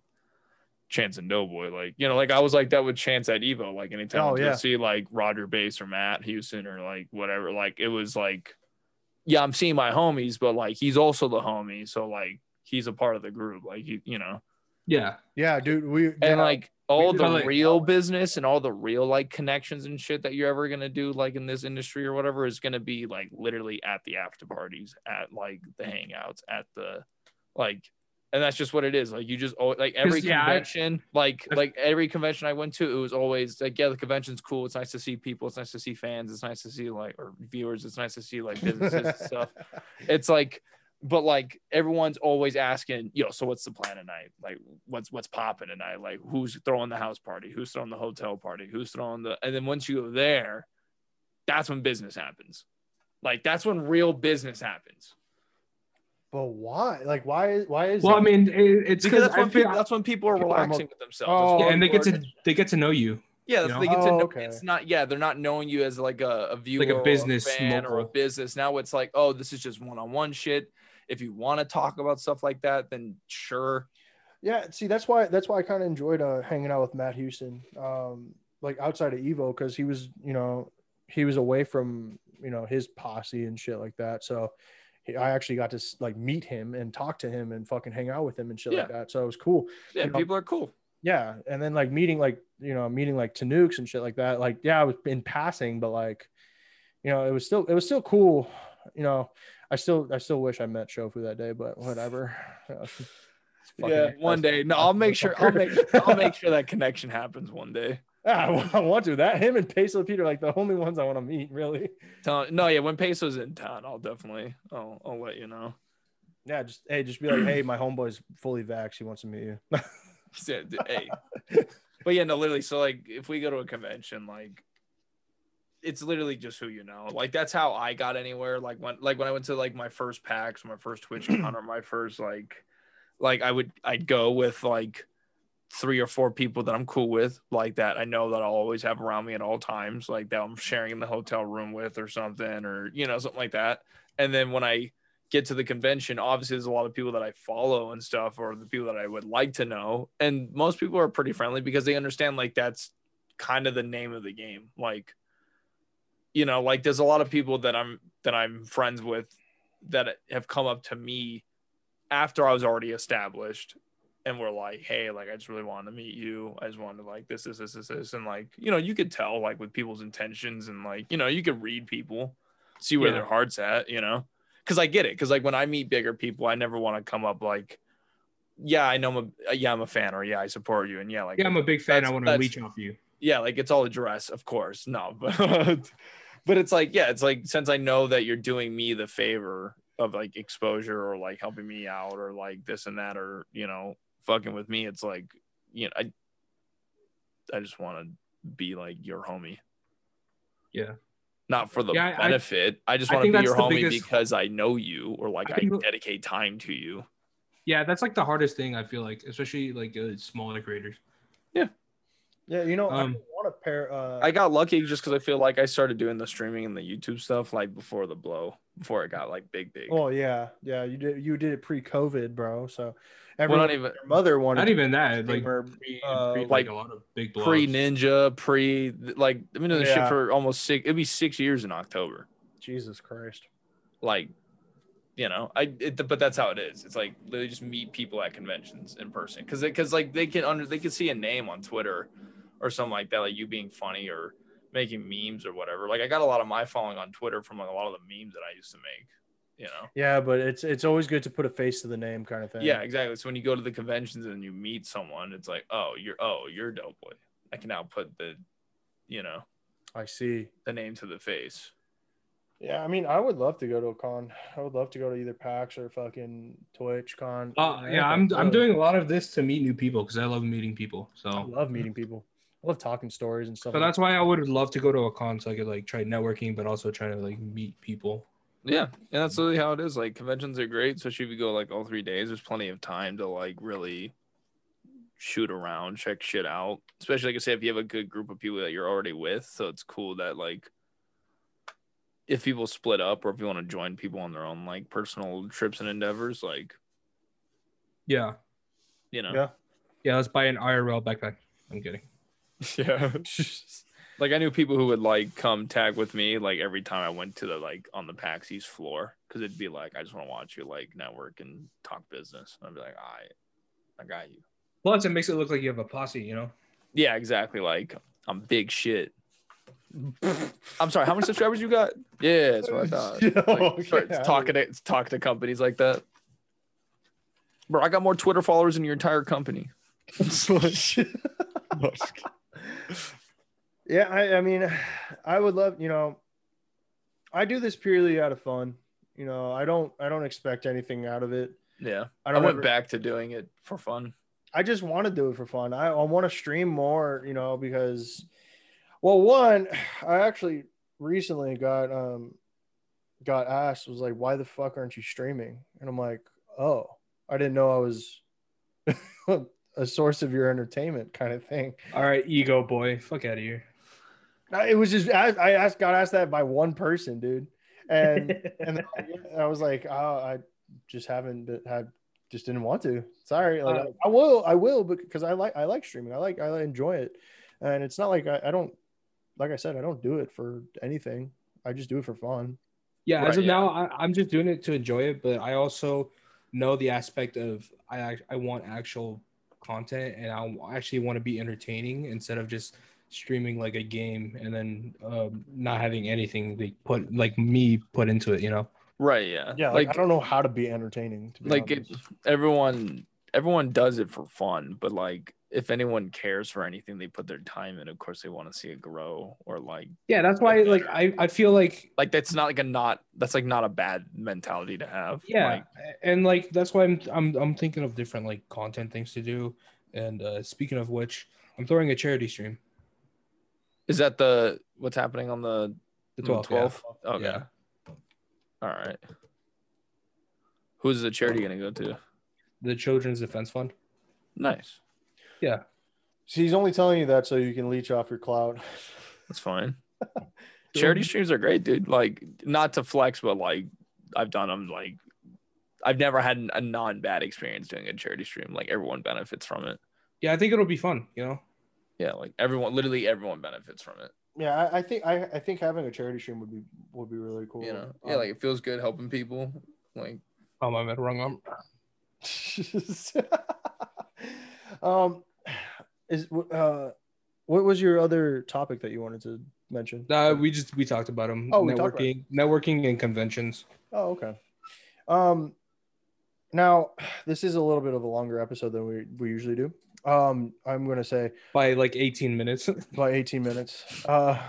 [SPEAKER 3] Chance and Doughboy. Like, you know, like I was like that with Chance at Evo. Like anytime
[SPEAKER 1] Oh,
[SPEAKER 3] I would
[SPEAKER 1] yeah.
[SPEAKER 3] see like Roger Bass or Matt Houston or like whatever, like it was like, yeah, I'm seeing my homies, but like he's also the homie. So like he's a part of the group. Like you, you know.
[SPEAKER 2] yeah
[SPEAKER 1] Yeah, dude. We yeah,
[SPEAKER 3] And like all
[SPEAKER 2] did
[SPEAKER 3] the
[SPEAKER 2] all, like-
[SPEAKER 3] real business and all the real like connections and shit that you're ever gonna do like in this industry or whatever is gonna be like literally at the after parties, at like the hangouts, at the like, and that's just what it is. Like you just always, like every
[SPEAKER 2] yeah, I-
[SPEAKER 3] convention, like
[SPEAKER 2] I-
[SPEAKER 3] like every convention I went to, it was always like yeah, the convention's cool. It's nice to see people. It's nice to see fans. It's nice to see like or viewers. It's nice to see like businesses and stuff it's like but like everyone's always asking yo so what's the plan tonight like what's what's popping tonight like who's throwing the house party who's throwing the hotel party who's throwing the and then once you go there that's when business happens like that's when real business happens
[SPEAKER 1] but why? Like, why is why is
[SPEAKER 2] well i
[SPEAKER 1] that-
[SPEAKER 2] mean it, it's
[SPEAKER 3] because
[SPEAKER 2] because
[SPEAKER 3] that's
[SPEAKER 2] i
[SPEAKER 3] when,
[SPEAKER 2] feel
[SPEAKER 3] people, that's when people are
[SPEAKER 1] People are
[SPEAKER 3] relaxing
[SPEAKER 1] mo-
[SPEAKER 3] with themselves That's
[SPEAKER 1] Oh,
[SPEAKER 2] yeah,
[SPEAKER 3] when
[SPEAKER 2] and they
[SPEAKER 3] people
[SPEAKER 2] get
[SPEAKER 3] are-
[SPEAKER 2] to they get to know you
[SPEAKER 3] yeah
[SPEAKER 2] you
[SPEAKER 3] that's
[SPEAKER 2] know?
[SPEAKER 3] they get to
[SPEAKER 1] Oh,
[SPEAKER 3] know,
[SPEAKER 1] okay.
[SPEAKER 3] it's not yeah they're not knowing you as like a, a viewer or
[SPEAKER 2] business
[SPEAKER 3] fan or a
[SPEAKER 2] mogul.
[SPEAKER 3] business now it's like oh this is just one-on-one shit if you want to talk about stuff like that then sure
[SPEAKER 1] Yeah, see, that's why that's why I kind of enjoyed uh, hanging out with Matt Houston, um, like outside of Evo, because he was, you know, he was away from you know his posse and shit like that. So he, I actually got to s- like meet him and talk to him and fucking hang out with him and shit like that. So it was cool.
[SPEAKER 3] yeah
[SPEAKER 1] You know,
[SPEAKER 3] people are cool
[SPEAKER 1] Yeah, and then like meeting like you know meeting like Tanooks and shit like that. Like yeah, I was in passing, but like you know it was still it was still cool. You know, I still I still wish I met Shofu that day, but whatever. fucking
[SPEAKER 3] yeah, one day. No, I'll make sure. I'll make. I'll make sure that connection happens one day.
[SPEAKER 1] Ah, I wa- I want to. That him and Peso Peter are like the only ones I want to meet, really.
[SPEAKER 3] Tell, no, yeah. When Peso's in town, I'll definitely. I'll. I'll let you know.
[SPEAKER 1] Yeah, just hey, just be like, hey, my homeboy's fully vaxxed. He wants to meet you.
[SPEAKER 3] He said, hey. but yeah, no, literally. So like, if we go to a convention, like, it's literally just who you know. Like that's how I got anywhere. Like when, like when I went to like my first PAX, my first Twitch con, or my first like, like I would, I'd go with like three or four people that I'm cool with, like that I know that I'll always have around me at all times, like that I'm sharing the hotel room with or something, or you know something like that. And then when I get to the convention, obviously there's a lot of people that I follow and stuff, or the people that I would like to know. And most people are pretty friendly because they understand like that's kind of the name of the game. Like, you know, like there's a lot of people that I'm that I'm friends with that have come up to me after I was already established and were like, hey, like I just really wanted to meet you. I just wanted to like this, this, this, this, this. And like, you know, you could tell like with people's intentions and like, you know, you could read people, see where
[SPEAKER 2] Yeah.
[SPEAKER 3] their heart's at, you know because I get it. Because like when I meet bigger people, I never want to come up like, yeah, I know, I'm a, yeah, I'm a fan, or yeah, I support you, and yeah, like
[SPEAKER 2] yeah i'm a big fan i
[SPEAKER 3] That's-
[SPEAKER 2] want to
[SPEAKER 3] that's-
[SPEAKER 2] leech off you
[SPEAKER 3] yeah, like it's all a dress, of course. No, but but it's like, yeah, it's like since I know that you're doing me the favor of like exposure or like helping me out or like this and that or you know fucking with me, it's like you know I I just want to be like your homie.
[SPEAKER 2] Yeah.
[SPEAKER 3] Not for the
[SPEAKER 2] Yeah, I- I-
[SPEAKER 3] benefit. I, just
[SPEAKER 2] I
[SPEAKER 3] want
[SPEAKER 2] think
[SPEAKER 3] to be
[SPEAKER 2] that's
[SPEAKER 3] your
[SPEAKER 2] the
[SPEAKER 3] homie
[SPEAKER 2] biggest-
[SPEAKER 3] because I know you or like
[SPEAKER 2] I
[SPEAKER 3] I,
[SPEAKER 2] think-
[SPEAKER 3] dedicate time to you.
[SPEAKER 2] yeah that's like the hardest thing i feel like especially like uh, smaller creators
[SPEAKER 1] yeah, you know, I
[SPEAKER 2] Um,
[SPEAKER 1] want to pair. Uh,
[SPEAKER 3] I got lucky just because I feel like I started doing the streaming and the YouTube stuff like before the blow, before it got like big, big.
[SPEAKER 1] oh yeah, yeah, you did you did it pre-COVID, bro. So
[SPEAKER 3] Well,
[SPEAKER 1] everyone,
[SPEAKER 3] not even
[SPEAKER 1] your mother wanted
[SPEAKER 2] not
[SPEAKER 1] to
[SPEAKER 2] even that
[SPEAKER 1] be a
[SPEAKER 2] like
[SPEAKER 1] streamer.
[SPEAKER 2] pre,
[SPEAKER 1] uh,
[SPEAKER 2] pre,
[SPEAKER 3] like,
[SPEAKER 2] like a lot of big blows.
[SPEAKER 3] pre Ninja, pre like I've been doing this
[SPEAKER 1] Yeah.
[SPEAKER 3] shit for almost six. It'd be six years in October.
[SPEAKER 1] Jesus Christ.
[SPEAKER 3] Like, you know, I it, but that's how it is. It's like they just meet people at conventions in person because because like they can under they can see a name on Twitter or something like that, like you being funny or making memes or whatever. Like I got a lot of my following on Twitter from like, a lot of the memes that I used to make. You know.
[SPEAKER 1] Yeah, but it's it's always good to put a face to the name, kind of thing.
[SPEAKER 3] Yeah, exactly. So when you go to the conventions and you meet someone, it's like, oh, you're oh, you're dope boy. I can now put the, you know,
[SPEAKER 1] I see.
[SPEAKER 3] the name to the face.
[SPEAKER 1] Yeah, I mean, I would love to go to a con. I would love to go to either PAX or fucking Twitch con.
[SPEAKER 3] Oh.
[SPEAKER 2] Uh, yeah, I'm I'm doing a lot of this to meet new people because I love meeting people.
[SPEAKER 1] I
[SPEAKER 2] So,
[SPEAKER 1] love meeting people. I love talking stories and stuff.
[SPEAKER 2] so
[SPEAKER 1] like
[SPEAKER 2] that's why I would love to go to a con so I could like try networking, but also try to like meet people.
[SPEAKER 3] Yeah, and that's really how it is. Like conventions are great, especially if you go like all three days. There's plenty of time to like really shoot around, check shit out. Especially like I say, if you have a good group of people that you're already with, so it's cool that like if people split up or if you want to join people on their own like personal trips and endeavors, like
[SPEAKER 2] Yeah,
[SPEAKER 3] you know,
[SPEAKER 1] Yeah.
[SPEAKER 2] yeah. Let's buy an IRL backpack. I'm kidding.
[SPEAKER 3] yeah.
[SPEAKER 1] that.
[SPEAKER 3] Like I knew people who would like come tag with me like every time I went to the like on the Paxi's floor because it'd be like I just want to watch you like network and talk business. And I'd be like, all right, I got you.
[SPEAKER 2] Plus, it makes it look like you have a posse. You know.
[SPEAKER 3] Yeah, exactly. Like I'm big shit. I'm sorry. How many subscribers you got? Yeah, that's what I thought.
[SPEAKER 1] Yo,
[SPEAKER 3] Like, start
[SPEAKER 1] Oh, yeah.
[SPEAKER 3] talking to talk to companies like that. Bro, I got more Twitter followers than your entire company.
[SPEAKER 1] Yeah, I, I mean, I would love, you know, I do this purely out of fun. You know, I don't, I don't expect anything out of it.
[SPEAKER 3] yeah,
[SPEAKER 1] I
[SPEAKER 3] I,
[SPEAKER 1] don't
[SPEAKER 3] went
[SPEAKER 1] ever-
[SPEAKER 3] back to doing it for fun.
[SPEAKER 1] I just want to do it for fun. I, I want to stream more, you know, because, well, one, I actually recently got um got asked was like, why the fuck aren't you streaming? And I'm like, oh, I didn't know I was a source of your entertainment kind of thing.
[SPEAKER 2] All right, ego boy, fuck out of here.
[SPEAKER 1] I- It was just I, I asked got asked that by one person, dude, and and then I- I was like, oh, I just haven't been- had just didn't want to. Sorry, like
[SPEAKER 2] Uh,
[SPEAKER 1] I, I will, I will, because I like I like streaming. I like I enjoy it, and it's not like I, I don't like I said I don't do it for anything. I just do it for fun.
[SPEAKER 2] Yeah, as
[SPEAKER 3] Right,
[SPEAKER 2] of
[SPEAKER 3] yeah.
[SPEAKER 2] now, I, I'm just doing it to enjoy it, but I also know the aspect of I act- I want actual content and I w- actually want to be entertaining instead of just streaming like a game and then um, not having anything they put like me put into it, you know.
[SPEAKER 3] Right? Yeah.
[SPEAKER 1] Yeah, like,
[SPEAKER 3] Like
[SPEAKER 1] I don't know how to be entertaining. To be
[SPEAKER 3] like it,
[SPEAKER 1] honest.
[SPEAKER 3] everyone everyone does it for fun, but like if anyone cares for anything, they put their time in. Of course, they want to see it grow or like
[SPEAKER 2] Yeah, that's why like I, I feel like
[SPEAKER 3] like that's not like a not that's like not a bad mentality to have.
[SPEAKER 2] yeah,
[SPEAKER 3] Like,
[SPEAKER 2] and like that's why I'm I'm I'm thinking of different like content things to do. And uh, speaking of which, I'm throwing a charity stream.
[SPEAKER 3] Is that the what's happening on the
[SPEAKER 2] The
[SPEAKER 3] on
[SPEAKER 2] 12th, yeah.
[SPEAKER 3] Okay.
[SPEAKER 2] Yeah.
[SPEAKER 3] All right. Who's the charity gonna go to?
[SPEAKER 2] The Children's Defense Fund.
[SPEAKER 3] Nice.
[SPEAKER 1] So he's only telling you that so you can leech off your clout.
[SPEAKER 3] That's fine. Charity streams are great, dude. Like, not to flex, but like, I've done them. Like, I've never had a non bad experience doing a charity stream. Like, everyone benefits from it.
[SPEAKER 2] Yeah, I think it'll be fun. You know,
[SPEAKER 3] Yeah, like everyone, literally everyone benefits from it.
[SPEAKER 1] Yeah, I, I think I, I think having a charity stream would be would be really cool.
[SPEAKER 3] You know,
[SPEAKER 1] Um,
[SPEAKER 3] yeah, like it feels good helping people. Like,
[SPEAKER 2] oh my bad, wrong arm.
[SPEAKER 1] um, is uh, what was your other topic that you wanted to mention?
[SPEAKER 2] Uh, we just we talked about them.
[SPEAKER 1] Oh, we talked about
[SPEAKER 2] networking, networking and conventions.
[SPEAKER 1] oh, okay. Um, now this is a little bit of a longer episode than we we usually do. Um, I'm gonna say
[SPEAKER 2] By like 18 minutes,
[SPEAKER 1] by 18 minutes. Uh,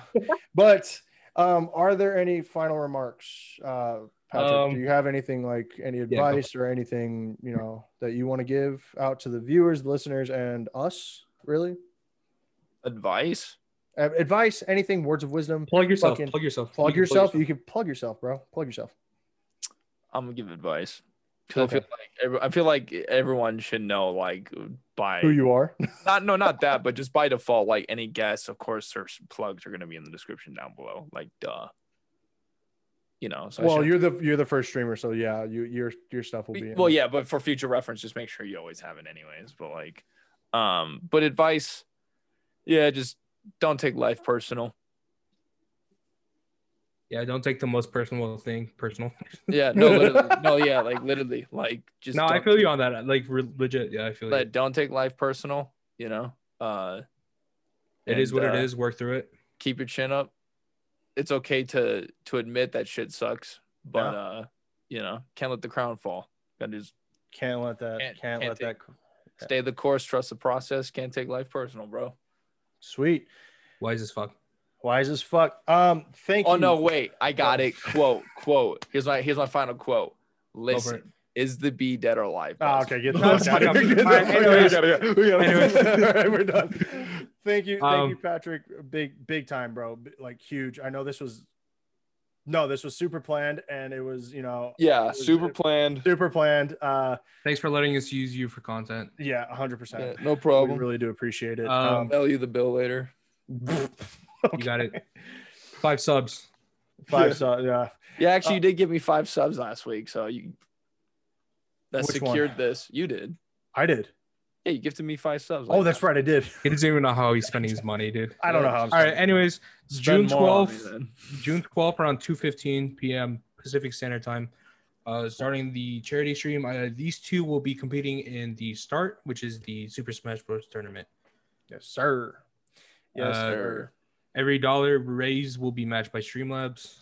[SPEAKER 1] but um, are there any final remarks, uh, Patrick?
[SPEAKER 2] Um,
[SPEAKER 1] do you have anything like any
[SPEAKER 2] go
[SPEAKER 1] advice or anything you know that you want to give out to the viewers, listeners, and us? Really,
[SPEAKER 3] advice?
[SPEAKER 1] Uh, advice, anything, words of wisdom.
[SPEAKER 2] plug yourself.
[SPEAKER 1] Fucking
[SPEAKER 2] Plug yourself.
[SPEAKER 1] Plug
[SPEAKER 2] You can
[SPEAKER 1] yourself. You can plug yourself, bro. Plug yourself.
[SPEAKER 3] I'm gonna give advice. Cause
[SPEAKER 1] Okay.
[SPEAKER 3] I feel like every- I feel like everyone should know like by
[SPEAKER 1] Who you are?
[SPEAKER 3] not no not that but just by default like any guests of course their plugs are going to be in the description down below like duh you know so I
[SPEAKER 1] well,
[SPEAKER 3] should-
[SPEAKER 1] you're the you're the first streamer, so yeah, you your your stuff will be. in.
[SPEAKER 3] well yeah but for future reference just make sure you always have it anyways but like um but advice yeah just don't take life personal
[SPEAKER 2] Yeah, don't take the most personal thing personal.
[SPEAKER 3] yeah no literally no yeah like literally like just
[SPEAKER 2] no, I
[SPEAKER 3] don't
[SPEAKER 2] feel you on that. Like re- legit. Yeah, I feel
[SPEAKER 3] but
[SPEAKER 2] you.
[SPEAKER 3] don't take life personal you know uh
[SPEAKER 2] It is
[SPEAKER 3] and,
[SPEAKER 2] what
[SPEAKER 3] uh,
[SPEAKER 2] it is. Work through it.
[SPEAKER 3] keep your chin up. It's okay to to admit that shit sucks, but
[SPEAKER 1] Yeah.
[SPEAKER 3] uh, you know, can't let the crown fall. Gotta just
[SPEAKER 1] can't let that can't,
[SPEAKER 3] Can't- can't
[SPEAKER 1] let that.
[SPEAKER 3] take- stay the course, trust the process. Can't take life personal, bro.
[SPEAKER 1] Sweet.
[SPEAKER 2] Wise as fuck.
[SPEAKER 1] Wise as fuck. Um, thank
[SPEAKER 3] Oh
[SPEAKER 1] you.
[SPEAKER 3] no, wait, I got it. Quote, quote. Here's my here's my final quote.
[SPEAKER 2] Go for
[SPEAKER 3] Listen,
[SPEAKER 2] it.
[SPEAKER 3] is the bee dead or alive?
[SPEAKER 1] Ah,
[SPEAKER 3] boss?
[SPEAKER 1] okay, get the
[SPEAKER 2] That's
[SPEAKER 1] fuck out of
[SPEAKER 2] fine.
[SPEAKER 1] here.
[SPEAKER 2] All right, anyways.
[SPEAKER 1] We gotta go. We gotta go.
[SPEAKER 2] Anyways.
[SPEAKER 1] All right, we're done. Thank you, thank you,
[SPEAKER 2] Um,
[SPEAKER 1] Patrick. Big, big time, bro. B- Like huge. I know this was, no, this was super planned, and it was, you know,
[SPEAKER 3] Yeah, super planned.
[SPEAKER 1] super planned. Uh,
[SPEAKER 2] Thanks for letting us use you for content.
[SPEAKER 1] yeah, hundred
[SPEAKER 3] Yeah,
[SPEAKER 1] percent.
[SPEAKER 3] no
[SPEAKER 1] We
[SPEAKER 3] problem.
[SPEAKER 1] really do appreciate it.
[SPEAKER 2] Um,
[SPEAKER 3] Mail you the bill later.
[SPEAKER 1] um,
[SPEAKER 2] You got it. Five subs.
[SPEAKER 1] five Uh, star. Yeah,
[SPEAKER 3] Yeah, actually, you did give me five subs last week, so you that
[SPEAKER 2] Which one?
[SPEAKER 3] secured this. You did.
[SPEAKER 1] I did.
[SPEAKER 3] Yeah, you gifted me five subs.
[SPEAKER 1] Oh, that's right, I did.
[SPEAKER 2] He doesn't even know how he's spending his money, dude.
[SPEAKER 1] I don't know how. I'm
[SPEAKER 2] All right.
[SPEAKER 1] spending it.
[SPEAKER 2] Anyways, June twelfth.
[SPEAKER 3] Then.
[SPEAKER 2] June 12th around 2:15 p.m. Pacific Standard Time. Uh, starting the charity stream, uh, these two will be competing in the start, which is the Super Smash Bros. tournament.
[SPEAKER 1] Yes, sir. Yes,
[SPEAKER 2] Uh,
[SPEAKER 1] sir.
[SPEAKER 2] Every dollar raised will be matched by Streamlabs.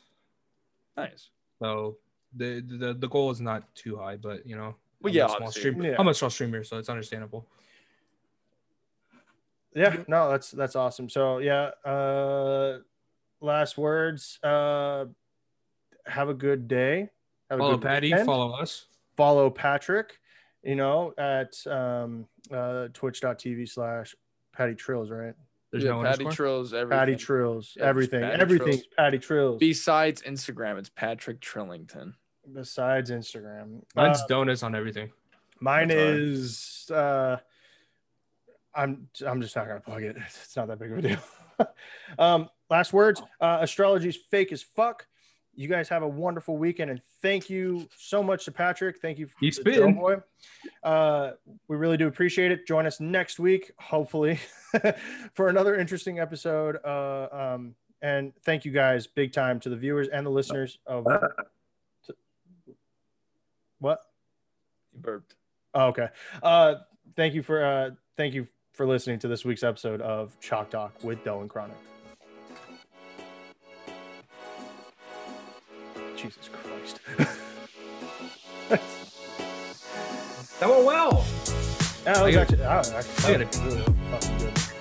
[SPEAKER 3] Nice.
[SPEAKER 2] So the the, the goal is not too high, but you know,
[SPEAKER 3] Well,
[SPEAKER 2] I'm
[SPEAKER 3] yeah,
[SPEAKER 2] a small
[SPEAKER 3] obviously.
[SPEAKER 2] streamer.
[SPEAKER 1] Yeah.
[SPEAKER 2] I'm a small streamer, so it's understandable.
[SPEAKER 1] Yeah, no, that's that's awesome. So yeah, uh, last words. Uh, have a good day. Have a
[SPEAKER 2] Follow
[SPEAKER 1] good
[SPEAKER 2] Patty,
[SPEAKER 1] weekend.
[SPEAKER 2] follow us.
[SPEAKER 1] follow Patrick. You know at um, uh, Twitch.tv slash Patty Trills, right?
[SPEAKER 2] There's
[SPEAKER 3] yeah,
[SPEAKER 2] no
[SPEAKER 3] Patty
[SPEAKER 2] underscore.
[SPEAKER 3] Trills. Everything.
[SPEAKER 1] Patty Trills,
[SPEAKER 3] Yeah, just
[SPEAKER 1] everything,
[SPEAKER 3] Patty
[SPEAKER 1] everything's
[SPEAKER 3] Trills.
[SPEAKER 1] Patty Trills.
[SPEAKER 3] Besides Instagram, it's Patrick Trillington.
[SPEAKER 1] besides Instagram, Uh,
[SPEAKER 2] Mine's donuts on everything.
[SPEAKER 1] Mine
[SPEAKER 3] That's all right.
[SPEAKER 1] is uh I'm I'm just not gonna plug it. It's not that big of a deal. um last words. Uh astrology's fake as fuck. You guys have a wonderful weekend and thank you so much to Patrick. Thank you for
[SPEAKER 2] He's
[SPEAKER 1] the
[SPEAKER 2] spitting.
[SPEAKER 1] boy. Uh we really do appreciate it. Join us next week, hopefully, for another interesting episode. Uh um and thank you guys big time to the viewers and the listeners of what?
[SPEAKER 3] You burped.
[SPEAKER 1] Oh, okay. Uh, thank you for uh, thank you for listening to this week's episode of Chalk Talk with Doe and Chronic. Jesus Christ.
[SPEAKER 2] That went well.
[SPEAKER 1] that was
[SPEAKER 2] I gotta-
[SPEAKER 1] actually, that was actually
[SPEAKER 2] I
[SPEAKER 1] that was really fucking good.